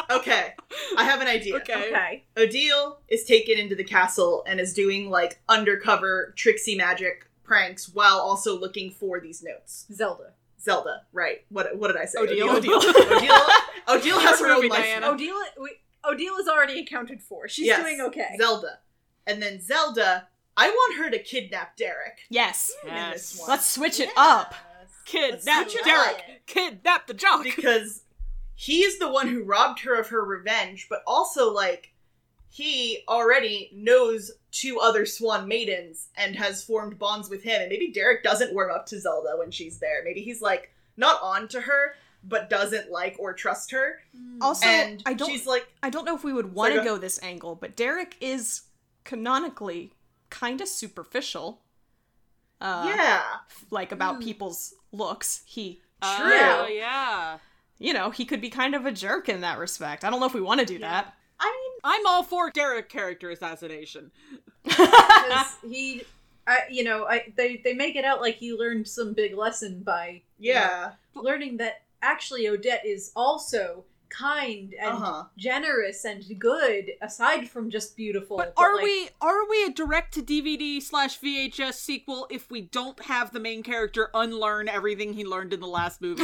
Speaker 1: Okay. I have an idea.
Speaker 2: Um, Okay.
Speaker 4: Okay.
Speaker 1: Odile is taken into the castle and is doing like undercover tricksy magic pranks while also looking for these notes.
Speaker 4: Zelda.
Speaker 1: Zelda, right. What what did I say?
Speaker 2: Odile.
Speaker 1: Odile. Odile, Odile has her own
Speaker 2: Movie,
Speaker 1: life.
Speaker 2: Diana.
Speaker 1: now.
Speaker 4: Odile, we, Odile is already accounted for. Oh, She's
Speaker 1: Yes.
Speaker 4: doing okay.
Speaker 1: Zelda. And then Zelda, I want her to kidnap Derek.
Speaker 3: Yes.
Speaker 1: In this one.
Speaker 3: Let's switch it up.
Speaker 2: Kidnap
Speaker 1: switch it
Speaker 2: Derek.
Speaker 1: up.
Speaker 2: Kidnap the jock.
Speaker 1: because he is the one who robbed her of her revenge, but also like he already knows two other swan maidens and has formed bonds with him. And maybe Derek doesn't warm up to Zelda when she's there. Maybe he's like not on to her, but doesn't like or trust her.
Speaker 3: Also,
Speaker 1: and
Speaker 3: I don't
Speaker 1: she's like,
Speaker 3: I don't know if we would want to
Speaker 1: Sarah?
Speaker 3: go this angle, but Derek is canonically kind of superficial. Uh,
Speaker 1: yeah, Hmm.
Speaker 3: Like about people's looks. He,
Speaker 1: true.
Speaker 2: Oh, yeah.
Speaker 3: you know, he could be kind of a jerk in that respect. I don't know if we want to do that.
Speaker 1: I
Speaker 2: I'm all for Derek character assassination.
Speaker 4: Because he, I, you know, I, they they make it out like he learned some big lesson by
Speaker 1: mean, yeah,
Speaker 4: learning that actually Odette is also kind and
Speaker 1: uh huh.
Speaker 4: generous and good, aside from just beautiful.
Speaker 2: But are
Speaker 4: like,
Speaker 2: we are we a direct to DVD slash VHS sequel if we don't have the main character unlearn everything he learned in the last movie?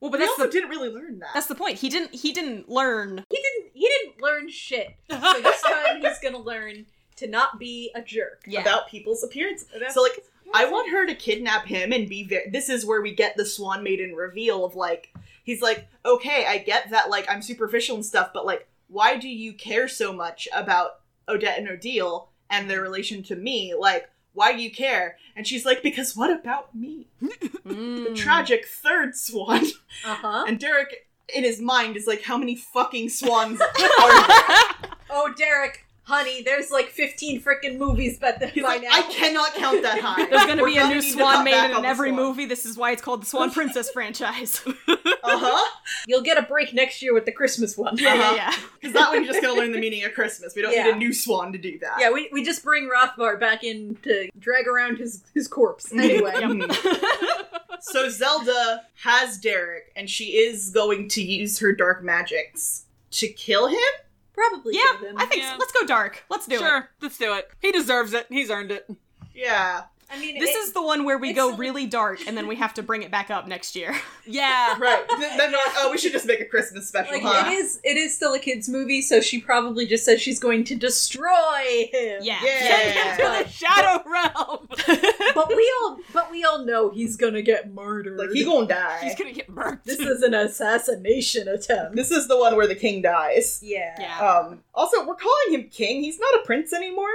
Speaker 3: Well,
Speaker 1: But
Speaker 3: but
Speaker 1: he
Speaker 3: that's
Speaker 1: also
Speaker 3: the
Speaker 1: didn't really learn that.
Speaker 3: that's the point. He didn't he didn't learn.
Speaker 4: He didn't. He didn't learn shit. So this time he's gonna learn to not be a jerk.
Speaker 3: Yeah.
Speaker 1: about people's appearances.
Speaker 4: About
Speaker 1: so like I want her to kidnap him and be very this is where we get the swan maiden reveal of like he's like, "Okay, I get that like I'm superficial and stuff, but like why do you care so much about Odette and Odile and their relation to me? Like why do you care?" And she's like, "Because what about me?"
Speaker 3: Hmm.
Speaker 1: The
Speaker 3: Mm.
Speaker 1: tragic third swan.
Speaker 4: Uh huh.
Speaker 1: And Derek in his mind is like, "How many fucking swans are there?"
Speaker 4: Oh, Derek, honey, there's like 15 freaking movies, but the,
Speaker 1: He's
Speaker 4: by
Speaker 1: like,
Speaker 4: now.
Speaker 1: "I cannot count that high."
Speaker 3: There's gonna
Speaker 1: We're
Speaker 3: be a new
Speaker 1: need to
Speaker 3: swan
Speaker 1: cut back
Speaker 3: maiden
Speaker 1: on
Speaker 3: in
Speaker 1: the
Speaker 3: every
Speaker 1: swan."
Speaker 3: movie. This is why it's called the Swan Princess franchise.
Speaker 1: Uh-huh.
Speaker 4: You'll get a break next year with the Christmas one.
Speaker 3: yeah, yeah, yeah.
Speaker 1: Because that way you're just gonna learn the meaning of Christmas. We don't need
Speaker 4: Yeah.
Speaker 1: a new swan to do that.
Speaker 4: Yeah, we, we just bring Rothbard back in to drag around his, his corpse. Anyway,
Speaker 1: Mhm. Hmm. so Zelda has Derek, and she is going to use her dark magics to kill him.
Speaker 4: Probably.
Speaker 3: Yeah,
Speaker 4: kill them.
Speaker 3: I think
Speaker 2: Yeah.
Speaker 3: so. let's go dark. Let's do
Speaker 2: sure,
Speaker 3: it.
Speaker 2: let's do it. He deserves it. He's earned it.
Speaker 1: Yeah,
Speaker 4: I mean,
Speaker 3: This
Speaker 4: it-
Speaker 3: is the one where we go
Speaker 4: it's-
Speaker 3: really dark and then we have to bring it back up next year.
Speaker 2: Yeah.
Speaker 1: right. Th- Then they're like, oh, we should just make a Christmas special,
Speaker 4: like
Speaker 1: huh?
Speaker 4: it is. It is still a kids' movie, so she probably just says she's going to destroy him.
Speaker 3: Yeah.
Speaker 1: Yeah.
Speaker 2: Into the shadow realm.
Speaker 4: but we all, but we all know he's gonna get murdered.
Speaker 1: Like he gonna die.
Speaker 2: He's gonna get murked.
Speaker 4: this is an assassination attempt.
Speaker 1: this is the one where the king dies.
Speaker 4: Yeah.
Speaker 3: Yeah.
Speaker 1: Um. Also, we're calling him king. He's not a prince anymore.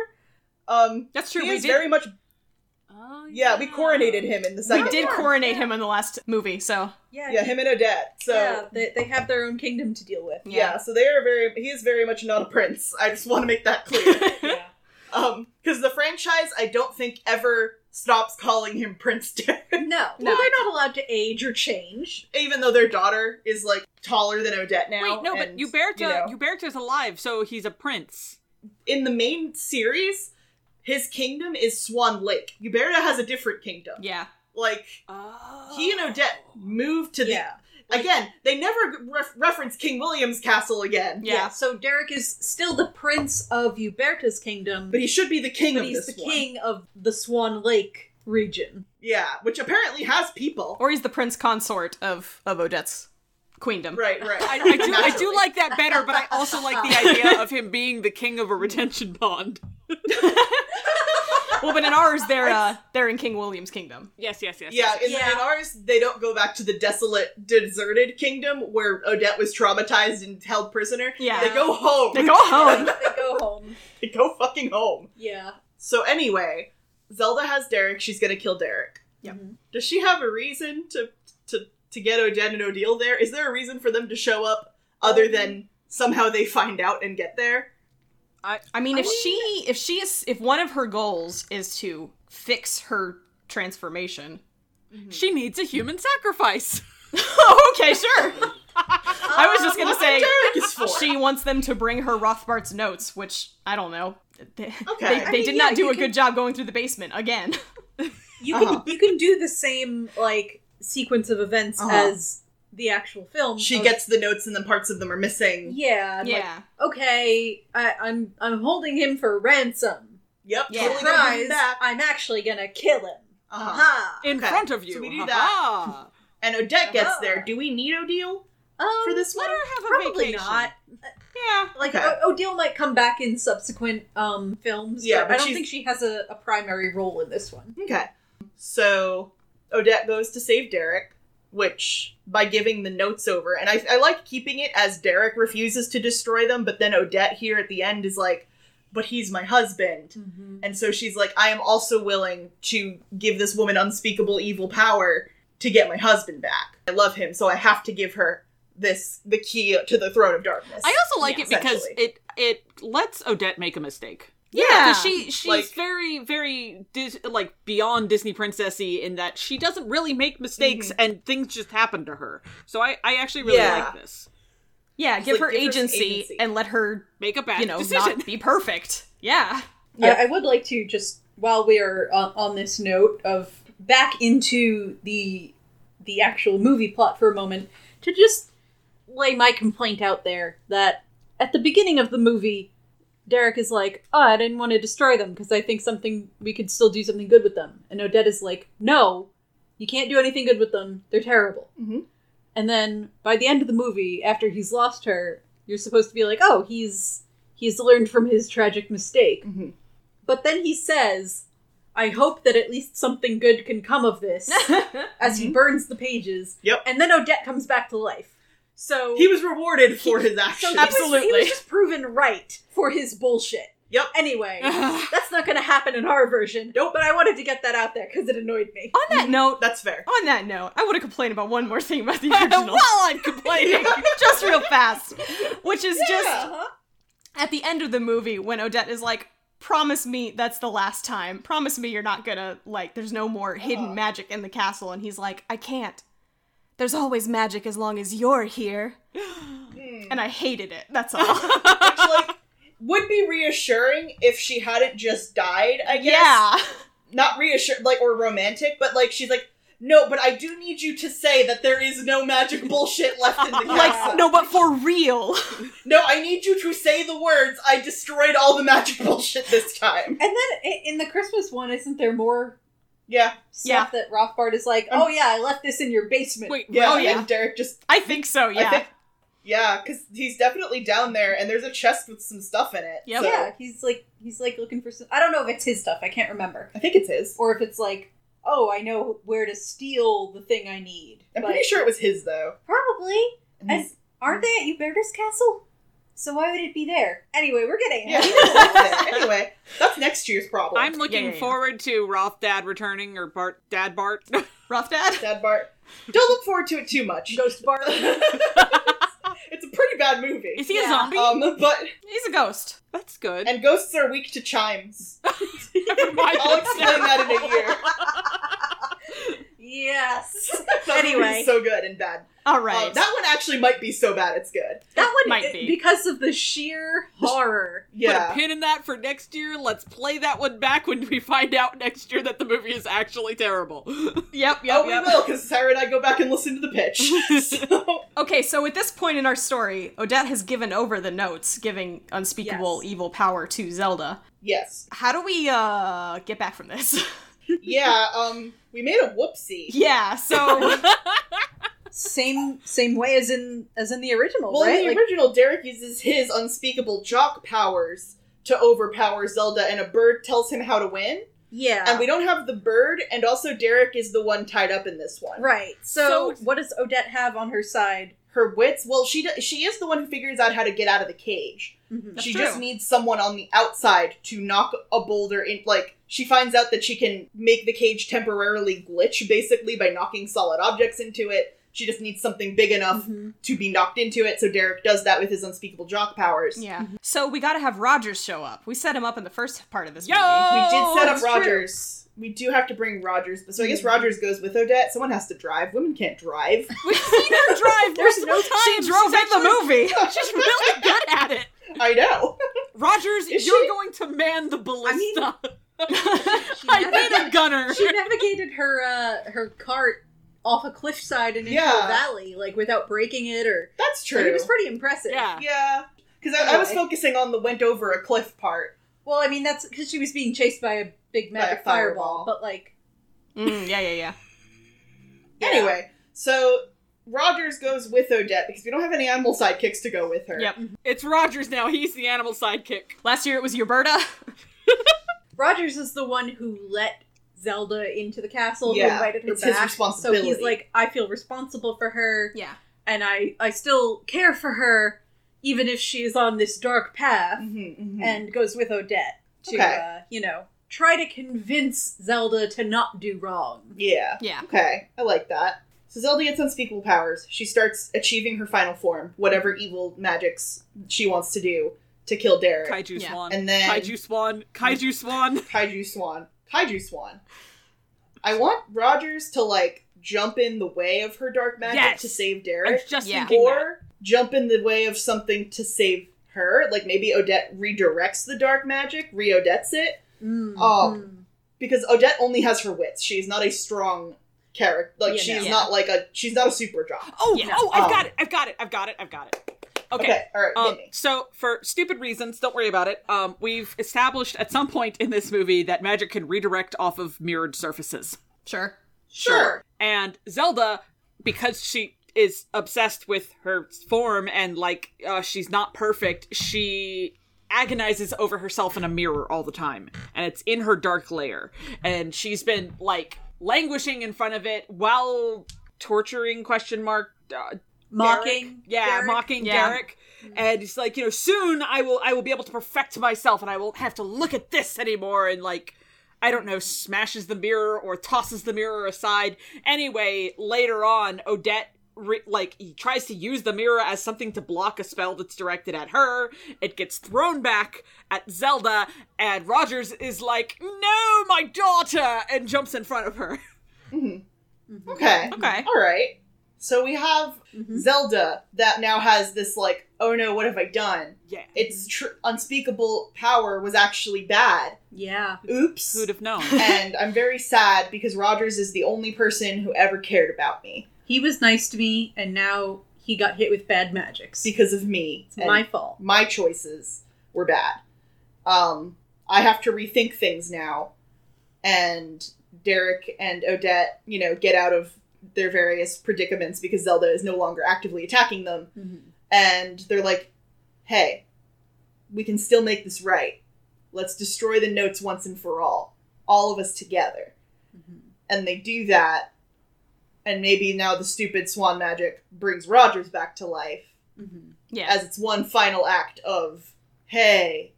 Speaker 1: Um.
Speaker 3: That's true.
Speaker 1: he
Speaker 3: we
Speaker 1: is
Speaker 3: did
Speaker 1: very much.
Speaker 2: Oh,
Speaker 1: Yeah, we coronated him in the
Speaker 3: we
Speaker 1: second.
Speaker 3: did
Speaker 1: one.
Speaker 3: coronate him in the last movie, so
Speaker 4: Yeah.
Speaker 1: Yeah, him and Odette. So.
Speaker 4: yeah, they, they have their own kingdom to deal with.
Speaker 1: Yeah. so they are very. He is very much not a prince. I just want to make that clear.
Speaker 4: Yeah.
Speaker 1: um, because the franchise, I don't think ever stops calling him Prince Darren,
Speaker 4: No,
Speaker 3: No.
Speaker 4: well, they're not allowed to age or change.
Speaker 1: even though their daughter is like taller than Odette now.
Speaker 2: Wait, no, but
Speaker 1: and,
Speaker 2: Uberta,
Speaker 1: you know.
Speaker 2: Uberta's alive, so he's a prince.
Speaker 1: in the main series, his kingdom is Swan Lake. Uberta has a different kingdom.
Speaker 3: yeah.
Speaker 1: Like
Speaker 2: Oh.
Speaker 1: he and Odette moved to the.
Speaker 4: yeah.
Speaker 1: Again, they never ref- reference King William's castle again.
Speaker 3: Yeah.
Speaker 4: So Derek is still the prince of Uberta's kingdom,
Speaker 1: But he should be the king
Speaker 4: but
Speaker 1: of
Speaker 4: he's
Speaker 1: this
Speaker 4: the
Speaker 1: one.
Speaker 4: king of the Swan Lake region.
Speaker 1: Yeah, which apparently has people.
Speaker 3: Or he's the prince consort of of Odette's queendom.
Speaker 1: Right, right.
Speaker 2: I, I do, I do like that better, but I also like the idea of him being the king
Speaker 1: Hmm.
Speaker 2: of a retention pond.
Speaker 3: Well, but in ours, they're uh, they're in King William's kingdom.
Speaker 2: Yes, yes, yes.
Speaker 1: Yeah,
Speaker 2: yes,
Speaker 1: in,
Speaker 4: Yeah.
Speaker 1: in ours, they don't go back to the desolate, deserted kingdom where Odette was traumatized and held prisoner.
Speaker 3: Yeah.
Speaker 1: They go home.
Speaker 3: They go
Speaker 4: they
Speaker 3: home.
Speaker 4: go home.
Speaker 1: They go fucking home.
Speaker 4: Yeah.
Speaker 1: So, anyway, Zelda has Derek. She's gonna kill Derek.
Speaker 3: Yep.
Speaker 4: Mhm.
Speaker 1: Does she have a reason to, to, to get Odette and Odile there? Is there a reason for them to show up other than somehow they find out and get there?
Speaker 3: I mean, if she if she is if one of her goals is to fix her transformation.
Speaker 2: She needs a human sacrifice.
Speaker 3: okay, sure. I was just gonna
Speaker 1: That's
Speaker 3: say
Speaker 1: what Derek is for.
Speaker 3: she wants them to bring her Rothbart's notes, which I don't know. They,
Speaker 1: Okay.
Speaker 3: they,
Speaker 1: I
Speaker 3: they
Speaker 4: mean,
Speaker 3: did
Speaker 4: yeah,
Speaker 3: not do
Speaker 4: you
Speaker 3: a
Speaker 4: can-
Speaker 3: good job going through the basement again.
Speaker 4: You
Speaker 1: Uh-huh.
Speaker 4: can you can do the same like sequence of events
Speaker 1: Uh-huh.
Speaker 4: as the actual film.
Speaker 1: she
Speaker 4: of-
Speaker 1: gets the notes and then parts of them are missing.
Speaker 4: yeah. and, like,
Speaker 3: yeah.
Speaker 4: okay, I, I'm I'm holding him for ransom.
Speaker 1: Yep. Totally
Speaker 3: Yeah.
Speaker 1: gonna bring
Speaker 4: Surprise!
Speaker 1: him back.
Speaker 4: I'm actually gonna kill him.
Speaker 1: Uh-huh.
Speaker 4: Aha.
Speaker 2: In
Speaker 1: Okay,
Speaker 2: front of
Speaker 1: so
Speaker 2: you.
Speaker 1: we do
Speaker 2: Ha
Speaker 1: that.
Speaker 2: ha.
Speaker 1: And Odette gets
Speaker 4: Uh-huh.
Speaker 1: there. Do we need Odile?
Speaker 4: Um,
Speaker 1: For this
Speaker 2: Let
Speaker 1: one?
Speaker 2: her have a
Speaker 4: probably
Speaker 2: vacation.
Speaker 4: not.
Speaker 2: Yeah.
Speaker 4: Like
Speaker 1: Okay.
Speaker 4: o- Odile might come back in subsequent um films.
Speaker 1: Yeah,
Speaker 4: but
Speaker 1: but
Speaker 4: I don't
Speaker 1: she's-
Speaker 4: think she has a, a primary role in this one.
Speaker 1: Okay. So Odette goes to save Derek, which by giving the notes over, and I, I like keeping it as Derek refuses to destroy them, but then Odette here at the end is like, but he's my husband.
Speaker 4: Mm-hmm.
Speaker 1: And so she's like, I am also willing to give this woman unspeakable evil power to get my husband back. I love him, so I have to give her this the key to the throne of darkness.
Speaker 2: I also like
Speaker 3: Yeah,
Speaker 2: it because
Speaker 1: essentially.
Speaker 2: it it lets Odette make a mistake.
Speaker 3: Yeah.
Speaker 2: 'Cause she she's
Speaker 1: Like-
Speaker 2: very very Dis- like beyond Disney princessy in that she doesn't really make mistakes
Speaker 3: Mm-hmm.
Speaker 2: and things just happen to her. So I I actually really
Speaker 1: Yeah.
Speaker 2: like this.
Speaker 3: yeah, give
Speaker 1: like,
Speaker 3: her
Speaker 1: give her some
Speaker 3: agency,
Speaker 1: agency.
Speaker 3: and let her,
Speaker 2: Make a bad
Speaker 3: you know,
Speaker 2: decision.
Speaker 3: not be perfect. Yeah.
Speaker 1: Yeah.
Speaker 4: I, I would like to just while we are uh, on this note of back into the the actual movie plot for a moment to just lay my complaint out there that at the beginning of the movie Derek is like, "Oh, I didn't want to destroy them because I think something we could still do something good with them." And Odette is like, "No, you can't do anything good with them. They're terrible."
Speaker 1: Mhm.
Speaker 4: And then by the end of the movie, after he's lost her, you're supposed to be like, "Oh, he's he's learned from his tragic mistake."
Speaker 1: Mhm.
Speaker 4: But then he says, I hope that at least something good can come of this as he burns the pages.
Speaker 1: Yep.
Speaker 4: And then Odette comes back to life. So
Speaker 1: he was rewarded for his
Speaker 4: so
Speaker 1: actions.
Speaker 4: he was- he
Speaker 3: Absolutely.
Speaker 4: was just proven right for his bullshit.
Speaker 1: Yep.
Speaker 4: Anyway, that's not gonna happen in our version. Nope. But I wanted to get that out there because it annoyed me.
Speaker 3: On that note,
Speaker 1: Mm-hmm. That's fair.
Speaker 3: on that note, I want to complain about one more thing about the
Speaker 2: While
Speaker 3: original.
Speaker 2: I'm complaining.
Speaker 3: just real fast, which is just
Speaker 4: Uh-huh.
Speaker 3: at the end of the movie when Odette is like, "Promise me that's the last time. Promise me you're not gonna like. There's no more hidden magic in the castle." And he's like, "I can't. There's always magic as long as you're here."
Speaker 1: Hmm.
Speaker 3: and I hated it. That's all.
Speaker 1: Which, like, would be reassuring if she hadn't just died, I guess.
Speaker 3: yeah.
Speaker 1: Not reassuring, like, or romantic, but, like, she's like, no, but I do need you to say that there is no magic bullshit left in the castle.
Speaker 3: Like, no, but for real.
Speaker 1: No, I need you to say the words. I destroyed all the magic bullshit this time.
Speaker 4: And then i- in the Christmas one, isn't there more
Speaker 1: Yeah,
Speaker 4: stuff that Rothbard is like,
Speaker 1: Um,
Speaker 4: oh yeah, I left this in your basement.
Speaker 2: Wait,
Speaker 1: yeah.
Speaker 3: Oh, yeah.
Speaker 1: And Derek just,
Speaker 3: I think so, yeah.
Speaker 1: I think, yeah, because he's definitely down there, and there's a chest with some stuff in it.
Speaker 3: Yep.
Speaker 1: so-
Speaker 4: Yeah, he's like he's like looking for some. I don't know if it's his stuff. I can't remember,
Speaker 1: I think it's his.
Speaker 4: or if it's like, oh, I know where to steal the thing I need.
Speaker 1: I'm
Speaker 4: But
Speaker 1: pretty sure it was his though.
Speaker 4: probably.
Speaker 1: And
Speaker 4: And aren't they at Ubertus Castle? So why would it be there? Anyway, we're getting
Speaker 1: Yeah. he knows what's in it. anyway, that's next year's problem.
Speaker 2: I'm looking
Speaker 3: yeah, yeah.
Speaker 2: forward to Roth Dad returning or Bart Dad Bart.
Speaker 3: Rough dad?
Speaker 1: Dad Bart. Don't look forward to it too much.
Speaker 4: Ghost Bart.
Speaker 1: It's a pretty bad movie.
Speaker 2: Is he a
Speaker 4: Yeah.
Speaker 3: Uh,
Speaker 2: zombie?
Speaker 1: um, but
Speaker 3: He's a ghost.
Speaker 2: That's good.
Speaker 1: and ghosts are weak to chimes.
Speaker 2: Never mind,
Speaker 1: I'll
Speaker 2: that's
Speaker 1: explain that in a year.
Speaker 4: yes,
Speaker 1: That movie is
Speaker 4: Anyway.
Speaker 1: so good and bad.
Speaker 3: All
Speaker 1: Um,
Speaker 3: right.
Speaker 1: that one actually might be so bad it's good.
Speaker 4: that one
Speaker 3: Might be.
Speaker 4: because of the sheer horror.
Speaker 1: Yeah.
Speaker 2: Put a pin in that for next year. Let's play that one back when we find out next year that the movie is actually terrible.
Speaker 3: yep, yep,
Speaker 1: Oh, we
Speaker 3: yep.
Speaker 1: will, because Sarah and I go back and listen to the pitch. So,
Speaker 3: Okay, so at this point in our story, Odette has given over the notes, giving unspeakable
Speaker 4: Yes.
Speaker 3: evil power to Zelda.
Speaker 1: yes.
Speaker 3: How do we uh get back from this?
Speaker 1: Yeah, um, we made a whoopsie.
Speaker 3: yeah, so
Speaker 4: Same same way as in as in the original,
Speaker 1: Well,
Speaker 4: right?
Speaker 1: in the
Speaker 4: Like-
Speaker 1: original, Derek uses his unspeakable jock powers to overpower Zelda, and a bird tells him how to win.
Speaker 4: yeah,
Speaker 1: And we don't have the bird, and also Derek is the one tied up in this one.
Speaker 4: right. So,
Speaker 2: So-
Speaker 4: what does Odette have on her side?
Speaker 1: Her wits. Well, she do- she is the one who figures out how to get out of the cage.
Speaker 4: Mhm.
Speaker 1: she
Speaker 2: true.
Speaker 1: just needs someone on the outside to knock a boulder in. Like she finds out that she can make the cage temporarily glitch, basically by knocking solid objects into it. She just needs something big enough
Speaker 4: Mm-hmm.
Speaker 1: to be knocked into it. So Derek does that with his unspeakable jock powers.
Speaker 3: yeah. Mm-hmm. So we got to have Rogers show up. We set him up in the first part of this
Speaker 2: Yo!
Speaker 3: movie.
Speaker 1: We did set up
Speaker 2: that's true.
Speaker 1: Rogers. We do have to bring Rogers, but so I guess Rogers goes with Odette. Someone has to drive. Women can't drive.
Speaker 3: We've seen her drive
Speaker 2: There's
Speaker 3: multiple
Speaker 2: no time.
Speaker 3: She drove
Speaker 2: She's
Speaker 3: in the movie.
Speaker 2: She's really good at it.
Speaker 1: I know.
Speaker 2: Rogers,
Speaker 1: Is
Speaker 2: you're
Speaker 1: she?
Speaker 2: going to man the ballista.
Speaker 4: She
Speaker 2: I,
Speaker 4: navi-
Speaker 2: need a gunner.
Speaker 4: she navigated her uh, her cart off a cliffside and into
Speaker 1: Yeah.
Speaker 4: a valley, like without breaking it, or
Speaker 1: That's
Speaker 4: and
Speaker 1: true.
Speaker 4: it was pretty impressive.
Speaker 2: yeah.
Speaker 1: yeah. Because I, I was
Speaker 4: Anyway.
Speaker 1: focusing on the went over a cliff part.
Speaker 4: Well, I mean that's because she was being chased by a big
Speaker 1: By a
Speaker 4: magic
Speaker 1: fireball.
Speaker 4: fireball, but like
Speaker 3: Mm, yeah, yeah, yeah.
Speaker 4: Yeah.
Speaker 1: Anyway, so Rogers goes with Odette because we don't have any animal sidekicks to go with her.
Speaker 3: Yep.
Speaker 2: It's Rogers now. He's the animal sidekick.
Speaker 3: Last year it was Roberta.
Speaker 4: Rogers is the one who let Zelda into the castle, who
Speaker 1: Yeah,
Speaker 4: invited her
Speaker 1: it's his
Speaker 4: back.
Speaker 1: responsibility.
Speaker 4: So he's like, I feel responsible for her,
Speaker 3: Yeah.
Speaker 4: and I I still care for her, even if she is on this dark path,
Speaker 1: Mhm, mhm.
Speaker 4: and goes with Odette to
Speaker 1: Okay.
Speaker 4: uh, you know try to convince Zelda to not do wrong.
Speaker 1: yeah.
Speaker 3: Yeah.
Speaker 1: Okay. I like that. So Zelda gets unspeakable powers. She starts achieving her final form, whatever evil magics she wants to do to kill Derek.
Speaker 2: Kaiju
Speaker 3: Yeah.
Speaker 2: Swan.
Speaker 1: and then
Speaker 2: Kaiju Swan. Kaiju Swan.
Speaker 1: Kaiju Swan. Kaiju Swan. I want Rogers to like jump in the way of her dark magic
Speaker 2: Yes.
Speaker 1: to save
Speaker 2: I
Speaker 1: Derek,
Speaker 2: was just
Speaker 3: Yeah.
Speaker 2: thinking that.
Speaker 1: or jump in the way of something to save her. Like maybe Odette redirects the dark magic, re-Odettes it,
Speaker 4: Mm,
Speaker 1: Oh.
Speaker 4: mm.
Speaker 1: because Odette only has her wits. She's not a strong character. Like
Speaker 4: Yeah,
Speaker 1: she's
Speaker 3: no.
Speaker 1: not like a she's not a super drop.
Speaker 2: Oh,
Speaker 3: Yeah.
Speaker 2: oh, I've
Speaker 1: Um,
Speaker 2: got it. I've got it. I've got it. I've got it. Okay.
Speaker 1: Okay, all right,
Speaker 2: Um,
Speaker 1: hit me.
Speaker 2: so for stupid reasons, don't worry about it. Um, we've established at some point in this movie that magic can redirect off of mirrored surfaces,
Speaker 3: Sure.
Speaker 1: Sure.
Speaker 2: and Zelda, because she is obsessed with her form and like uh, she's not perfect, she agonizes over herself in a mirror all the time, and it's in her dark lair, and she's been like languishing in front of it while torturing question mark uh,
Speaker 4: mocking,
Speaker 2: Derek. yeah,
Speaker 4: Derek.
Speaker 2: mocking
Speaker 3: Yeah.
Speaker 2: Derek, and it's like you know, soon I will, I will be able to perfect myself, and I won't have to look at this anymore, and like, I don't know, smashes the mirror or tosses the mirror aside. Anyway, later on, Odette. Re- like he tries to use the mirror as something to block a spell that's directed at her it gets thrown back at zelda and rogers is like no my daughter and jumps in front of her
Speaker 4: Mm-hmm.
Speaker 1: Okay.
Speaker 3: Okay.
Speaker 1: All right. So we have
Speaker 4: Mhm.
Speaker 1: Zelda that now has this like, oh no, what have I done?
Speaker 2: Yeah.
Speaker 1: Its tr- unspeakable power was actually bad.
Speaker 4: Yeah.
Speaker 1: Oops.
Speaker 2: Who'd have known?
Speaker 1: and I'm very sad because Rogers is the only person who ever cared about me
Speaker 4: He was nice to me, and now he got hit with bad magics.
Speaker 1: because of me.
Speaker 4: It's
Speaker 1: and
Speaker 4: my fault.
Speaker 1: my choices were bad. Um, I have to rethink things now. And Derek and Odette, you know, get out of their various predicaments because Zelda is no longer actively attacking them. And they're like, hey, we can still make this right. Let's destroy the notes once and for all. All of us together. And they do that. And maybe now the stupid swan magic brings Rogers back to life
Speaker 3: Yeah.
Speaker 1: as its one final act of hey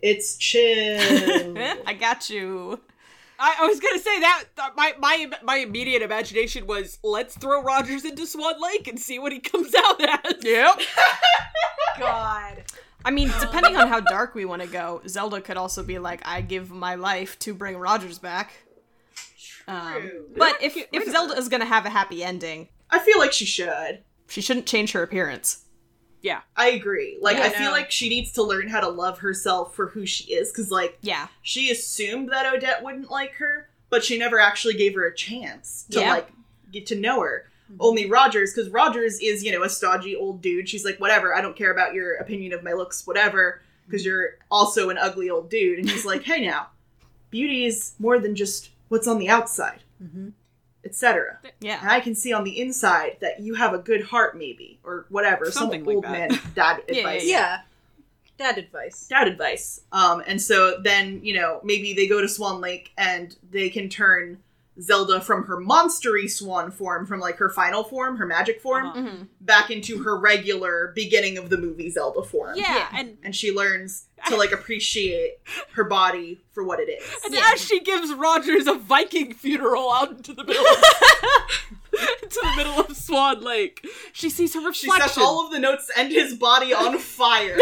Speaker 1: it's chill
Speaker 3: I got you.
Speaker 2: I, I was gonna say that that my my my immediate imagination was let's throw Rogers into Swan Lake and see what he comes out as. Yep.
Speaker 5: God.
Speaker 3: I mean, depending on how dark we want to go, Zelda could also be like, "I give my life to bring Rogers back." Um, but if if Zelda is gonna have a happy ending,
Speaker 1: i feel like she should
Speaker 3: she shouldn't change her appearance.
Speaker 1: i agree like
Speaker 4: Yeah,
Speaker 1: i
Speaker 4: no.
Speaker 1: feel like she needs to learn how to love herself for who she is because like
Speaker 3: Yeah,
Speaker 1: she assumed that odette wouldn't like her but she never actually gave her a chance to
Speaker 3: Yeah.
Speaker 1: like get to know her only rogers because rogers is you know a stodgy old dude she's like whatever i don't care about your opinion of my looks whatever because you're also an ugly old dude and he's like hey now beauty is more than just what's on the outside etc.
Speaker 3: yeah.
Speaker 1: And I can see on the inside that you have a good heart, maybe, or whatever.
Speaker 2: Something
Speaker 1: Something
Speaker 2: like
Speaker 1: old
Speaker 2: that.
Speaker 1: man dad
Speaker 3: Yeah,
Speaker 1: advice.
Speaker 4: Yeah. Dad advice.
Speaker 1: Dad advice. Um, and so then you know maybe they go to Swan Lake and they can turn Zelda from her monstery swan form, from like her final form, her magic form,
Speaker 2: Uh-huh.
Speaker 3: Mhm.
Speaker 1: back into her regular beginning of the movie Zelda form.
Speaker 2: Yeah, and
Speaker 1: And she learns to like appreciate her body for what it is.
Speaker 2: and as she gives Rogers a Viking funeral out into the middle of, into the middle of Swan Lake, she sees her
Speaker 1: She
Speaker 2: reflection.
Speaker 1: sets all of the notes and his body on fire.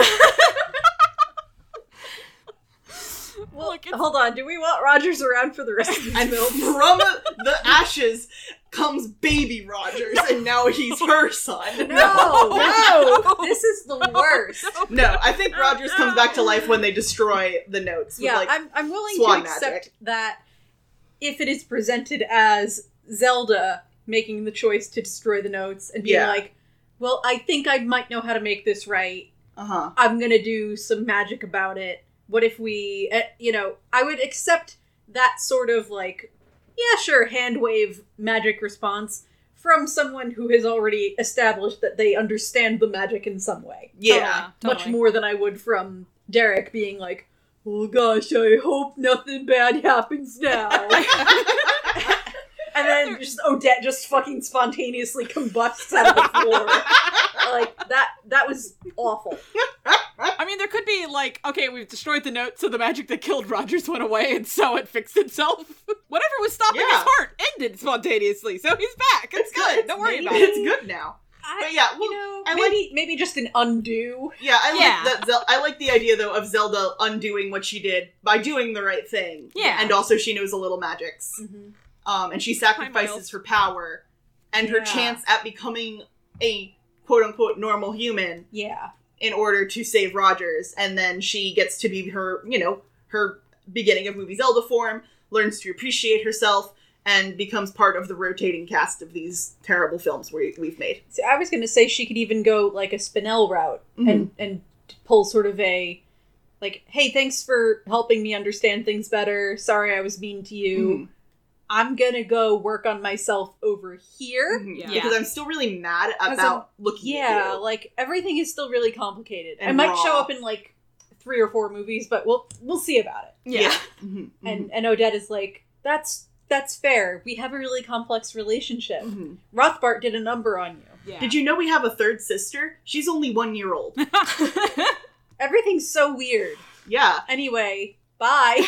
Speaker 4: Well,
Speaker 2: Look, it's-
Speaker 4: hold on. Do we want Rogers around for the rest of the
Speaker 1: And
Speaker 4: film?
Speaker 1: from the ashes comes baby Rogers, and now he's her son.
Speaker 4: No, no, this is the worst.
Speaker 1: No, I
Speaker 2: Oh,
Speaker 1: think Rogers comes back to life when they destroy the notes. with,
Speaker 4: Yeah,
Speaker 1: like,
Speaker 4: I'm, I'm willing
Speaker 1: swan
Speaker 4: to accept
Speaker 1: magic.
Speaker 4: that if it is presented as Zelda making the choice to destroy the notes and being
Speaker 1: Yeah.
Speaker 4: like, well, I think I might know how to make this right.
Speaker 1: uh huh.
Speaker 4: I'm gonna do some magic about it. What if we, eh, you know, I would accept that sort of like, yeah, sure, hand wave magic response from someone who has already established that they understand the magic in some way
Speaker 1: Yeah,
Speaker 3: Totally,
Speaker 4: much
Speaker 3: totally.
Speaker 4: more than I would from Derek being like, "Oh gosh, I hope nothing bad happens now." and then just Odette just fucking spontaneously combusts out of the floor. like that that was awful.
Speaker 2: I mean, there could be like, okay, we've destroyed the note, so the magic that killed Rogers went away, and so it fixed itself. Whatever was stopping his
Speaker 1: Yeah.
Speaker 2: heart ended spontaneously, so he's back. It's, good. Don't worry
Speaker 1: Maybe
Speaker 2: about it.
Speaker 1: It's good now.
Speaker 4: I,
Speaker 1: But yeah, well,
Speaker 4: you know,
Speaker 1: I
Speaker 4: maybe maybe just an undo.
Speaker 1: yeah, I
Speaker 3: Yeah.
Speaker 1: like that. Zel- I like the idea though of Zelda undoing what she did by doing the right thing.
Speaker 3: Yeah.
Speaker 1: and also she knows a little magics. um, and she sacrifices her power and her
Speaker 4: Yeah.
Speaker 1: chance at becoming a quote unquote normal human
Speaker 4: Yeah,
Speaker 1: in order to save Rogers, and then she gets to be her, you know, her beginning of movie Zelda form, learns to appreciate herself, and becomes part of the rotating cast of these terrible films we, we've made.
Speaker 4: so I was gonna say she could even go like a Spinel route and
Speaker 1: Mm-hmm.
Speaker 4: and pull sort of a. Like, hey, thanks for helping me understand things better. Sorry I was mean to you.
Speaker 1: Mm-hmm.
Speaker 4: I'm gonna go work on myself over here.
Speaker 1: Mhm.
Speaker 2: Mm-hmm, Yeah.
Speaker 1: Because I'm still really mad
Speaker 4: As
Speaker 1: about looking
Speaker 4: Yeah,
Speaker 1: at you.
Speaker 4: like everything is still really complicated. I
Speaker 1: And
Speaker 4: might
Speaker 1: raw.
Speaker 4: show up in like three or four movies, but we'll we'll see about it.
Speaker 3: yeah.
Speaker 1: Mhm,
Speaker 4: And and Odette is like, that's that's fair. We have a really complex relationship.
Speaker 1: mhm, mhm.
Speaker 4: Rothbart did a number on you.
Speaker 2: Yeah.
Speaker 1: Did you know we have a third sister? She's only one year old.
Speaker 4: Everything's so weird.
Speaker 1: yeah.
Speaker 4: Anyway, bye.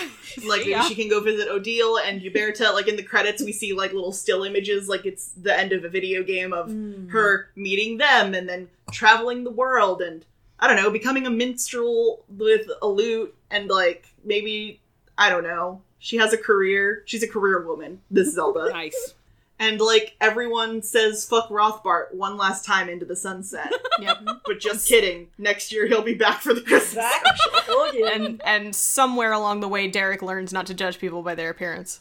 Speaker 1: like maybe
Speaker 2: Yeah.
Speaker 1: she can go visit Odile and Huberta. Like in the credits, we see like little still images, like it's the end of a video game of her meeting them and then traveling the world and I don't know, becoming a minstrel with a lute and like maybe I don't know. She has a career. She's a career woman. This Zelda
Speaker 2: Nice.
Speaker 1: and like everyone says fuck Rothbart one last time into the sunset.
Speaker 3: Yep.
Speaker 1: But just kidding. Next year he'll be back for the Christmas.
Speaker 3: and and somewhere along the way, Derek learns not to judge people by their appearance.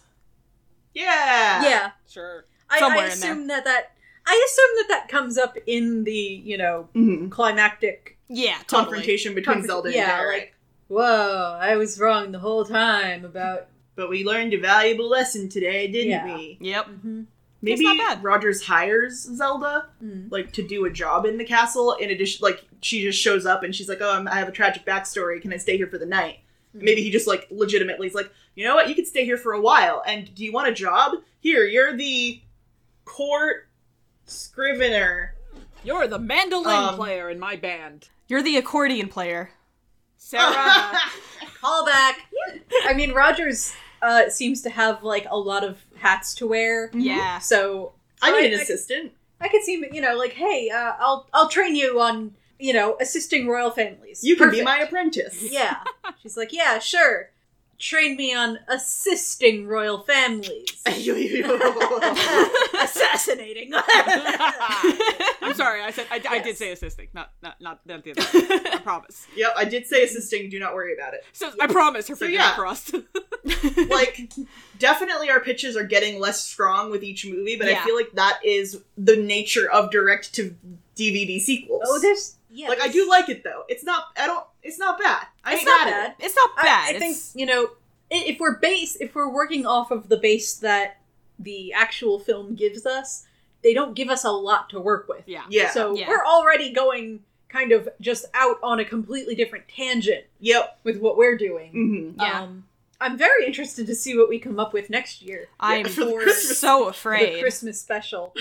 Speaker 1: Yeah.
Speaker 4: yeah.
Speaker 2: Sure.
Speaker 4: I, I
Speaker 3: Somewhere in
Speaker 4: assume that that I assume that that comes up in the you know
Speaker 1: Mhm.
Speaker 4: climactic
Speaker 3: Yeah,
Speaker 1: Confrontation between
Speaker 4: Conf-
Speaker 1: Zelda
Speaker 4: yeah,
Speaker 1: and Derek.
Speaker 4: like whoa, I was wrong the whole time about.
Speaker 1: but we learned a valuable lesson today, didn't
Speaker 4: Yeah.
Speaker 1: we?
Speaker 3: Yep.
Speaker 4: Mhm.
Speaker 3: It's
Speaker 1: Maybe
Speaker 3: not bad.
Speaker 1: Rogers hires Zelda
Speaker 4: Mm.
Speaker 1: like to do a job in the castle. In addition, like she just shows up and she's like, "Oh, I'm, I have a tragic backstory. Can I stay here for the night?" Maybe he just like legitimately is like, "You know what? You could stay here for a while. And do you want a job? Here, you're the court scrivener.
Speaker 2: You're the mandolin
Speaker 1: Um,
Speaker 2: player in my band.
Speaker 3: You're the accordion player.
Speaker 2: Sarah.
Speaker 4: Callback. I mean, Rogers uh, seems to have like a lot of hats to wear,
Speaker 3: Yeah.
Speaker 4: so
Speaker 1: I need an
Speaker 4: I- I-
Speaker 1: assistant."
Speaker 4: I could see you know like hey, uh, I'll I'll train you on you know assisting royal families.
Speaker 1: You can be
Speaker 4: Perfect.
Speaker 1: my apprentice.
Speaker 4: Yeah. She's like, yeah, sure. Train me on assisting royal families. Assassinating.
Speaker 2: I'm sorry. I said I, I did
Speaker 4: Yes.
Speaker 2: say assisting, not not not, not the other. one. I promise.
Speaker 1: yep, I did say assisting. Do not worry about it.
Speaker 2: So I promise. Her
Speaker 1: So,
Speaker 2: fingers
Speaker 1: yeah.
Speaker 2: crossed.
Speaker 1: like definitely our pitches are getting less strong with each movie but i
Speaker 3: Yeah.
Speaker 1: feel like that is the nature of direct to dvd sequels
Speaker 4: oh, there's yeah.
Speaker 1: like i
Speaker 4: there's-
Speaker 1: do like it though it's not i don't it's not bad i
Speaker 4: It's
Speaker 1: ain't
Speaker 4: not
Speaker 1: mad at
Speaker 4: bad.
Speaker 1: it
Speaker 3: It's not bad.
Speaker 4: I, I think
Speaker 3: It's-
Speaker 4: you know i- if we're base if we're working off of the base that the actual film gives us, they don't give us a lot to work with.
Speaker 2: yeah.
Speaker 1: yeah
Speaker 4: So
Speaker 3: Yeah.
Speaker 4: we're already going kind of just out on a completely different tangent
Speaker 1: yep
Speaker 4: with what we're doing.
Speaker 1: hmm
Speaker 3: Yeah.
Speaker 4: Um, I'm very interested to see what we come up with next year.
Speaker 3: I'm
Speaker 1: for the
Speaker 4: for
Speaker 1: Christmas-
Speaker 3: so
Speaker 4: the
Speaker 3: afraid.
Speaker 4: Christmas special.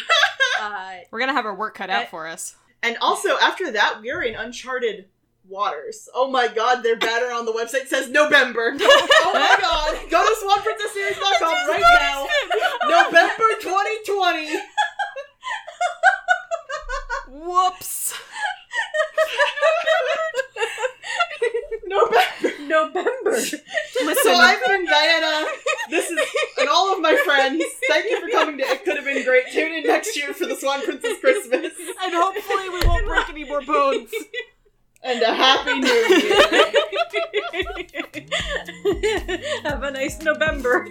Speaker 4: uh,
Speaker 3: We're gonna have our work cut out
Speaker 4: I-
Speaker 3: for us.
Speaker 1: and also after that we're in uncharted waters oh my god their banner on the website says november oh my god go to swanprincessseries.com right now november 2020
Speaker 3: Whoops.
Speaker 4: November. November.
Speaker 1: So
Speaker 3: Listen,
Speaker 1: I've been Diana. This is and all of my friends. Thank you for coming to It Could Have Been Great. Tune in next year for the Swan Princess Christmas.
Speaker 2: And hopefully we won't break any more bones.
Speaker 1: And a happy new year.
Speaker 4: Have a nice November.